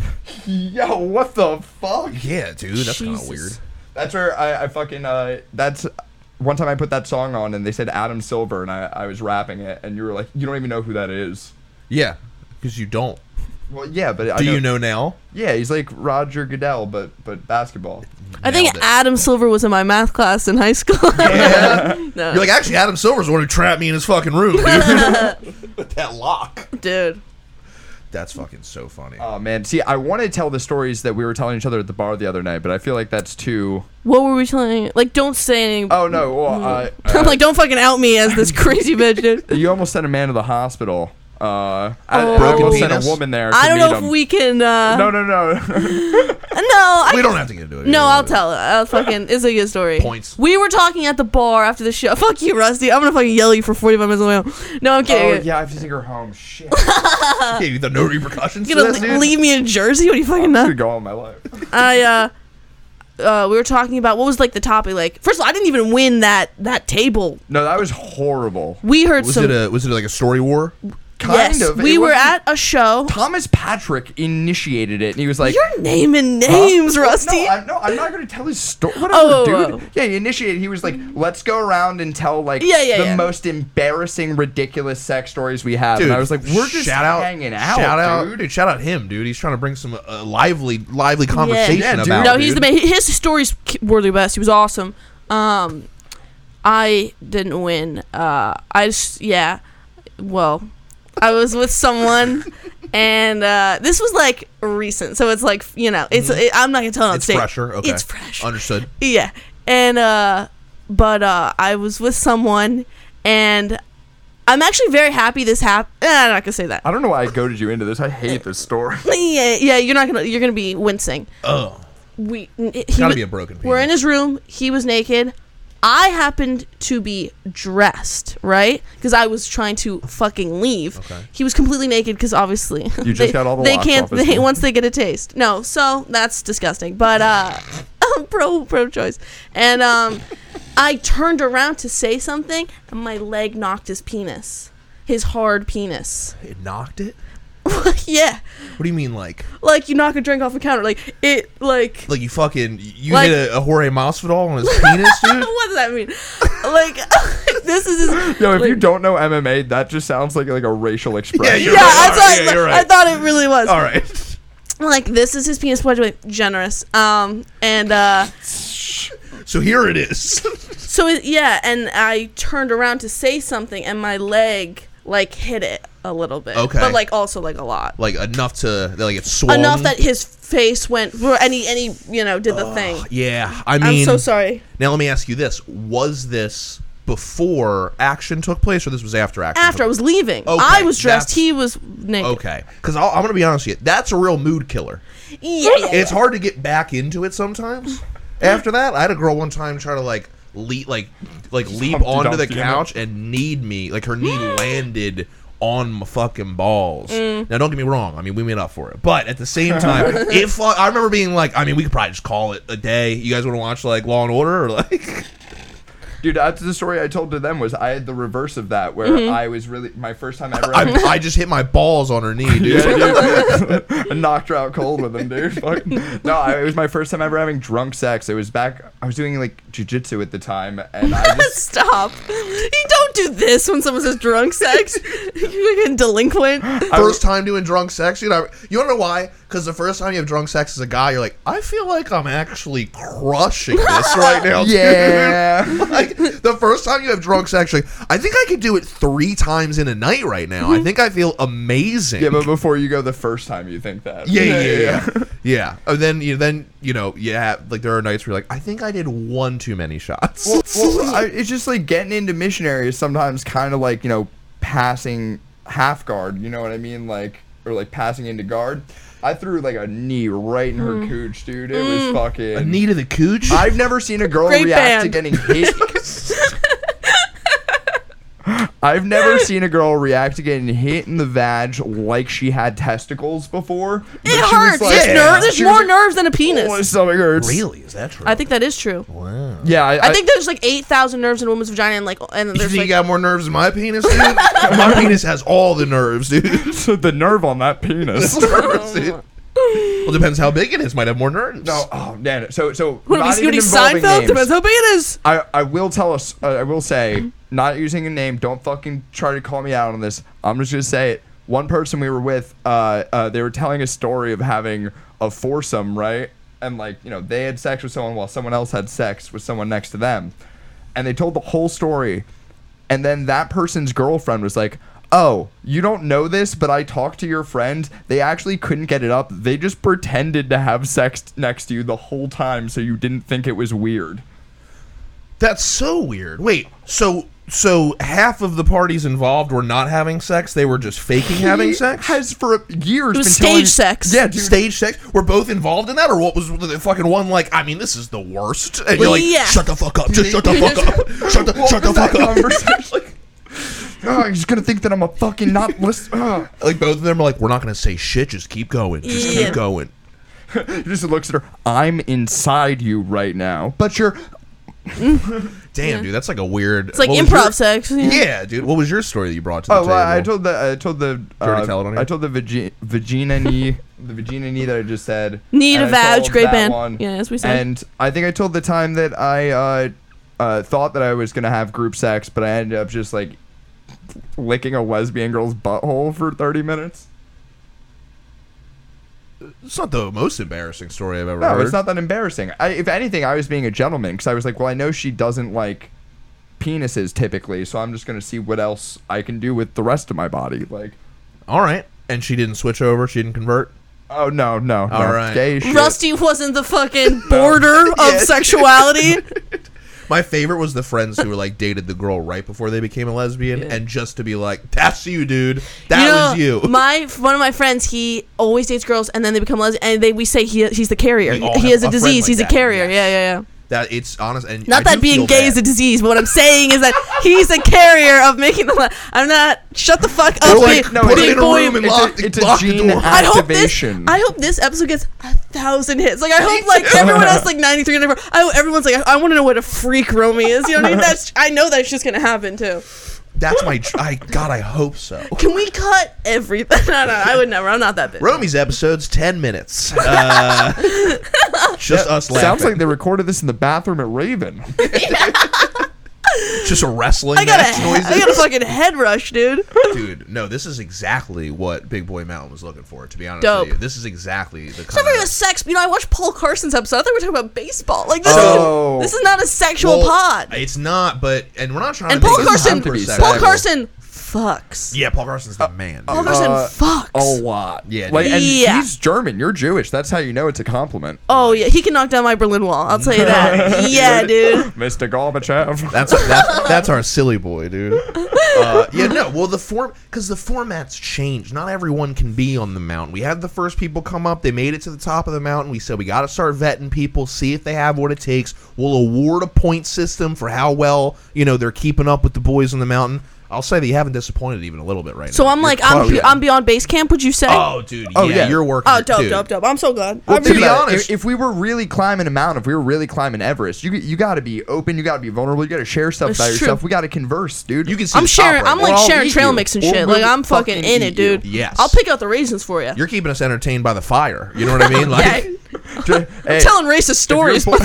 C: yo, what the fuck?
D: yeah, dude, that's kind of
B: Jesus.
D: weird.
C: That's where I, I fucking uh, that's one time I put that song on and they said Adam Silver and I, I was rapping it and you were like, you don't even know who that is.
D: Yeah, because you don't.
C: Well, yeah, but I
D: Do you know now?
C: Yeah, he's like Roger Goodell, but but basketball.
B: I think
D: Nailed it.
B: Adam Silver was in my math class in high school. no,
D: You're like, actually, Adam Silver's the one who trapped me in his fucking room, dude. With that lock. Uh,
B: dude.
D: That's fucking so funny.
C: Oh man, see, I want to tell the stories that we were telling each other at the bar the other night, but I feel like that's too.
B: What were we telling? Like, don't say anything.
C: Oh no, well, uh, uh,
B: I'm like, don't fucking out me as this crazy bitch, dude.
C: you almost sent a man to the hospital. Uh, I, I
B: Broken
C: almost sent
D: penis?
C: a woman there. To
B: Oh. I don't
C: meet
B: know
C: him.
B: if we can. Uh,
C: No, no, no.
B: no, I
D: we don't have to get into it.
B: No, I'll tell it. I'll fucking. It's a good story.
D: Points.
B: We were talking at the bar after the show. Fuck you, Rusty. I'm gonna fucking yell at you for 45 minutes on my own. No, I'm
C: oh
B: kidding.
C: yeah, I have to take her home. Shit,
D: Gave you the no repercussions.
B: You
D: for
B: gonna
D: this,
B: le-
D: dude?
B: leave me in Jersey? What are you fucking
C: could
B: nuts?
C: go all my life.
B: I uh, uh, we were talking about what was like the topic. Like, first of all, I didn't even win that that table.
C: No, that was horrible.
B: We heard
D: Was
B: some.
D: it a was it like a story war?
C: Kind
B: yes,
C: of.
B: we
C: It
B: were
C: wasn't-
B: at a show.
C: Thomas Patrick initiated it, and he was like,
B: You're naming names,
C: Huh?
B: Rusty.
C: No, I, no, I'm not going to tell his story. Whatever,
B: Oh,
C: dude.
B: oh, oh.
C: Yeah, he initiated. He was like, "Let's go around and tell like
B: Yeah, yeah,
C: the
B: yeah.
C: most embarrassing, ridiculous sex stories we have." and I was like, "We're just
D: shout out,
C: hanging out,
D: shout out,
C: dude."
D: dude. Shout out him, dude. He's trying to bring some uh, lively, lively conversation
C: Yeah, dude.
D: about.
B: no, he's
D: dude.
B: the man. His stories k- were the best. He was awesome. Um, I didn't win. Uh, I just yeah. Well, I was with someone, and uh, this was like recent, so it's like you know, it's it, I'm not gonna tell it on
D: Mm-hmm. It's
B: stage.
D: fresher. Okay,
B: It's fresh.
D: Understood.
B: Yeah. And uh but uh I was with someone and I'm actually very happy this happened. I'm not gonna say that.
C: I don't know why I goaded you into this. I hate this story.
B: Yeah, yeah, you're not gonna you're gonna be wincing.
D: Oh,
B: We he
D: gotta
B: wa-
D: be a broken. Penis.
B: We're in his room. He was naked. I happened to be dressed, right? Because I was trying to fucking leave. He was completely naked because obviously
C: You just got all the
B: they
C: locks
B: can't.
C: off his
B: They,
C: phone.
B: once they get a taste, no. So that's disgusting. But uh, I'm pro pro choice, and um, I turned around to say something, and my leg knocked his penis, his hard penis.
D: It knocked it.
B: yeah,
D: What do you mean, like,
B: like you knock a drink off a counter, like it, like
D: like you fucking you
B: Like-
D: hit a, a Jorge Masvidal on his penis, dude?
B: what does that mean? like this is just,
C: Yo, if
B: like-
C: you don't know MMA, that just sounds like like a racial expression.
D: you're
B: yeah, I
D: right.
B: thought
D: Yeah, you're
B: I
D: right.
B: thought it really was.
D: All right.
B: Like this is his penis pledge, like, generous. Um, and uh,
D: So here it is.
B: so it, yeah, and I turned around to say something, and my leg like hit it a little bit.
D: Okay.
B: but like also like a lot.
D: like enough to that, like it's swung.
B: Enough that his face went any any you know did the thing.
D: Yeah, I
B: I'm
D: mean.
B: so sorry.
D: Now let me ask you this: Was this before action took place, or this was after action?
B: After I
D: Took-
B: was leaving,
D: Okay,
B: I was dressed.
D: that's-
B: He was naked.
D: okay, because I'm gonna be honest with you, that's a real mood killer.
B: Yeah, yeah,
D: It's hard to get back into it sometimes. After that, I had a girl one time try to like leap, like like leap
C: Humpty
D: onto the
C: Dumpty, you know?
D: couch and need me. Like her knee landed on my fucking balls. Now don't get me wrong. I mean, we made up for it, but at the same time, it. Fu- I remember being like, I mean, we could probably just call it a day. You guys want to watch like Law and Order or like?
C: dude. That's the story I told to them was I had the reverse of that where
B: Mm-hmm.
C: I was really my first time ever.
D: I, I just hit my balls on her knee, dude.
C: Yeah, dude. I knocked her out cold with him, dude. Fuck. No, I, it was my first time ever having drunk sex. It was back. I was doing like jujitsu at the time, and I just
B: Stop! You don't do this when someone says drunk sex. You're fucking delinquent.
D: First time doing drunk sex, dude. I, you don't know why? Because the first time you have drunk sex as a guy, you're like, I feel like I'm actually crushing this right now. dude."
C: Yeah.
D: like the first time you have drunk sex, you're like, I think I could do it three times in a night right now.
B: Mm-hmm.
D: I think I feel amazing.
C: Yeah, but before you go the first time, you think that.
D: Yeah, yeah, yeah. yeah. Yeah. And then you then you know yeah like there are nights where you're like I think I did one too many shots.
C: well, well, I, it's just like getting into missionary is sometimes kind of like you know passing half guard. You know what I mean? Like or like passing into guard. I threw like a knee right in her cooch, dude. It was fucking.
D: Need of the cooch.
C: I've never seen a girl
B: Great band.
C: react to getting hit. I've never seen a girl react to getting hit in the vag like she had testicles before. But she
B: It
C: was
B: hurts.
C: like-
B: There's, nerve, there's
C: She was
B: more
C: like,
B: nerves than a
C: "Oh, my
B: penis.
C: stomach hurts.
D: really is that true?
B: I think that is true.
D: Wow.
C: Yeah, I,
B: I think there's like eight thousand nerves in a woman's vagina, and like, and
D: You
B: there's
D: think
B: like,
D: you got more nerves than my penis, dude? my penis has all the nerves, dude.
C: the nerve on that penis.
D: Nerves, dude. Well, depends how big it is. Might have more nerves.
C: No, oh man. So so
B: what
C: not
B: are we, what
C: even
B: are we
C: involving
B: Seinfeld?
C: names.
B: Depends how big it is.
C: I I will tell us. Uh, I will say not using a name. Don't fucking try to call me out on this. I'm just gonna say it. One person we were with, uh, uh, they were telling a story of having a foursome, right? And like you know, they had sex with someone while someone else had sex with someone next to them, and they told the whole story. And then that person's girlfriend was like, "Oh, you don't know this, but I talked to your friend. They actually couldn't get it up. They just pretended to have sex next to you the whole time, so you didn't think it was weird."
D: That's so weird. Wait, so so half of the parties involved were not having sex; they were just faking having
C: He
D: sex.
C: has for years.
B: It was
C: been
B: stage
C: telling-
B: sex.
C: Yeah, dude.
D: Stage sex. We're both involved in that, or what was the fucking one like? I mean, this is the worst. And you're like,
B: Yeah.
D: shut the fuck up, just shut the fuck up, shut the
C: What
D: shut the
C: was that
D: fuck up.
C: conversation? Like, "Ugh, he's gonna think that I'm a fucking not ah. listening.
D: Like both of them are like, we're not gonna say shit. Just keep going. Just
B: Yeah.
D: keep going.
C: He just looks at her. I'm inside you right now, but you're.
D: Damn, dude, that's like a weird.
B: It's like
D: what was
B: improv
D: your-
B: sex. Yeah.
D: Yeah, dude. What was your story that you brought to the
C: Oh,
D: table?
C: well, I told the I told the uh,
D: you already tell it on here?
C: I told the vagi- vagina knee the vagina knee that I just said.
B: Need
C: and
B: a
C: I
B: vag,
C: told
B: great
C: that
B: band. Yeah, that's what we said.
C: And I think I told the time that I uh, uh, thought that I was gonna have group sex, but I ended up just like licking a lesbian girl's butthole for thirty minutes.
D: It's not the most embarrassing story I've ever
C: No,
D: heard.
C: it's not that embarrassing. I, if anything, I was being a gentleman because I was like, well, I know she doesn't like penises typically, so I'm just gonna see what else I can do with the rest of my body. Like,
D: All right. And she didn't switch over. She didn't convert.
C: oh no, no, no.
D: All right.
C: gay shit.
B: Rusty wasn't the fucking border of sexuality.
D: My favorite was the friends who were like dated the girl right before they became a lesbian, and just to be like, "That's you, dude. That was
B: know,
D: you."
B: My one of my friends, he always dates girls, and then they become lesbian, and they we say he he's the carrier.
D: We all
B: He
D: have
B: has a
D: a friend
B: disease.
D: like
B: he's
D: that,
B: a carrier.
D: yes.
B: Yeah, yeah, yeah.
D: that it's honest and
B: Not
D: I
B: that
D: do
B: being
D: feel
B: gay is a
D: bad.
B: disease, but what I'm saying is that he's a carrier of making the. I'm not. Shut the fuck up,
D: like,
B: big,
D: no,
B: big
D: put it in a
B: boy.
D: room and
C: It's
D: lock
C: a,
D: the-
C: it's a
D: lock the
C: gene
D: door.
B: I hope this.
C: activation.
B: I hope this episode gets a thousand hits. Like I hope like everyone else like ninety three. I hope everyone's like I, want to know what a freak Romy is. You know what I mean? That's I know that's just gonna happen too.
D: That's my. dr- I God, I hope so.
B: Can we cut everything? no, no, I would never. I'm not that bitch.
D: Romy's episode's ten minutes. Uh, just us laughing.
C: Sounds like they recorded this in the bathroom at Raven.
D: just a wrestling
B: I got
D: match
B: a, I
D: noises.
B: got a fucking head rush, dude.
D: Dude, no, this is exactly what Big Boy Mountain was looking for. To be honest
B: Dope.
D: with you, this is exactly the.
B: It's not
D: kind
B: really
D: of-
B: a sex. You know, I watched Paul Carson's episode. I thought we were talking about baseball. Like this,
C: Oh.
B: is, this is not a sexual
D: Well,
B: pod.
D: It's not, but and we're not trying
B: And
D: to.
B: Paul
D: make this
B: Carson,
C: have to be
D: hyper
B: Paul
C: sexual.
B: Carson fucks.
D: Yeah, Paul Carson's the man.
B: Paul
D: dude.
B: Carson
C: Uh,
B: fucks.
C: A
D: oh.
C: lot.
D: Yeah,
C: Like, and
B: Yeah.
C: he's German. You're Jewish. That's how you know it's a compliment.
B: Oh yeah, he can knock down my Berlin Wall. I'll tell you that. yeah, dude.
C: Mr. Gorbachev.
D: That's that's that's our silly boy, dude. Uh, yeah, no. Well, the form because the formats change. Not everyone can be on the mountain. We had the first people come up. They made it to the top of the mountain. We said we got to start vetting people, see if they have what it takes. We'll award a point system for how well you know they're keeping up with the boys on the mountain. I'll say that you haven't disappointed even a little bit right
B: So
D: now.
B: I'm like,
D: You're
B: I'm
D: crushing
B: be-
D: it.
B: I'm beyond base camp. Would you say?
D: Oh, dude.
C: Oh,
D: yeah,
C: yeah.
D: you're working.
B: oh, dope,
D: dude.
B: dope, dope. I'm so glad.
C: Well,
B: I'm
C: to
B: really
C: be
B: glad.
C: honest, if, if we were really climbing a mountain, if we were really climbing Everest, you you got to be open, you got to be vulnerable, you got to share stuff
B: That's
C: about
B: true.
C: yourself. We got to converse, dude.
D: You can see.
B: I'm
D: the top
B: sharing.
D: right
B: I'm
D: now.
B: like
C: We'll
B: sharing
C: eat
B: trail
C: you.
B: mix and
C: We'll
B: shit. Like
C: really
B: I'm fucking,
C: fucking
B: in
C: eat
B: it, dude.
D: you. Yes.
B: I'll pick out the raisins for you.
D: You're keeping us entertained by the fire. You know what I mean? Like,
B: yeah,
C: Hey,
B: I'm telling racist stories
D: born-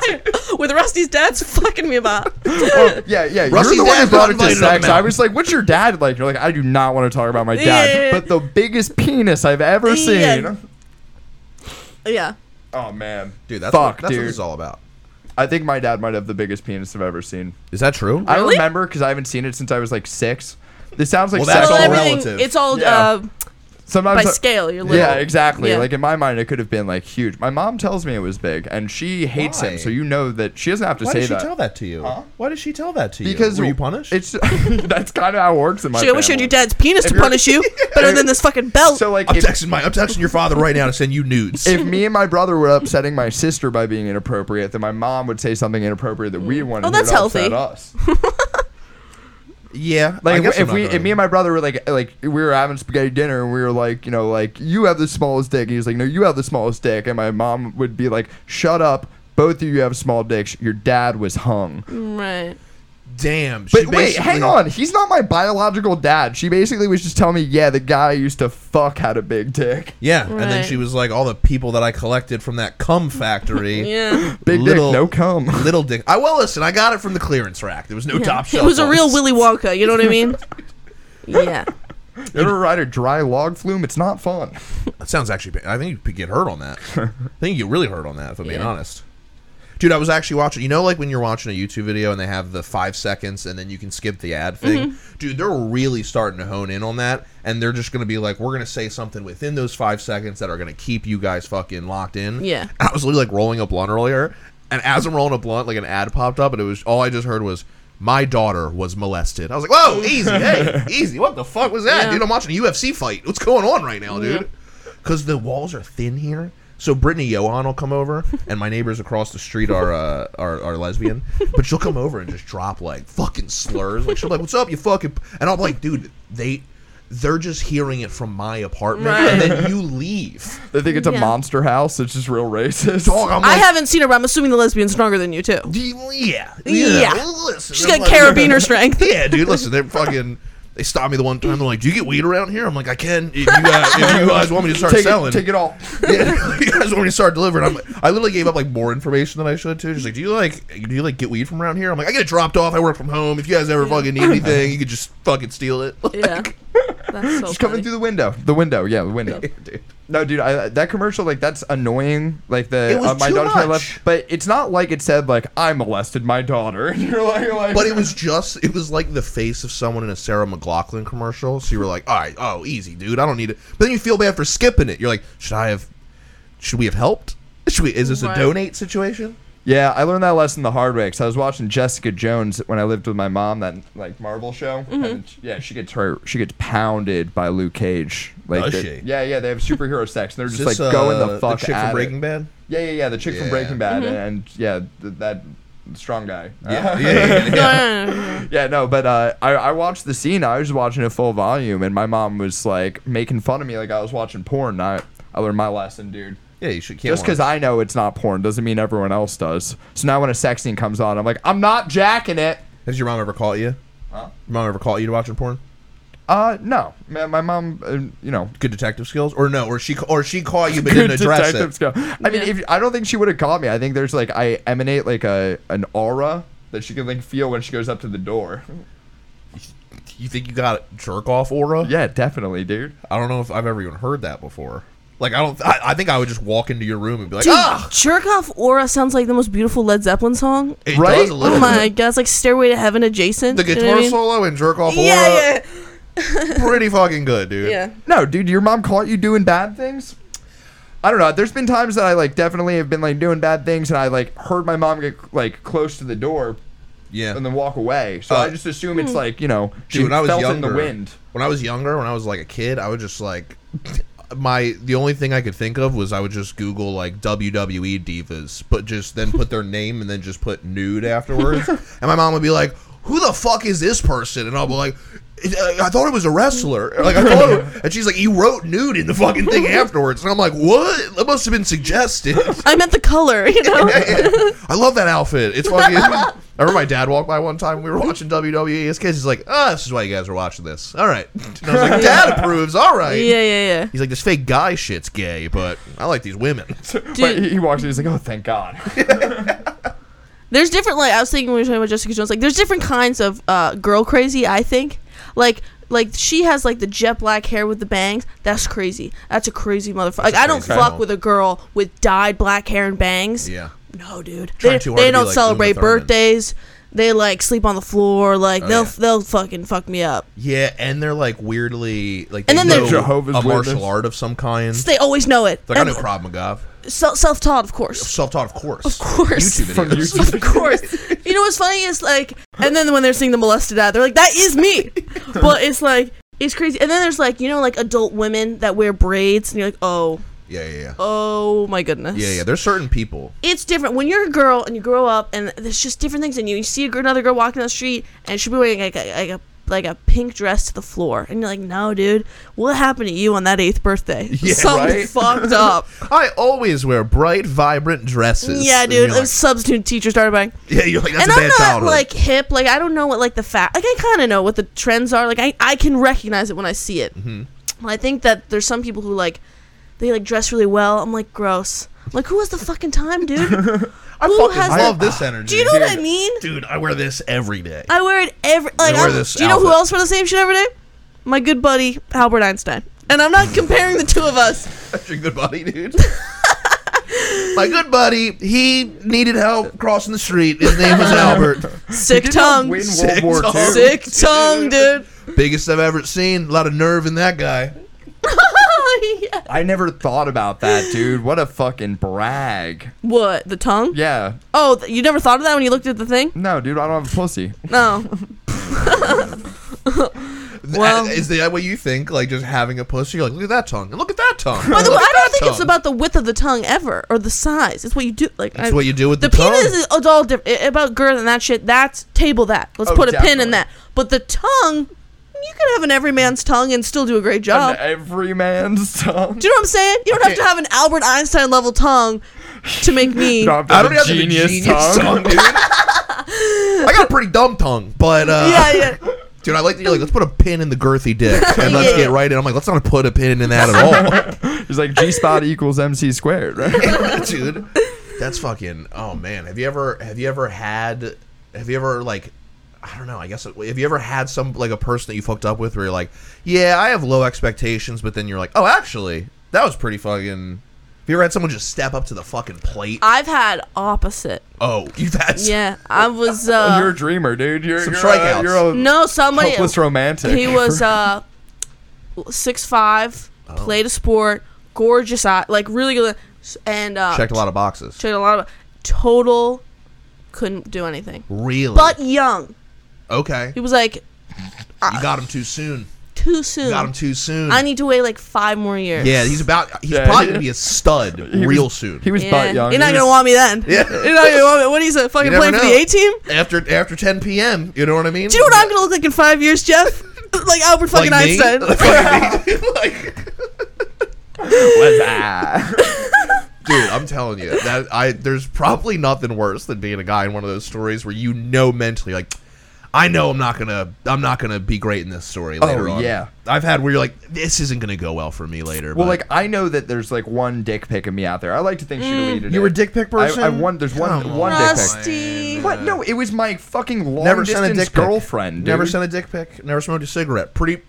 B: with Rusty's dad's fucking me about.
C: oh, yeah, yeah.
D: Rusty's
C: you're the one who
D: dad's
C: brought
D: not
C: it to
D: invited on the
C: sex. I
D: mountain.
C: was like, "What's your dad like?" You're like, "I do not want to talk about my
B: Yeah,
C: dad,
B: yeah, yeah.
C: but the biggest penis I've ever
B: Yeah.
C: seen."
B: Yeah.
C: Oh man,
D: Dude, that's,
C: fuck,
D: what, that's
C: dude.
D: what this is all about.
C: I think my dad might have the biggest penis I've ever seen.
D: Is that true?
C: I
B: Really?
C: remember because I haven't seen it since I was like six. This sounds like
D: Well, that's
C: sex
B: well,
D: all
C: all
B: everything.
D: relative.
B: It's all
C: Yeah.
B: uh,
C: Sometimes
B: by
C: I-
B: scale. You're little.
C: Yeah, exactly.
B: Yeah.
C: Like in my mind, it could have been like huge. My mom tells me it was big, and she hates
D: Why?
C: him, so you know that she doesn't have to
D: Why
C: say
D: did she
C: that.
D: tell that to you? Why did she tell that to you?
C: Because
D: were you punished?
C: It's that's kind of how it works in my.
B: So I wish you had
C: family.
B: your dad's penis
C: If
B: to
C: you're-
B: punish you better than this fucking belt.
C: So like,
D: I'm
C: if,
D: texting my I'm texting your father right now to send you nudes.
C: if me and my brother were upsetting my sister by being inappropriate, then my mom would say something inappropriate that we wanted.
B: Oh, that's healthy.
C: Us.
D: yeah, I
C: Like
D: guess
C: if,
D: I'm
C: if
D: not
C: we,
D: gonna-
C: if me and my brother were like, like we were having spaghetti dinner, and we were like, you know, like you have the smallest dick, and he was like, no, you have the smallest dick, and my mom would be like, shut up, both of you have small dicks. Your dad was hung.
B: right.
D: damn. she
C: But wait,
D: basically-
C: hang on. He's not my biological dad. She basically was just telling me, yeah, the guy I used to fuck had a big dick.
D: Yeah, and then
B: Right.
D: she was like, all the people that I collected from that cum factory.
B: Yeah.
C: Big
D: Little-
C: dick, no cum.
D: Little dick. I well listen. I got it from the clearance rack. There was no top
B: It
D: shelf.
B: was a real
D: ones.
B: Willy Wonka. You know what I mean? yeah.
C: You ever ride a dry log flume? It's not fun.
D: That sounds actually. pa- I think you could get hurt on that. I think you get really hurt on that. If I'm being
B: Yeah.
D: honest, dude. I was actually watching. You know, like when you're watching a YouTube video and they have the five seconds and then you can skip the ad thing.
B: Mm-hmm.
D: Dude, they're really starting to hone in on that, and they're just going to be like, we're going to say something within those five seconds that are going to keep you guys fucking locked in.
B: Yeah.
D: I was literally like rolling a blunt earlier, and as I'm rolling a blunt, like an ad popped up, and it was all I just heard was. My daughter was molested. I was like, "Whoa, easy, hey, easy! What the fuck was that,
B: Yeah.
D: dude? I'm watching a UFC fight. What's going on right now, dude?" because the walls are thin here. So Brittany Johan will come over, and my neighbors across the street are, uh, are are lesbian, but she'll come over and just drop like fucking slurs. Like she'll be like, "What's up, you fucking?" And I'm like, "Dude, they." They're just hearing it from my apartment, and then you leave.
C: They think it's a
B: Yeah.
C: monster house. It's just real racist.
D: Dog, I'm
B: I
D: like,
B: haven't seen her, but I'm assuming the lesbian's stronger than you too.
D: "D- yeah,
B: Yeah.
D: Listen,
B: She's
D: I'm
B: got
D: like-
B: carabiner strength.
D: Yeah, dude. Listen, they're fucking. They stopped me the one time. They're like, "Do you get weed around here?" I'm like, "I can. If you guys, if you guys want me to start
C: take,
D: selling,
C: it, take it all.
D: yeah, you guys want me to start delivering? I'm, I literally gave up like more information than I should too. She's like, do you like do you like get weed from around here? I'm like, I get it dropped off. I work from home. If you guys ever fucking need anything, you could just fucking steal it.
B: Yeah. That's so
C: Just coming
B: funny.
C: through the window. The window, yeah, the window.
D: Dude.
C: No, dude, I, that commercial, like, that's annoying. Like, the
D: It was
C: uh, my
D: too
C: daughter's my
D: much.
C: left. But it's not like it said, like, I molested my daughter. And you're like, you're like
D: But it was just it was like the face of someone in a Sarah McLaughlin commercial. So you were like, all right, oh easy, dude. I don't need it. But then you feel bad for skipping it. You're like, should I have? Should we have helped? Should we? Is this
B: Right.
D: a donate situation?
C: Yeah, I learned that lesson the hard way because I was watching Jessica Jones when I lived with my mom that like Marvel show. And she- yeah, she gets her she gets pounded by Luke Cage. Like,
D: Does
C: they-
D: she?
C: Yeah, yeah, they have superhero sex and they're
D: Is
C: just like
D: this,
C: going
D: uh,
C: the fuck
D: chick
C: at
D: from
C: it.
D: Breaking Bad.
C: Yeah, yeah, yeah, the chick from
D: Yeah.
C: Breaking Bad and yeah, th- that strong guy.
D: Yeah, yeah, yeah, yeah.
B: Yeah.
C: Yeah, no, but uh, I, I watched the scene. I was just watching it full volume, and my mom was like making fun of me like I was watching porn. And I, I learned my lesson, dude.
D: Yeah, you should. Can't
C: Just because
D: watch.
C: I know it's not porn doesn't mean everyone else does. So now when a sex scene comes on, I'm like, I'm not jacking it.
D: has your mom ever caught you?
C: Huh?
D: Your mom ever caught you to watching porn?
C: Uh, no. My, my mom, uh, you know.
D: good detective skills, or no, or she or she caught you but didn't address
C: detective
D: it.
C: skill. I mean,
B: Yeah.
C: if I don't think she would have caught me. I think there's like I emanate like a an aura that she can like feel when she goes up to the door.
D: You think you got jerk off aura?
C: Yeah, definitely, dude.
D: I don't know if I've ever even heard that before. Like I don't. I, I think I would just walk into your room and be like,
B: Dude,
D: ah,
B: jerk off aura sounds like the most beautiful Led Zeppelin song.
D: it
C: right?
D: does a little
B: Oh my
D: bit.
B: god, it's like Stairway to Heaven adjacent.
D: The
B: you know
D: guitar
B: what I mean?
D: solo and jerk off aura,
B: Yeah,
D: pretty fucking good, dude.
B: yeah, yeah.
C: No, dude, your mom caught you doing bad things? I don't know. There's been times that I like definitely have been like doing bad things and I like heard my mom get like close to the door
D: yeah.
C: and then walk away. So
D: Uh,
C: I just assume
B: hmm.
C: it's like, you know, she
D: Dude, when I was
C: felt
D: younger,
C: in the wind.
D: When I was younger, when I was like a kid, I would just like my the only thing I could think of was I would just Google like WWE divas, but just then put their name and then just put nude afterwards, and my mom would be like, "Who the fuck is this person?" And I'll be like. I I thought it was a wrestler. Like I thought, it- and she's like, "You wrote nude in the fucking thing afterwards," and I'm like, "What? That must have been suggested."
B: I meant the color, you know?
D: I love that outfit. It's fucking. I remember my dad walked by one time. We were watching WWE as kids. He's like, "Ah, this is why you guys were watching this." All right. And I was like, "Dad approves." All right.
B: yeah, yeah,
D: He's like, "This fake guy shit's gay, but I like these women."
B: yeah.
C: But
B: Dude,
C: he he walks in, he's like, oh, thank God.
B: there's different like I was thinking when we were talking about Jessica Jones, like there's different kinds of uh, girl crazy. I think like like she has like the jet black hair with the bangs. That's crazy. That's a crazy motherfucker. Like I don't
D: crazy
B: fuck
D: mom.
B: with a girl with dyed black hair and bangs.
D: Yeah.
B: No, dude. They,
D: Trying too hard
B: they
D: to be
B: don't
D: like
B: celebrate
D: Uma Thurman. Oh,
B: birthdays. They like sleep on the floor. Like they'll
D: yeah.
B: they'll fucking fuck me up.
D: Yeah, and they're like weirdly like
B: And
D: they
B: then they're-
D: know
C: Jehovah's
D: a martial
C: Witness.
D: art of some kind.
B: They always know it.
D: Like I know Krav Maga,
B: Self taught, of course.
D: self taught, of course. Of
B: course.
D: YouTube
C: From
D: videos.
C: YouTube.
B: Of course. you know what's funny is like, and then when they're seeing the molested ad, they're like, "That is me," but it's like it's crazy. And then there's like you know like adult women that wear braids, and you're like, "Oh,
D: Yeah, yeah, yeah.
B: oh my goodness."
D: Yeah, yeah. There's certain people.
B: it's different when you're a girl and you grow up and there's just different things in you. You see a girl, another girl walking down the street and she'll be wearing like a, like a like a pink dress to the floor, and you're like, "No, dude, what happened to you on that eighth birthday?
D: Yeah,
B: Something
D: right?
B: fucked up."
D: I always wear bright, vibrant dresses.
B: yeah,
D: And
B: dude.
D: you're like-
B: a substitute teacher started buying.
D: yeah, you're like that's
B: and
D: a
B: I'm
D: bad
B: not
D: childhood.
B: like hip. Like I don't know what like the fat. Like I kind of know what the trends are. Like I I can recognize it when I see it.
D: Mm-hmm.
B: Well, I think that there's some people who like they like dress really well. I'm like gross. I'm like who has the fucking time, dude?
D: I
B: who
D: fucking
B: has
D: love
B: that-
D: this energy.
B: Do you know what I
D: dude.
B: mean?
D: Dude, I wear this every day.
B: I wear it every. Like
D: wear
B: I'm-
D: this
B: do you know who
D: outfit.
B: else wear the same shit every day? My good buddy Albert Einstein. And I'm not comparing the two of us.
D: That's your good buddy, dude. My good buddy, he needed help crossing the street. His name was Albert.
B: Sick tongue.
C: Win
D: Sick
C: World War
D: tongue.
C: II.
B: Sick tongue, dude.
D: Biggest I've ever seen. A lot of nerve in that guy.
B: Oh, Yeah.
C: I never thought about that, dude. What a fucking brag.
B: What the tongue?
C: Yeah.
B: Oh, th- you never thought of that when you looked at the thing?
C: No, dude, I don't have a pussy.
B: No. Well-
D: is that what you think? Like just having a pussy? You're like, look at that tongue, and look at that tongue.
B: By the way,
D: Look
B: I don't
D: at that
B: think it's
D: tongue."
B: about the width of the tongue ever or the size. It's what you do. Like
D: That's
B: I-
D: what you do with
B: the
D: the,
B: penis
D: tongue.
B: is it's all different. About girth and that shit. That's table that. Let's
C: Oh,
B: put a pin in
C: definitely.
B: that. But the tongue, you could have an everyman's tongue and still do a great job.
C: An every man's tongue.
B: Do you know what I'm saying? You don't have
D: Okay.
B: to have an Albert Einstein level tongue to make me.
C: No, I'm
D: I don't
C: a
D: have the genius tongue, dude. I got a pretty dumb tongue, but uh,
B: yeah, yeah.
D: dude, I like that you're like, let's put a pin in the girthy dick, and let's
B: Yeah.
D: get right in. I'm like, let's not put a pin in that at
C: Oh, He's like G spot equals MC squared, right?
D: all, dude. That's fucking. Oh man, have you ever have you ever had have you ever like. I don't know. I guess have you ever had some like a person that you fucked up with where you're like, yeah, I have low expectations, but then you're like, oh, actually, that was pretty fucking. Have you ever had someone just step up to the fucking plate?
B: I've had opposite.
D: Oh, you've had
B: Uh, Yeah, I was.
C: you're
B: Uh,
C: a dreamer, dude. You're
D: Some
C: you're,
D: strikeouts.
C: A, you're a
B: no, somebody.
C: hopeless romantic.
B: He was uh, six five.
D: Oh.
B: Played a sport. Gorgeous eye, like really good. And uh,
D: checked a lot of boxes.
B: checked a lot of total. Couldn't do anything.
D: Really?
B: But young.
D: okay,
B: He was like
D: you got him too soon.
B: too soon.
D: Got him too soon.
B: I need to wait like five more years.
D: yeah, he's about. He's
C: Yeah,
D: probably
C: he-
D: gonna be a stud
C: He
D: real
C: was-
D: soon.
C: He was
B: Yeah.
C: butt young.
B: You're
C: He
B: not gonna
C: was-
B: want me then.
D: Yeah.
B: You're not gonna want me. What are you say, fucking
D: You never
B: playing for the
D: know.
B: A team?
D: after after 10 p.m. You know what I mean?
B: Do you know what I'm gonna look like in five years, Jeff? like Albert fucking
D: Like me?
B: Einstein.
D: Like me? Like-
C: Was I?
D: dude, I'm telling you that I there's probably nothing worse than being a guy in one of those stories where you know mentally like. I know I'm not gonna I'm not gonna be great in this story later on.
C: yeah.
D: I've had where you're like, this isn't gonna go well for me later.
C: Well,
D: but-
C: like I know that there's like one dick pic of me out there. I like to think
B: Mm.
C: she deleted it.
D: You were a dick pic person?
C: I, I won. There's one.
D: Come
C: One
D: on.
C: dick pic.
B: Rusty.
C: What? No, it was my fucking long
D: Never sent
C: distance
D: a dick pic.
C: girlfriend. Dude.
D: Never sent a dick pic. Never smoked a cigarette. Pretty,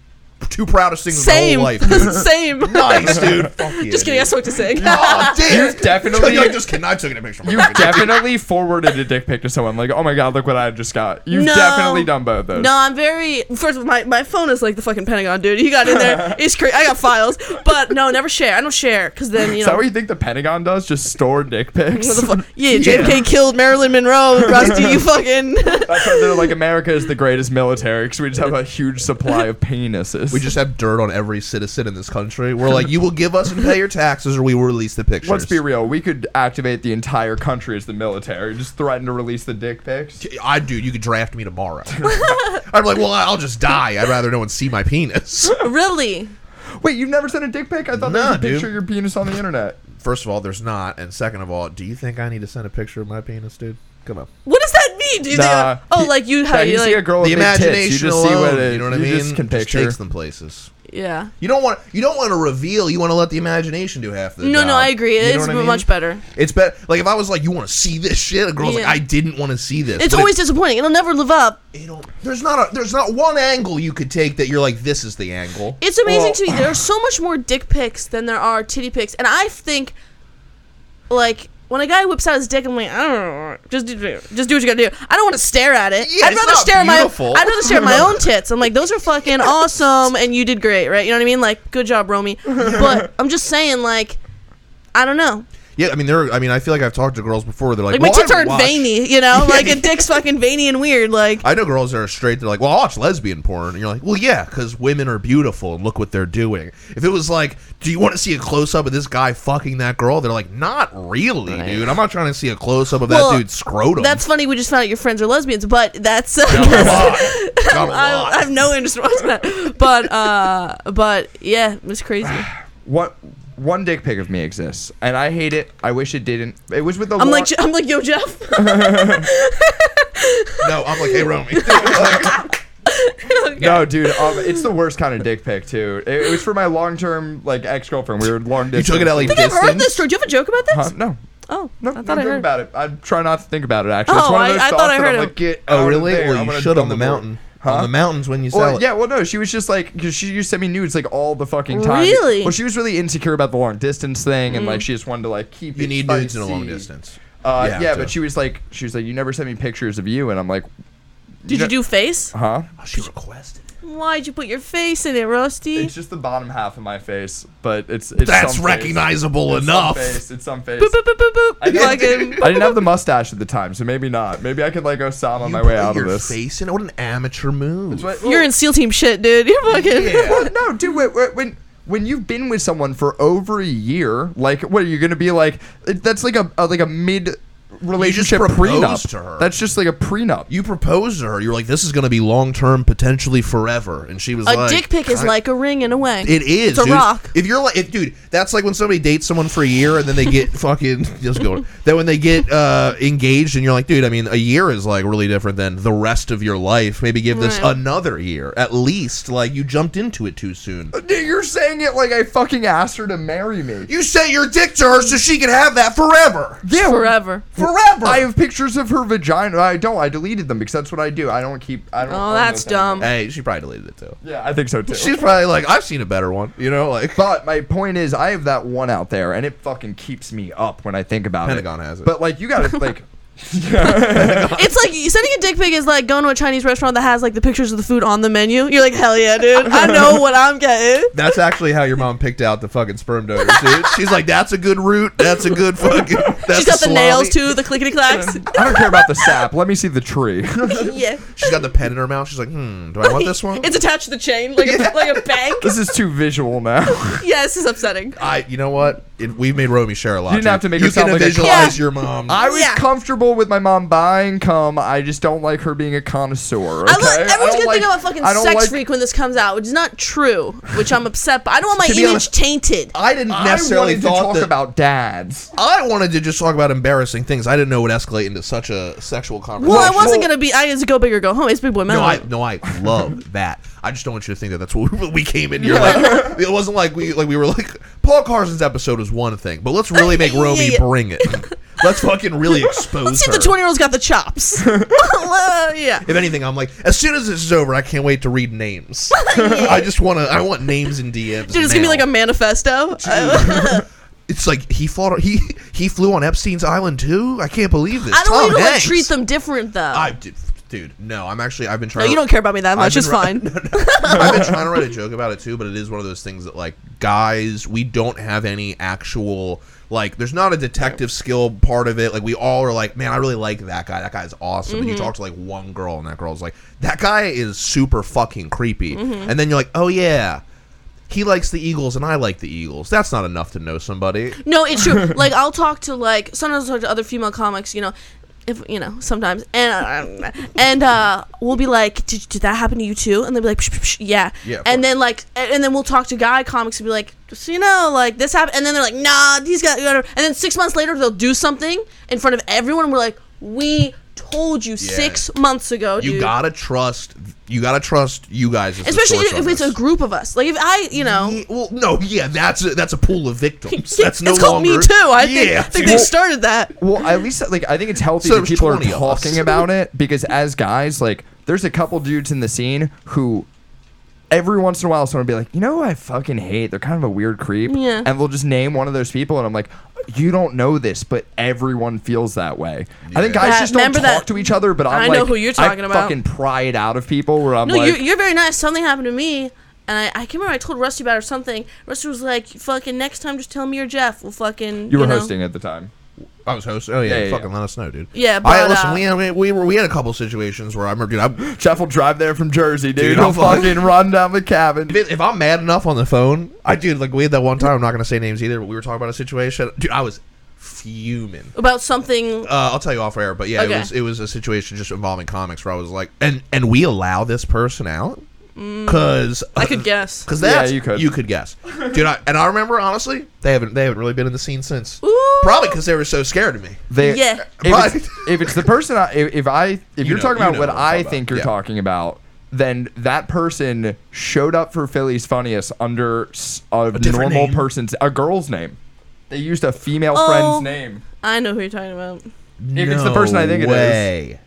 D: too proud of singles
B: Same.
D: my whole life. Dude.
B: Same.
D: nice, dude. Fuck you,
B: Just kidding. I
D: dude.
B: smoked a cig.
D: Oh, damn.
C: You definitely-
D: You're like, just kidding. I took it a picture.
C: You definitely forwarded a dick pic to someone. Like, oh my god, look what I just got. You've
B: No.
C: definitely done both those.
B: No, I'm very. First of all, my, my phone is like the fucking Pentagon, dude. You got in there. It's crazy. I got files, but no, never share. I don't share because then you
C: Is that
B: know.
C: what you think the Pentagon does? Just store dick pics?
B: what the fuck? Yeah, JFK killed Marilyn Monroe. Rusty, you fucking.
C: That's why they're like America is the greatest military because we just have a huge supply of penises.
D: We just have dirt on every citizen in this country. We're like, you will give us and pay your taxes, or we will release the pictures.
C: let's be real. We could activate the entire country as the military. Just threaten to release the dick pics.
D: I dude, you could draft me tomorrow. I'm like, well, I'll just die. I'd rather no one see my penis.
B: really?
C: Wait, you've never sent a dick pic? I thought
D: Nah,
C: there was a picture
D: dude.
C: of your penis on the internet.
D: First of all, there's not, and second of all, do you think I need to send a picture of my penis, dude? Come on.
B: What does that mean? do you
C: Nah.
B: think? Oh, like you, how
C: Yeah,
B: you
C: you see a
B: like,
C: girl with
D: the
C: big Oh, tits, you
D: imagination
C: just
D: alone,
C: see what it,
D: you know what I mean?
C: You just can
D: Just
C: picture.
D: takes them places.
B: yeah.
D: You don't want you don't want to reveal. You want to let the imagination do half the
B: No,
D: job.
B: no, I agree.
D: You know
B: It's
D: what I mean?
B: much better.
D: It's better. Like if I was like, you want to see this shit, a girl's like,
B: Yeah.
D: I didn't want to see this.
B: It's
D: But
B: always disappointing. It'll never live up.
D: it, it'll- there's not a there's not one angle you could take that you're like, this is the angle.
B: It's amazing to me. There are so much more dick pics than there are titty pics, and I think, like, when a guy whips out his dick, I'm like, I don't know, just do, just do what you gotta do. I don't want to stare at it.
D: Yeah,
B: I'd
D: it's
B: rather
D: not
B: stare at my,
D: beautiful.
B: I'd rather stare at my own tits. I'm like, those are fucking awesome, and you did great, right? You know what I mean? Like, good job, Romy. But I'm just saying, like, I don't know.
D: Yeah, I mean, there. are- I mean, I feel like I've talked to girls before. where They're like,
B: Like, my
D: well,
B: tits
D: I'd
B: aren't
D: watch-
B: veiny, you know? Like, a dick's fucking veiny and weird. Like,
D: I know girls that are straight. They're like, well, I watch lesbian porn, and you're like, well, yeah, because women are beautiful and look what they're doing. If it was like, do you want to see a close up of this guy fucking that girl? They're like, not really, dude. I'm not trying to see a close up of
B: Well,
D: that dude's scrotum.
B: that's funny. We just found out your friends are lesbians, but that's.
D: Not a lot. Not a
B: I,
D: lot.
B: I have no interest in watching that. But uh, but yeah, it was crazy.
C: What one dick pic of me exists, and I hate it. I wish it didn't. It was with the.
B: I'm like
C: Lawr-
B: I'm like yo Jeff.
D: No, I'm like, hey, Romy.
C: No, dude, um, it's the worst kind of dick pic too. It, it was for my long-term like ex-girlfriend. We were long
D: you
C: distance.
D: took it at like
B: I think I've
D: distance.
B: heard this story. Do you have a joke about
C: Huh?
B: this?
C: No,
B: Oh,
C: no,
B: I
C: no,
B: thought I
C: think
B: heard
C: about it. I try not to think about it. Actually, it's
B: Oh,
C: one of
B: I-
C: those
B: I thought
C: thoughts
B: I
C: that
B: heard
C: I'm
B: it.
C: like, get out
D: Oh,
C: of
D: really?
C: There.
D: Well,
C: I'm
D: you
C: gonna
D: should on the
C: dump board.
D: mountain.
C: Huh?
D: On the mountains when you sell
C: Well,
D: it.
C: yeah, well, no, she was just like, cause she used to send me nudes like all the fucking time.
B: Really? Mm.
C: Well, she was really insecure about the long distance thing, and like she just wanted to like keep.
D: You
C: it
D: need nudes in a
C: spicy.
D: long distance.
C: Uh,
D: You
C: yeah,
D: have to.
C: but she was like, she was like, you never sent me pictures of you, and I'm like,
B: Did you do face?
C: huh?
D: Oh, she requested. it.
B: Why'd you put your face in it, Rusty?
C: It's just the bottom half of my face, but it's it's
D: That's
C: some face.
D: recognizable
C: It's some
D: enough.
C: face. It's some face.
B: Boop boop boop boop boop.
C: I didn't,
B: Fucking-
C: I didn't have the mustache at the time, so maybe not. Maybe I could like Osama
D: You
C: my way
D: put
C: out
D: your
C: of this.
D: Face in it? What an amateur move.
C: But-
B: You're in SEAL Team shit, dude. You're fucking.
C: Well, no, dude. wait, wait, When when you've been with someone for over a year, like, what are you gonna be like? That's like a, a like a mid relationship
D: proposed
C: prenup.
D: to her.
C: That's just like a prenup.
D: You proposed to her. You're like, this is going to be long term, potentially forever. And she was
B: A
D: like,
B: dick pic is
D: "I-
B: like a ring in a way.
D: It is.
B: It's a
D: dude.
B: rock.
D: If you're like, if, dude, that's like when somebody dates someone for a year and then they get fucking just go. Then when they get uh, engaged and you're like, dude, I mean, a year is like really different than the rest of your life. Maybe give this
B: Right.
D: another year at least. Like you jumped into it too soon.
C: Dude, you're saying it like I fucking asked her to marry me.
D: You sent your dick to her so she could have that forever.
C: yeah,
B: Forever.
D: Forever.
C: I have pictures of her vagina. I don't. I deleted them because that's what I do. I don't keep. I don't.
B: Oh,
C: own
B: that's
C: those anymore.
B: dumb.
D: hey, she probably deleted it too.
C: Yeah, I think so too.
D: She's probably like, I've seen a better one. You know, like
C: But my point is, I have that one out there, and it fucking keeps me up when I think about
D: Pentagon
C: it.
D: has it.
C: But like, you gotta like,
B: It's like sending a dick pic is like going to a Chinese restaurant that has like the pictures of the food on the menu. You're like, hell yeah, dude. I know what I'm getting.
D: That's actually how your mom picked out the fucking sperm donors, dude. She's like, that's a good root. That's a good fucking. That's
B: She's got the
D: salami."
B: nails too, the clickety clacks.
C: I don't care about the sap. Let me see the tree.
B: yeah.
D: She's got the pen in her mouth. She's like, hmm, do I want this one?
B: It's attached to the chain, like a, like a bank.
C: this is too visual now.
B: Yeah, this is upsetting.
D: I, you know what? It, we've made Romy share a lot.
C: You didn't
D: dude.
C: have to make
D: You
C: her sound
D: can
C: like a
D: visualize
B: cunt.
D: your mom.
C: I was
B: Yeah.
C: comfortable with my mom buying cum. I just don't like her being a connoisseur. Okay?
B: I love,
C: I don't
B: everyone's gonna
C: like-
B: think I'm a fucking
C: I don't
B: sex
C: like-
B: freak when this comes out, which is not true. Which I'm upset. But I don't want my
D: To be
B: image
D: honest-
B: tainted.
D: I didn't
C: I
D: necessarily
C: wanted to
D: thought
C: talk
D: that.
C: about dads.
D: I wanted to just talk about embarrassing things. I didn't know would escalate into such a sexual conversation.
B: well, I wasn't gonna be. I just go big or go home. It's big boy
D: No, I
B: melon.
D: no, I love that. I just don't want you to think that that's what we came in here like. It wasn't like we like we were like Paul Carson's episode was one thing, but let's really make
B: Yeah,
D: Romy
B: yeah.
D: bring it. Let's fucking really expose
B: Let's see
D: her.
B: if the twenty year old's got the chops. Well, yeah.
D: if anything, I'm like, as soon as this is over, I can't wait to read names. I just want to. I want names and DMs.
B: Dude, it's gonna be
D: now.
B: like a manifesto.
D: It's like he fought. He he flew on Epstein's island too. I can't believe this.
B: I don't
D: Tom
B: even like
D: Hanks.
B: treat them different though.
D: I dude, dude, no. I'm actually. I've been
B: no,
D: trying.
B: you don't care about me that much. It's fine.
D: I've been trying to write a joke about it too, but it is one of those things that like guys, we don't have any actual like there's not a detective skill part of it. Like we all are like, man, I really like that guy. That guy's awesome. And you
B: Mm-hmm.
D: talk to like one girl and that girl's like, that guy is super fucking creepy.
B: Mm-hmm.
D: And then you're like, oh yeah. He likes the Eagles and I like the Eagles. That's not enough to know somebody.
B: No, it's true. like I'll talk to like sometimes I'll talk to other female comics, you know, if you know sometimes, and uh, and uh, we'll be like, did, did that happen to you too? And they'll be like, psh, psh, psh, yeah.
D: Yeah, of
B: and then like, a- and then we'll talk to guy comics and be like, so you know, like this happened, and then they're like, nah, these guys, whatever. And then six months later, they'll do something in front of everyone. And we're like, we told you six months ago,
D: You
B: dude.
D: gotta trust. You gotta trust you guys. As
B: Especially
D: the source
B: if
D: on
B: it's
D: this.
B: a group of us. Like if I, you know,
D: Yeah, well, no, yeah, that's a, that's a pool of victims. That's no
B: it's called
D: longer.
B: Me Too. I
D: yeah,
B: think, think
D: dude.
B: they started that.
C: Well, at least like I think it's healthy
D: So
C: that people are
D: 20 of us.
C: talking about it because as guys, like there's a couple dudes in the scene who every once in a while someone will be like, you know, who I fucking hate. They're kind of a weird creep.
B: Yeah.
C: And they'll just name one of those people, and I'm like. You don't know this, but everyone feels that way. I think
D: Yeah.
C: guys
B: That-
C: just don't
B: remember
C: talk
B: that-
C: to each other, but I'm
B: I
C: like,
B: know who you're talking
C: I
B: about.
C: fucking pry it out of people where I'm
B: No,
C: like,
B: you're, you're very nice. Something happened to me, and I, I can't remember. I told Rusty about it or something. Rusty was like, "Fucking next time, just tell me or Jeff. We'll fucking."
C: you were
B: know."
C: hosting at the time.
D: I was hosting. Oh yeah,
C: Yeah, yeah,
D: fucking
C: yeah.
D: let us know, dude.
B: Yeah,
D: I
B: but,
D: listen.
B: uh,
D: we, I mean, we were we had a couple situations where I remember, dude. I'm,
C: Jeff will drive there from Jersey, dude.
D: Dude,
C: He'll
D: I'll fuck-
C: fucking run down the cabin.
D: if I'm mad enough on the phone, I dude like we had that one time. I'm not gonna say names either, but we were talking about a situation, dude. I was fuming.
B: about something.
D: Uh, I'll tell you off air, but yeah, it
B: Okay.
D: was it was a situation just involving comics where I was like, and and we allow this person out because
B: Mm, I could guess.
D: Because
C: Yeah,
D: that's
C: you
D: you
C: could.
D: could guess, dude. I, and I remember honestly, they haven't they haven't really been in the scene since.
B: Ooh.
D: Probably because they were so scared of me.
C: They,
B: Yeah.
C: If it's,
D: Right.
C: if it's the person, I, if, if I, if you are
D: know-
C: talking
D: you
C: about
D: know
C: what
D: what I'm
C: I
D: talking
C: think
D: about.
C: you're
D: Yeah.
C: talking about, then that person showed up for Philly's Funniest under s- a,
D: different
C: normal
D: name?
C: person's, a girl's name. They used a female
B: Oh.
C: friend's name.
B: I know who you're talking about.
C: If it's the person I think it is.
D: way.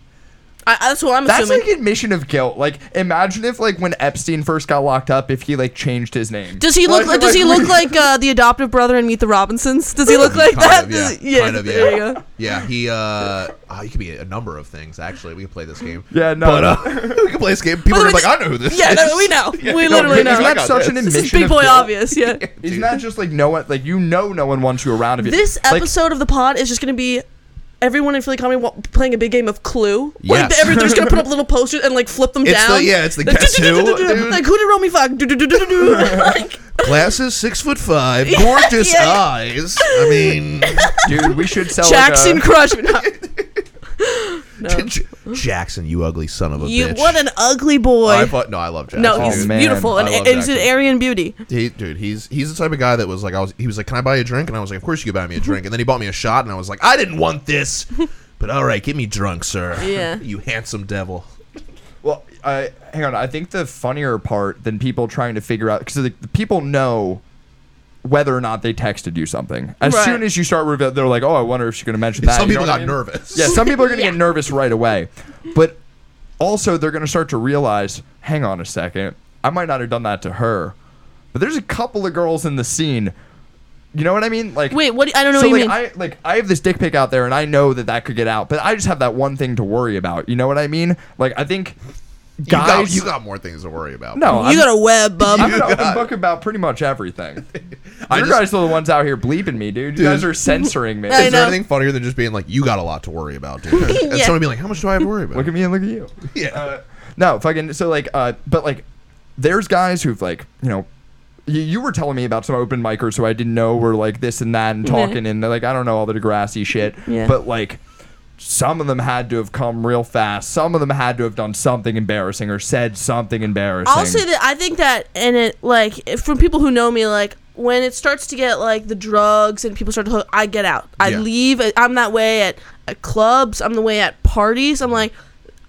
B: I, that's what I'm
C: That's
B: assuming.
C: like admission of guilt. Like, imagine if, like, when Epstein first got locked up, if he like changed his name.
B: does he look?
C: Like,
B: Like, does he
C: like,
B: look like uh, the adoptive brother in Meet the Robinsons? Does he look like
D: Kind
B: that?
D: of,
B: Does-
D: yeah. Kind of,
B: there
D: yeah.
B: you go.
D: Yeah, he uh, oh, he could be a number of things. Actually, we can play this game.
C: Yeah, no.
D: but, uh, we can play this game. People are
B: By the way,
D: like, I know who this
B: Yeah,
D: is.
B: no, we know. we
D: no,
B: literally know.
D: no, I
C: Isn't that
D: got
C: such
D: this.
C: an
D: This
C: admission
B: This is big
C: of
B: boy
C: guilt?
B: obvious. Yeah.
C: Isn't that just like no one, like you know, no one wants you around if you.
B: This
C: like,
B: episode of the pod is just going to be everyone in Philly comedy wa- playing a big game of Clue. Like
D: Yes.
B: every, they're just going to put up little posters and like flip them
D: It's
B: down.
D: the- yeah, it's the
B: Like,
D: guess who,
B: "Do-do-do-do-do-do."
D: dude.
B: Like who did Romy fuck? Do-do-do-do-do-do. Like,
D: Glasses, six foot five, gorgeous
B: yeah, yeah.
D: eyes. I mean,
C: dude, we should sell.
B: Jackson
C: Like
B: Crush. No. No.
D: J- Jackson, you ugly son of a
B: You
D: bitch.
B: what an ugly boy.
D: I fu- no, I love Jackson.
B: no,
C: Oh,
B: he's
C: man.
B: beautiful and
D: I love
B: it's an
D: Jackson.
B: Aryan beauty.
D: He, dude, he's he's the type of guy that was like, I was. He was like, "Can I buy you a drink?" And I was like, "Of course you can buy me a drink." And then he bought me a shot, and I was like, "I didn't want this, but all right, get me drunk, sir.
B: Yeah.
D: you handsome devil."
C: Well, I hang on. I think the funnier part than people trying to figure out because the, the people know whether or not they texted you something. As
B: Right.
C: soon as you start reveal, they're like, "Oh, I wonder if she's going to mention that."
D: Some
C: You know
D: people
C: what
D: got
C: I mean?
D: nervous.
C: Yeah, some people are going to get nervous right away, but also they're going to start to realize, "Hang on a second, I might not have done that to her." But there's a couple of girls in the scene. You know what I mean? Like,
B: Wait, what? do- I don't know
C: so
B: what you
C: like I like I have this dick pic out there, and I know that that could get out, but I just have that one thing to worry about. You know what I mean? Like I think
D: you got,
C: guys,
D: you got more things to worry about.
C: no,
B: mean. You
C: I'm,
B: got a web, bub.
C: I'm an open book about pretty much everything.
D: I
C: you
D: just-
C: guys are the ones out here bleeping me, dude. You guys are censoring me.
B: I
D: Is there
B: know.
D: anything funnier than just being like, "You got a lot to worry about, dude"? And
B: Yeah.
D: someone be like, "How much do I have to worry about?"
C: Look at me and look at you.
D: yeah.
C: No, fucking. So like, uh, but like, there's guys who've like, you know, you, you were telling me about some open micers who I didn't know were like this and that and talking and they're like I don't know all the Degrassi shit,
B: Mm-hmm. Yeah.
C: but like. Some of them had to have come real fast. Some of them had to have done something embarrassing or said something embarrassing.
B: I'll say that I think that, and it like if- from people who know me, like when it starts to get like the drugs and people start to hook, I get out. I
D: Yeah.
B: leave. I- I'm that way at, at clubs. I'm the way at parties. I'm like,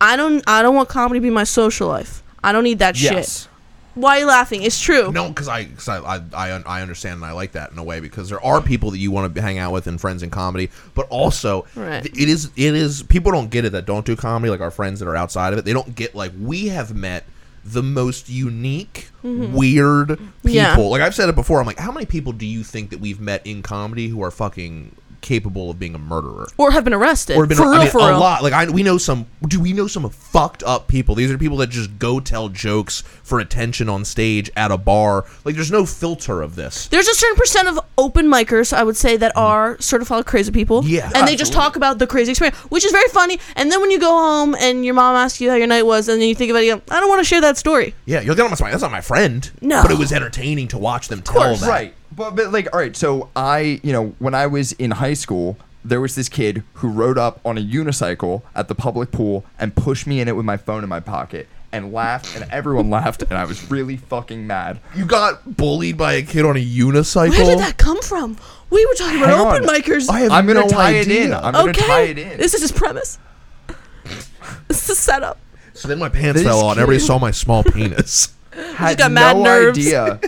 B: I don't, I don't want comedy to be my social life. I don't need that
C: yes.
B: shit. Why are you laughing? It's true.
D: No, because I, cause I, I, I, un- I understand and I like that in a way because there are people that you want to hang out with and friends in comedy, but also
B: Right.
D: th- it is it is people don't get it that don't do comedy like our friends that are outside of it. They don't get like we have met the most unique, weird people.
B: Mm-hmm. Yeah.
D: Like I've said it before, I'm like, how many people do you think that we've met in comedy who are fucking capable of being a murderer?
B: Or have been arrested.
D: Or been
B: for
D: I
B: real,
D: mean,
B: for
D: a
B: real.
D: lot. Like I, we know some. Do we know some fucked up people? These are people that just go tell jokes for attention on stage at a bar. Like there's no filter of this.
B: There's a certain percent of open micers, I would say,
C: Mm.
B: that are certified crazy people.
D: Yeah.
B: And they just talk about the crazy experience, which is very funny. And then when you go home and your mom asks you how your night was, and then you think about it, you go, I don't want to share that story.
D: Yeah, you're that's my that's not my friend.
B: No.
D: but it was entertaining to watch them tell
B: course.
D: that.
C: Right. But, but like, all right, so I, you know, when I was in high school, there was this kid who rode up on a unicycle at the public pool and pushed me in it with my phone in my pocket and laughed, and everyone laughed, and I was really fucking mad.
D: You got bullied by a kid on a
B: Where
D: unicycle.
B: did that come from? We were talking about
C: Hang
B: open
C: on.
B: micers.
D: I have
C: I'm gonna
D: no
C: tie it
D: idea.
C: in. I'm gonna
B: okay.
C: tie it in.
B: This is his premise. It's a setup.
D: So then my pants
C: This
D: fell out. and Everybody
C: kid-
D: saw my small penis.
C: had
B: got mad
C: no
B: nerves.
C: idea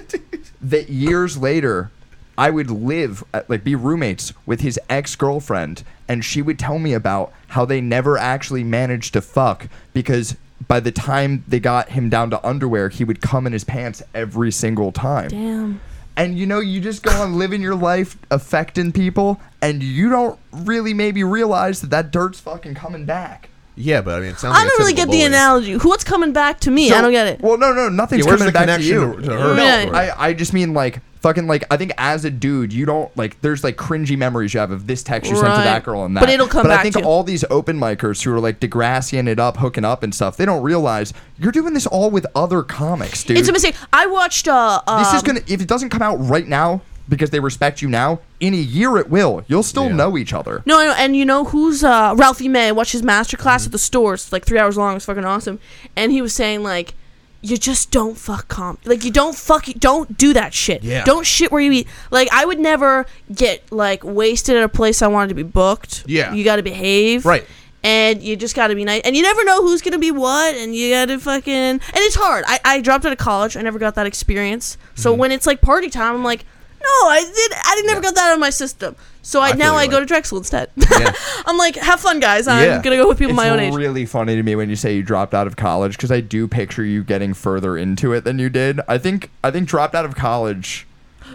C: that years later I would live uh, like be roommates with his ex-girlfriend and she would tell me about how they never actually managed to fuck because by the time they got him down to underwear he would come in his pants every single time.
B: Damn.
C: And you know you just go on living your life affecting people and you don't really maybe realize that that dirt's fucking coming back.
D: yeah, but I mean, it sounds.
B: I
D: like a
B: don't really get
D: typical
B: the
D: bully.
B: analogy. What's coming back to me? I don't get it.
C: Well, no, no, nothing's
D: Yeah, where's
C: coming
D: the
C: back to
D: connection
C: you.
D: to- to her?
B: Yeah.
D: story?
C: I, I just mean like fucking like I think as a dude you don't like there's like cringy memories you have of this text you sent to
B: Right.
C: that girl and that.
B: But it'll come
C: But I
B: back
C: think
B: to you.
C: all these open micers who are like Degrassiing it up, hooking up and stuff, they don't realize you're doing this all with other comics, dude.
B: It's a mistake. I watched. Uh, um,
C: this is gonna if it doesn't come out right now because they respect you now, in a year it will. You'll still
D: Yeah.
C: know each other.
B: No, no, and you know who's uh, Ralphie May? I watched his master class
D: Mm-hmm.
B: at the stores, like three hours long. It's fucking awesome. And he was saying like, you just don't fuck comp, like you don't fuck, don't do that shit.
D: Yeah.
B: Don't shit where you eat. Like I would never get like wasted at a place I wanted to be booked.
D: Yeah.
B: You got to behave.
D: Right.
B: And you just got to be nice. And you never know who's going to be what. And you got to fucking. And it's hard. I, I dropped out of college. I never got that experience. So
D: Mm-hmm.
B: when it's like party time, I'm like, no, I did. I didn't never got that out of my system. So I,
D: I feel
B: now
D: you,
B: I go
D: like-
B: to drag school instead.
D: Yeah.
B: I'm like, have fun, guys. I'm
D: Yeah.
B: gonna go with people
C: it's
B: my own age.
C: really funny to me when you say you dropped out of college because I do picture you getting further into it than you did. I think I think dropped out of college.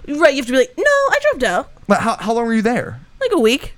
B: right? You have to be like, no, I dropped out
C: Like, How, how long were you there?
B: like a week.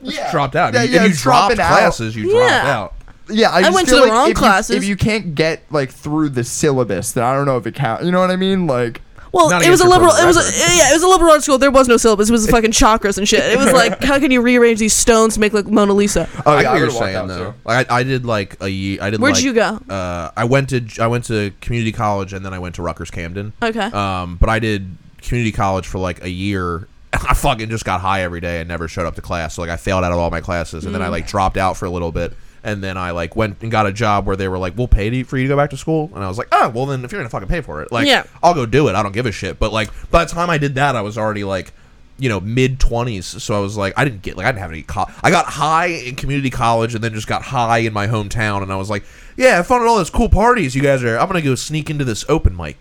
C: Yeah.
D: dropped out.
C: Yeah,
D: you,
C: yeah,
D: you
C: it's dropping
D: dropped
C: out.
D: classes. You dropped
B: Yeah.
D: out.
C: Yeah, I, just
B: went to
C: feel
B: the
C: like
B: wrong
C: if you-
B: classes.
C: if you can't get like through the syllabus, then I don't know if it counts. You know what I mean? Like, oh,
B: Well,
D: Not
B: it was
D: against
B: a
D: your
B: liberal. It
D: program
B: was a,
D: record.
B: yeah, it was a liberal arts school. There was no syllabus. It was fucking chakras and shit. It was like, how can you rearrange these stones to make like Mona Lisa?
C: oh
D: I get
C: yeah,
D: what
C: I
D: you're
C: would've walked
D: saying
C: out,
D: though.
C: too.
D: Like, I, I did like a year. I did.
B: Where'd
D: like,
B: you go?
D: Uh, I went to I went to community college and then I went to Rutgers Camden.
B: Okay.
D: Um, but I did community college for like a year. I fucking just got high every day and never showed up to class. So like I failed out of all my classes and then
B: Mm.
D: I like dropped out for a little bit. And then I like went and got a job where they were like, "We'll pay to, for you to go back to school," and I was like, "Oh, well then if you're gonna fucking pay for it, like,
B: Yeah.
D: I'll go do it. I don't give a shit." But like by the time I did that, I was already like, you know, mid twenties. So I was like, I didn't get like I didn't have any. Co- I got high in community college, and then just got high in my hometown. And I was like, yeah, have fun at all those cool parties you guys are. I'm gonna go sneak into this open mic.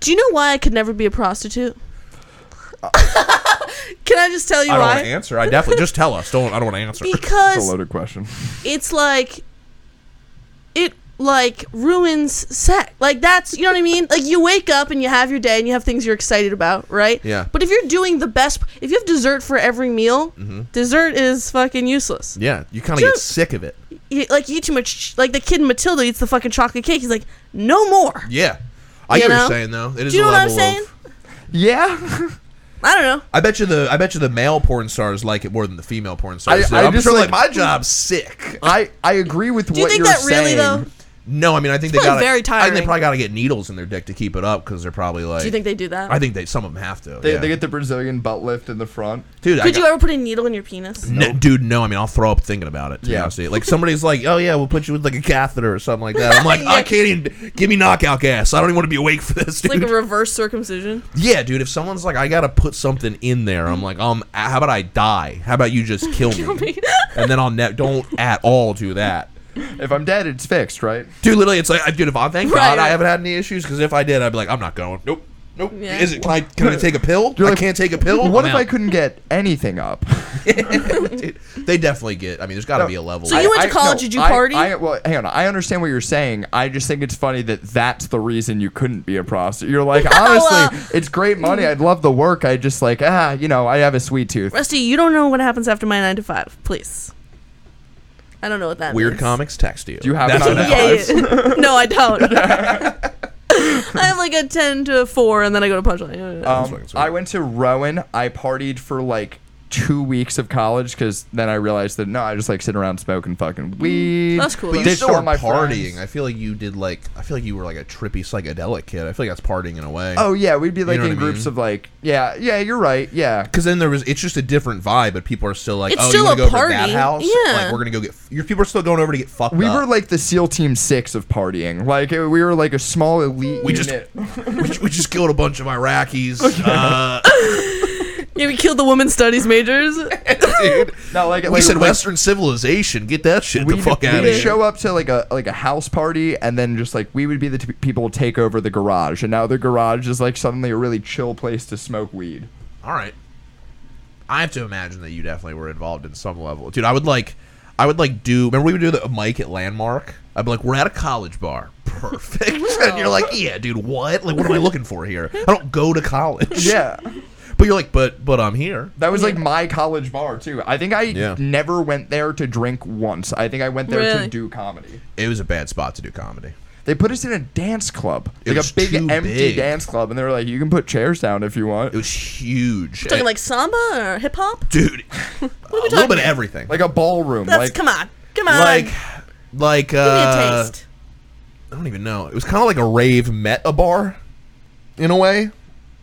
B: Do you know why I could never be a prostitute? can I just tell you
D: Uh, I don't want to
B: why?
D: answer. I definitely just tell us. Don't I don't want to answer.
C: It's a
B: Because
C: loaded question.
B: it's like it like ruins sex. Like that's you know what I mean? Like you wake up and you have your day and you have things you're excited about, right?
D: Yeah.
B: But if you're doing the best if you have dessert for every meal,
D: Mm-hmm.
B: dessert is fucking useless.
D: Yeah, you kind of get
B: Just-
D: sick of it.
B: You, like you eat too much like the kid in Matilda eats the fucking chocolate cake. He's like, "No more."
D: Yeah, I
B: You
D: get what
B: know?
D: you're saying though. It is
B: Do you
D: a
B: know what I'm
D: level
B: saying?
D: Of,
C: Yeah,
B: I don't know.
D: I bet you the I bet you the male porn stars like it more than the female porn stars.
C: I-
D: do.
C: I
D: I'm
C: just,
D: sure like,
C: like-
D: my job's sick.
C: I I agree with
B: Do you
C: what
B: think
C: are
B: that really
C: saying.
B: though?
D: No, I mean I think they
B: probably
D: got
B: very
D: I think
B: tiring.
D: they probably got to get needles in their dick to keep it up because they're probably like.
B: Do you think they do that?
D: I think they some of them have to.
C: They,
D: yeah.
C: they get the Brazilian butt lift in the front.
D: dude. I
B: Could
D: got,
B: you ever put a needle in your penis?
D: N- dude, no. I mean, I'll throw up thinking about it. To yeah.
C: Yeah.
D: Like somebody's like, oh yeah, we'll put you with like a catheter or something like that. I'm like, I can't even give me knockout gas. I don't even want to be awake for this,
B: It's like
D: dude.
B: a reverse circumcision.
D: yeah, dude. If someone's like, I gotta put something in there, I'm like, um, a- how about I die? How about you just kill, me? and then I'll ne- don't at all do that.
C: If I'm dead, it's fixed, right?
D: Dude, literally, it's like, I- dude, if I thank
B: Right,
D: God I
B: right.
D: haven't had any issues, because if I did, I'd be like, I'm not going. Nope, nope.
B: Yeah.
D: Is it? Can I? Can I take a pill?
C: You're
D: I
C: like,
D: can't take a pill.
C: What
D: Oh,
C: if
D: I'm
C: I
D: out."
C: couldn't get anything up?
D: Dude, they definitely get. I mean, there's got to be a level.
B: So you went to
C: I-
B: college, did you
C: I-
B: party?
C: I, well, hang on. I understand what you're saying. I just think it's funny that that's the reason you couldn't be a prostitute. You're like, honestly,
B: Well-
C: it's great money. I'd love the work. I just like, ah, you know, I have a sweet tooth.
B: Rusty, you don't know what happens after my nine to five, please. I don't know what that
D: Weird
B: means.
D: comics text you.
C: Do you have
D: That's
C: it on
D: what
C: that?
B: Yeah,
D: happens.
B: yeah. no, I don't. I have like a ten to four, and then I go to punchline.
C: Um,
D: fucking sweet.
C: I went to Rowan. I partied for like two weeks of college because then I realized that no, I just like sit around smoking fucking weed.
B: Mm, That's cool,
D: But
B: though.
D: you
C: ditched
D: still
C: all
D: were
C: my
D: partying.
C: friends.
D: I feel like you did like I feel like you were like a trippy psychedelic kid. I feel like that's partying in a way.
C: Oh yeah, we'd be like
D: know what
C: in
D: I
C: groups
D: mean?
C: of like yeah, yeah. You're right. Yeah,
D: because then there was it's just a different vibe, but people are still like,
B: It's
D: oh,
B: still
D: you wanna
B: a
D: go over to that
B: party.
D: house?
B: Yeah.
D: like we're gonna go get. Your people are still going over to get fucked.
C: we
D: up.
C: were like the SEAL Team Six of partying. Like it- we were like a small elite
D: We just-
C: unit.
D: we, we just killed a bunch of Iraqis. Uh,
B: Yeah, we killed the women's studies majors.
D: dude.
C: No, like
D: We
C: like-
D: said
C: like,
D: Western civilization. Get that shit
C: We
D: the fuck
C: we
D: out of here.
C: show up to like a like a house party, and then just like we would be the t- people to take over the garage, and now the garage is like suddenly a really chill place to smoke weed.
D: All right. I have to imagine that you definitely were involved in some level, dude. I would like, I would like do. Remember we would do the mic at Landmark. I'd be like, we're at a college bar. Perfect. and you're like, yeah, dude. What? Like, what am I looking for here? I don't go to college.
C: Yeah.
D: But you're like, but but I'm here.
C: That was like my college bar too. I think I
D: Yeah.
C: never went there to drink once. I think I went there
B: Really?
C: to do comedy.
D: It was a bad spot to do comedy.
C: They put us in a dance club,
D: It
C: like
D: was
C: a big
D: too
C: empty
D: big.
C: dance club, and they were like, "You can put chairs down if you want."
D: It was huge.
B: Talking like samba or hip hop?
D: dude, a little bit of everything.
C: like a ballroom.
B: That's
C: like
B: come on, come on.
D: like, like
B: Give me
D: uh,
B: a taste.
D: I don't even know. It was kind of like a rave meta bar, in a way. It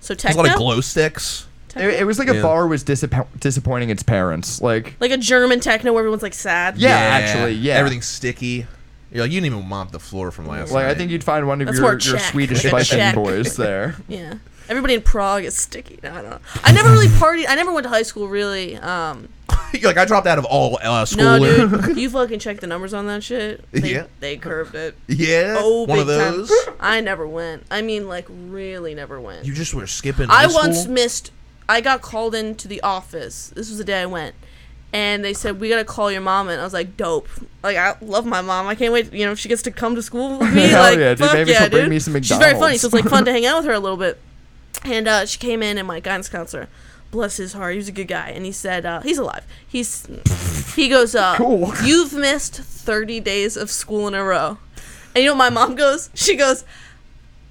B: So
D: was a
B: techno,
D: lot of glow sticks.
C: it, it was like a
D: Yeah.
C: bar was disapp- disappointing its parents. Like
B: like a German techno where everyone's like sad.
C: Yeah. actually, yeah.
D: Everything's sticky. You're like, you didn't even mop the floor from last
C: like
D: night.
C: I think you'd find one of
B: That's
C: your,
B: more
C: your
B: Czech.
C: Swedish
B: Like a
C: Viking
B: Czech.
C: boys there.
B: Yeah. Everybody in Prague is sticky. No, I don't know. I never really partied. I never went to high school really. Um,
D: you're like, I dropped out of all uh, school.
B: no,
D: and-
B: dude, you fucking checked the numbers on that shit. They,
D: Yeah.
B: they curved it.
D: yeah,
B: Oh,
D: one of
B: big time.
D: those.
B: I never went. I mean, like, really never went.
D: You just were skipping.
B: I
D: high school?
B: once missed. I got called into the office. This was the day I went, and they said we gotta call your mom. And I was like, dope. Like I love my mom. I can't wait. You know, if she gets to come to school with me.
C: Hell
B: like,
C: yeah, dude.
B: fuck
C: Maybe
B: yeah,
C: she'll
B: dude.
C: bring me some
B: She's very funny,
C: McDonald's.
B: so it's like fun to hang out with her a little bit. And uh, she came in, and my guidance counselor, bless his heart, he was a good guy, and he said uh, he's alive. He's he goes, uh,
C: Cool.
B: you've missed thirty days of school in a row. And you know what my mom goes? She goes,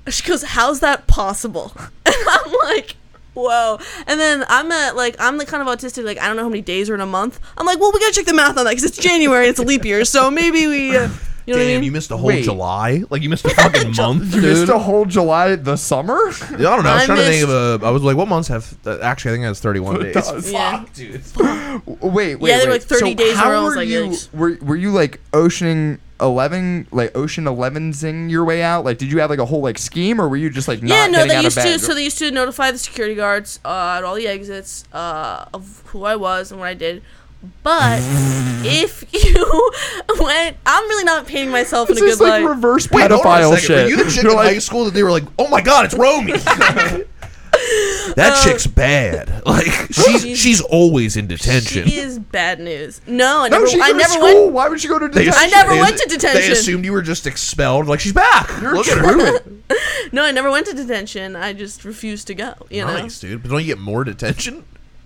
B: she goes, how's that possible? And I'm like, whoa. And then I'm at like, I'm the kind of autistic, like, I don't know how many days are in a month. I'm like, well, we gotta check the math on that because it's January, it's a leap year, so maybe we, uh, you know what I
D: Damn,
B: mean?
D: you missed a whole
C: Wait.
D: July. Like you missed a fucking month,
C: You missed
D: dude.
C: a whole July the summer.
D: I don't know. I was
B: I
D: trying to think of a. I was like, what months have? Uh, actually, I think it has 31 days.
C: does.
B: Yeah.
D: dude.
C: Wait, wait,
B: Yeah, they
C: wait.
B: were, like, 30
C: so
B: days in a
C: how
B: row. I was
C: were
B: like,
C: you,
B: yikes.
C: were, were you like oceaning eleven, like ocean eleven zing your way out? Like, did you have like a whole like scheme, or were you just like not
B: yeah, no,
C: getting
B: they
C: out
B: used
C: of bed?
B: to. So they used to notify the security guards uh, at all the exits uh, of who I was and what I did. But if you went, I'm really not painting myself in
C: this
B: a
C: is
B: good
C: like
B: light.
C: reverse
D: Wait, hold on a
C: pedophile
D: second.
C: shit.
D: Were you the chick
C: You're
D: in
C: like,
D: high school that they were like, "Oh my god, it's Romy." that chick's bad. Like she's
B: Uh, She's-
D: she's always in detention.
B: she is bad news. No, I
C: no,
B: never,
C: she
B: I
C: go to
B: never
C: school.
B: went.
C: Why would she go to
D: They
C: detention?
B: I never
D: they-
B: went to
D: They
B: detention.
D: assumed you were just expelled. Like she's back. Look at her.
C: Screw it.
B: No, I never went to detention. I just refused to go. You know.
D: Nice, dude. But don't you get more detention?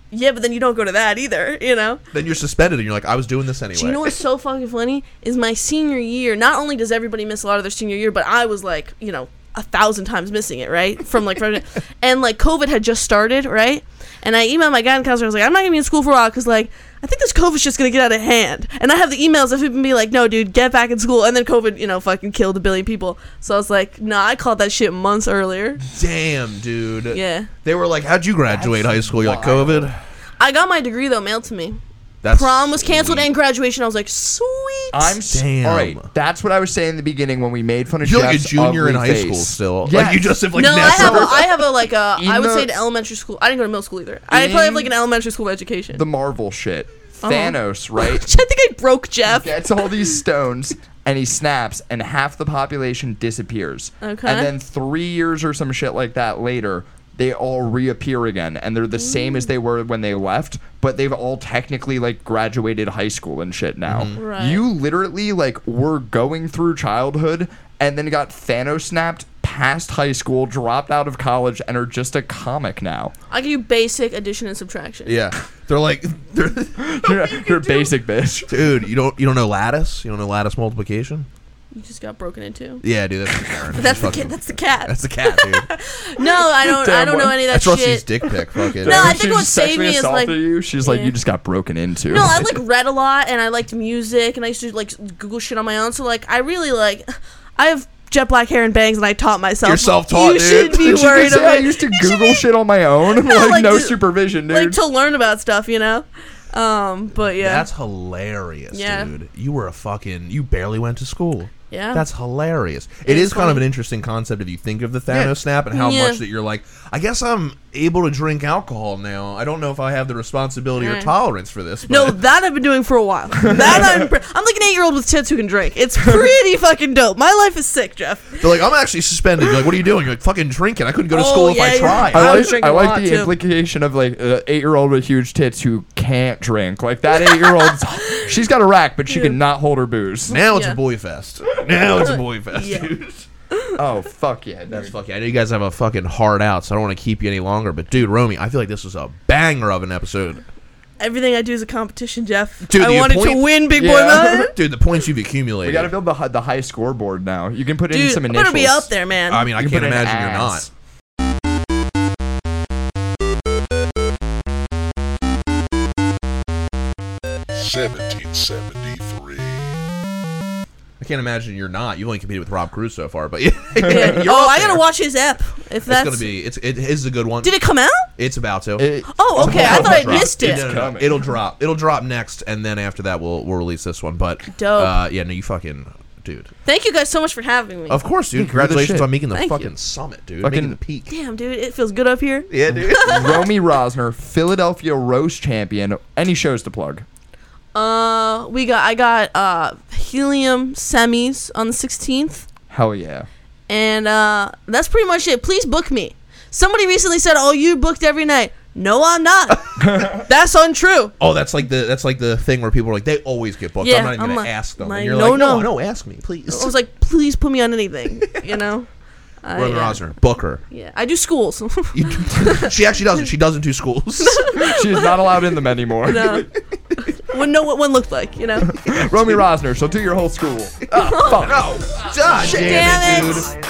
B: Yeah, but then you don't go to that either. You know.
D: Then you're suspended, and you're like, "I was doing this anyway."
B: Do you know what's so fucking funny? Is my senior year, not only does everybody miss a lot of their senior year, but I was like, you know, a thousand times missing it, right? From like, freshman- and like COVID had just started, right? And I emailed my guidance counselor. I was like, I'm not gonna be in school for a while because like, I think this COVID's just gonna get out of hand. And I have the emails of people be like, no, dude, get back in school. And then COVID, you know, fucking killed a billion people. So I was like, nah, I called that shit months earlier.
D: Damn, dude.
B: Yeah.
D: They were like, "How'd you graduate high school?" You're like, "COVID."
B: I got my degree though mailed to me.
D: That's
B: Prom was canceled
D: sweet.
B: and graduation. I was like, sweet.
C: I'm s-
D: Damn.
C: all right. That's what I was saying in the beginning when we made fun of
D: You're like a
C: Jeff's
D: junior in
C: ugly
D: high
C: face.
D: school still. Like
C: Yes.
D: you just have like
B: no, I
D: never-
B: have, a, I have a like a. I would
C: In
B: say
C: the-
B: an elementary school. I didn't go to middle school either. I probably have like an elementary school education.
C: the Marvel shit.
B: Uh-huh.
C: Thanos, right?
B: I think I broke Jeff.
C: gets all these stones and he snaps and half the population disappears.
B: Okay.
C: And then 3 years or some shit like that later, they all reappear again and they're the same as they were when they left, but they've all technically like graduated high school and shit now.
B: Mm-hmm. Right.
C: You literally like were going through childhood and then got Thanos snapped past high school, dropped out of college and are just a comic now.
B: I can do basic addition and subtraction.
D: Yeah, they're like, they're,
C: You're, you're a basic bitch.
D: dude. You don't you don't know lattice? You don't know lattice multiplication?
B: You just got broken into.
D: Yeah, dude. That's the Karen.
B: That's the
D: Fucking-
B: kid. That's the cat.
D: that's the cat, dude.
B: no, I don't. I
C: Damn
B: don't know
C: one.
B: any of
D: That's
B: that
D: Rusty's
B: shit.
D: dick pic. Fucking.
B: No, I
C: If
B: think
C: she
B: what saved
C: sexually
B: me is, like-
C: assaulted you, she's like
B: Yeah.
C: you just got broken into.
B: No, I like read a lot and I liked music and I used to like Google shit on my own. So like I really like. I have jet black hair and bangs and I taught myself.
D: You're self-taught,
B: You should
D: dude.
B: be
C: Did you
B: worried
C: just say I
B: about.
C: used to Google shit on my own, like,
B: like
C: no
B: to-
C: supervision, dude.
B: Like to learn about stuff, you know. Um, but yeah.
D: That's hilarious,
B: Yeah.
D: dude. You were a fucking. You barely went to school.
B: Yeah.
D: That's hilarious. It is kind of an interesting concept if you think of the Thanos snap and how
B: Yeah.
D: much that you're like, I guess I'm able to drink alcohol now. I don't know if I have the responsibility or
B: Right.
D: tolerance for this. But
B: No, that I've been doing for a while. That I'm, pre- I'm like an eight year old with tits who can drink. It's pretty fucking dope. My life is sick, Jeff.
D: they're like, I'm actually suspended. You're like, what are you doing? You're like, fucking drinking. I couldn't go to
B: Oh,
D: school if
B: yeah,
D: I
B: you're
D: tried.
B: right.
C: I
B: I was
C: like, I
B: drinking a
C: like
B: lot,
C: the
B: too.
C: implication of like an eight year old with huge tits who can't drink. Like that eight year old, she's got a rack, but she can not hold her booze.
D: Now it's
B: Yeah.
D: a boy fest. Now it's a boy fest,
B: Yeah.
D: dude.
C: Oh fuck yeah, dude.
D: That's fucking. I know you guys have a fucking hard out, so I don't want to keep you any longer. But dude, Romy, I feel like this was a banger of an episode.
B: Everything I do is a competition, Jeff.
D: Dude,
B: I
D: the
B: wanted
D: appoint-
B: to win, Big
C: Yeah.
B: Boy Mountain.
D: Dude, the points you've
C: We
D: accumulated.
C: gotta build the hi- the high scoreboard now. You can put in
B: Dude,
C: some
B: I'm
C: initials.
B: gonna be up there, man.
D: I mean, I
C: You
D: can't
C: put an
D: imagine you're not.
C: ass.
E: Seventeen seventy three.
D: I can't imagine you're not. You've only competed with Rob Cruz so far, but yeah.
B: Yeah.
D: you're
B: Oh,
D: up
B: I gotta
D: there.
B: watch his app. If
D: It's
B: that's
D: gonna be. It's it is a good one.
B: did it come out?
D: it's about to.
C: It-
B: Oh, okay. I
D: It'll
B: thought I
D: drop.
B: missed
D: No, no,
B: it.
D: no, no.
C: coming.
D: It'll drop. It'll drop next, and then after that, we'll we'll release this one. But
B: Dope.
D: Uh, yeah, no, you fucking dude.
B: Thank you guys so much for having me.
D: Of course,
C: Yeah,
D: dude.
C: you're the
D: Congratulations
C: shit.
D: on making the
B: Thank you.
D: fucking summit, dude.
C: Fucking-
D: making the peak.
B: Damn, dude, it feels good up here.
D: Yeah, dude.
C: Romy Rosner, Philadelphia Roast champion. Any shows to plug?
B: Uh, we got I got uh helium semis on the 16th,
C: Hell yeah.
B: and uh that's pretty much it. Please book me. Somebody recently said, "Oh, you booked every night." No, I'm not. that's untrue.
D: Oh, that's like the that's like the thing where people are like they always get booked.
B: Yeah,
D: I'm not even
B: I'm
D: gonna
B: like-
D: ask them.
B: like,
D: and you're
B: no,
D: like, no,
B: no.
D: no, ask me, please.
B: I was like, "Please put me on anything," you know. I,
D: Roman
B: uh,
D: Rosner, Booker.
B: Yeah, I do schools.
D: she actually doesn't. She doesn't do schools.
C: She's not allowed in them anymore.
B: no. Uh, Wouldn't know what one looked like, you know.
C: Romy Rosner, she'll do your whole school.
D: no, God damn,
B: Damn
D: it,
B: it.
D: dude.
A: Highest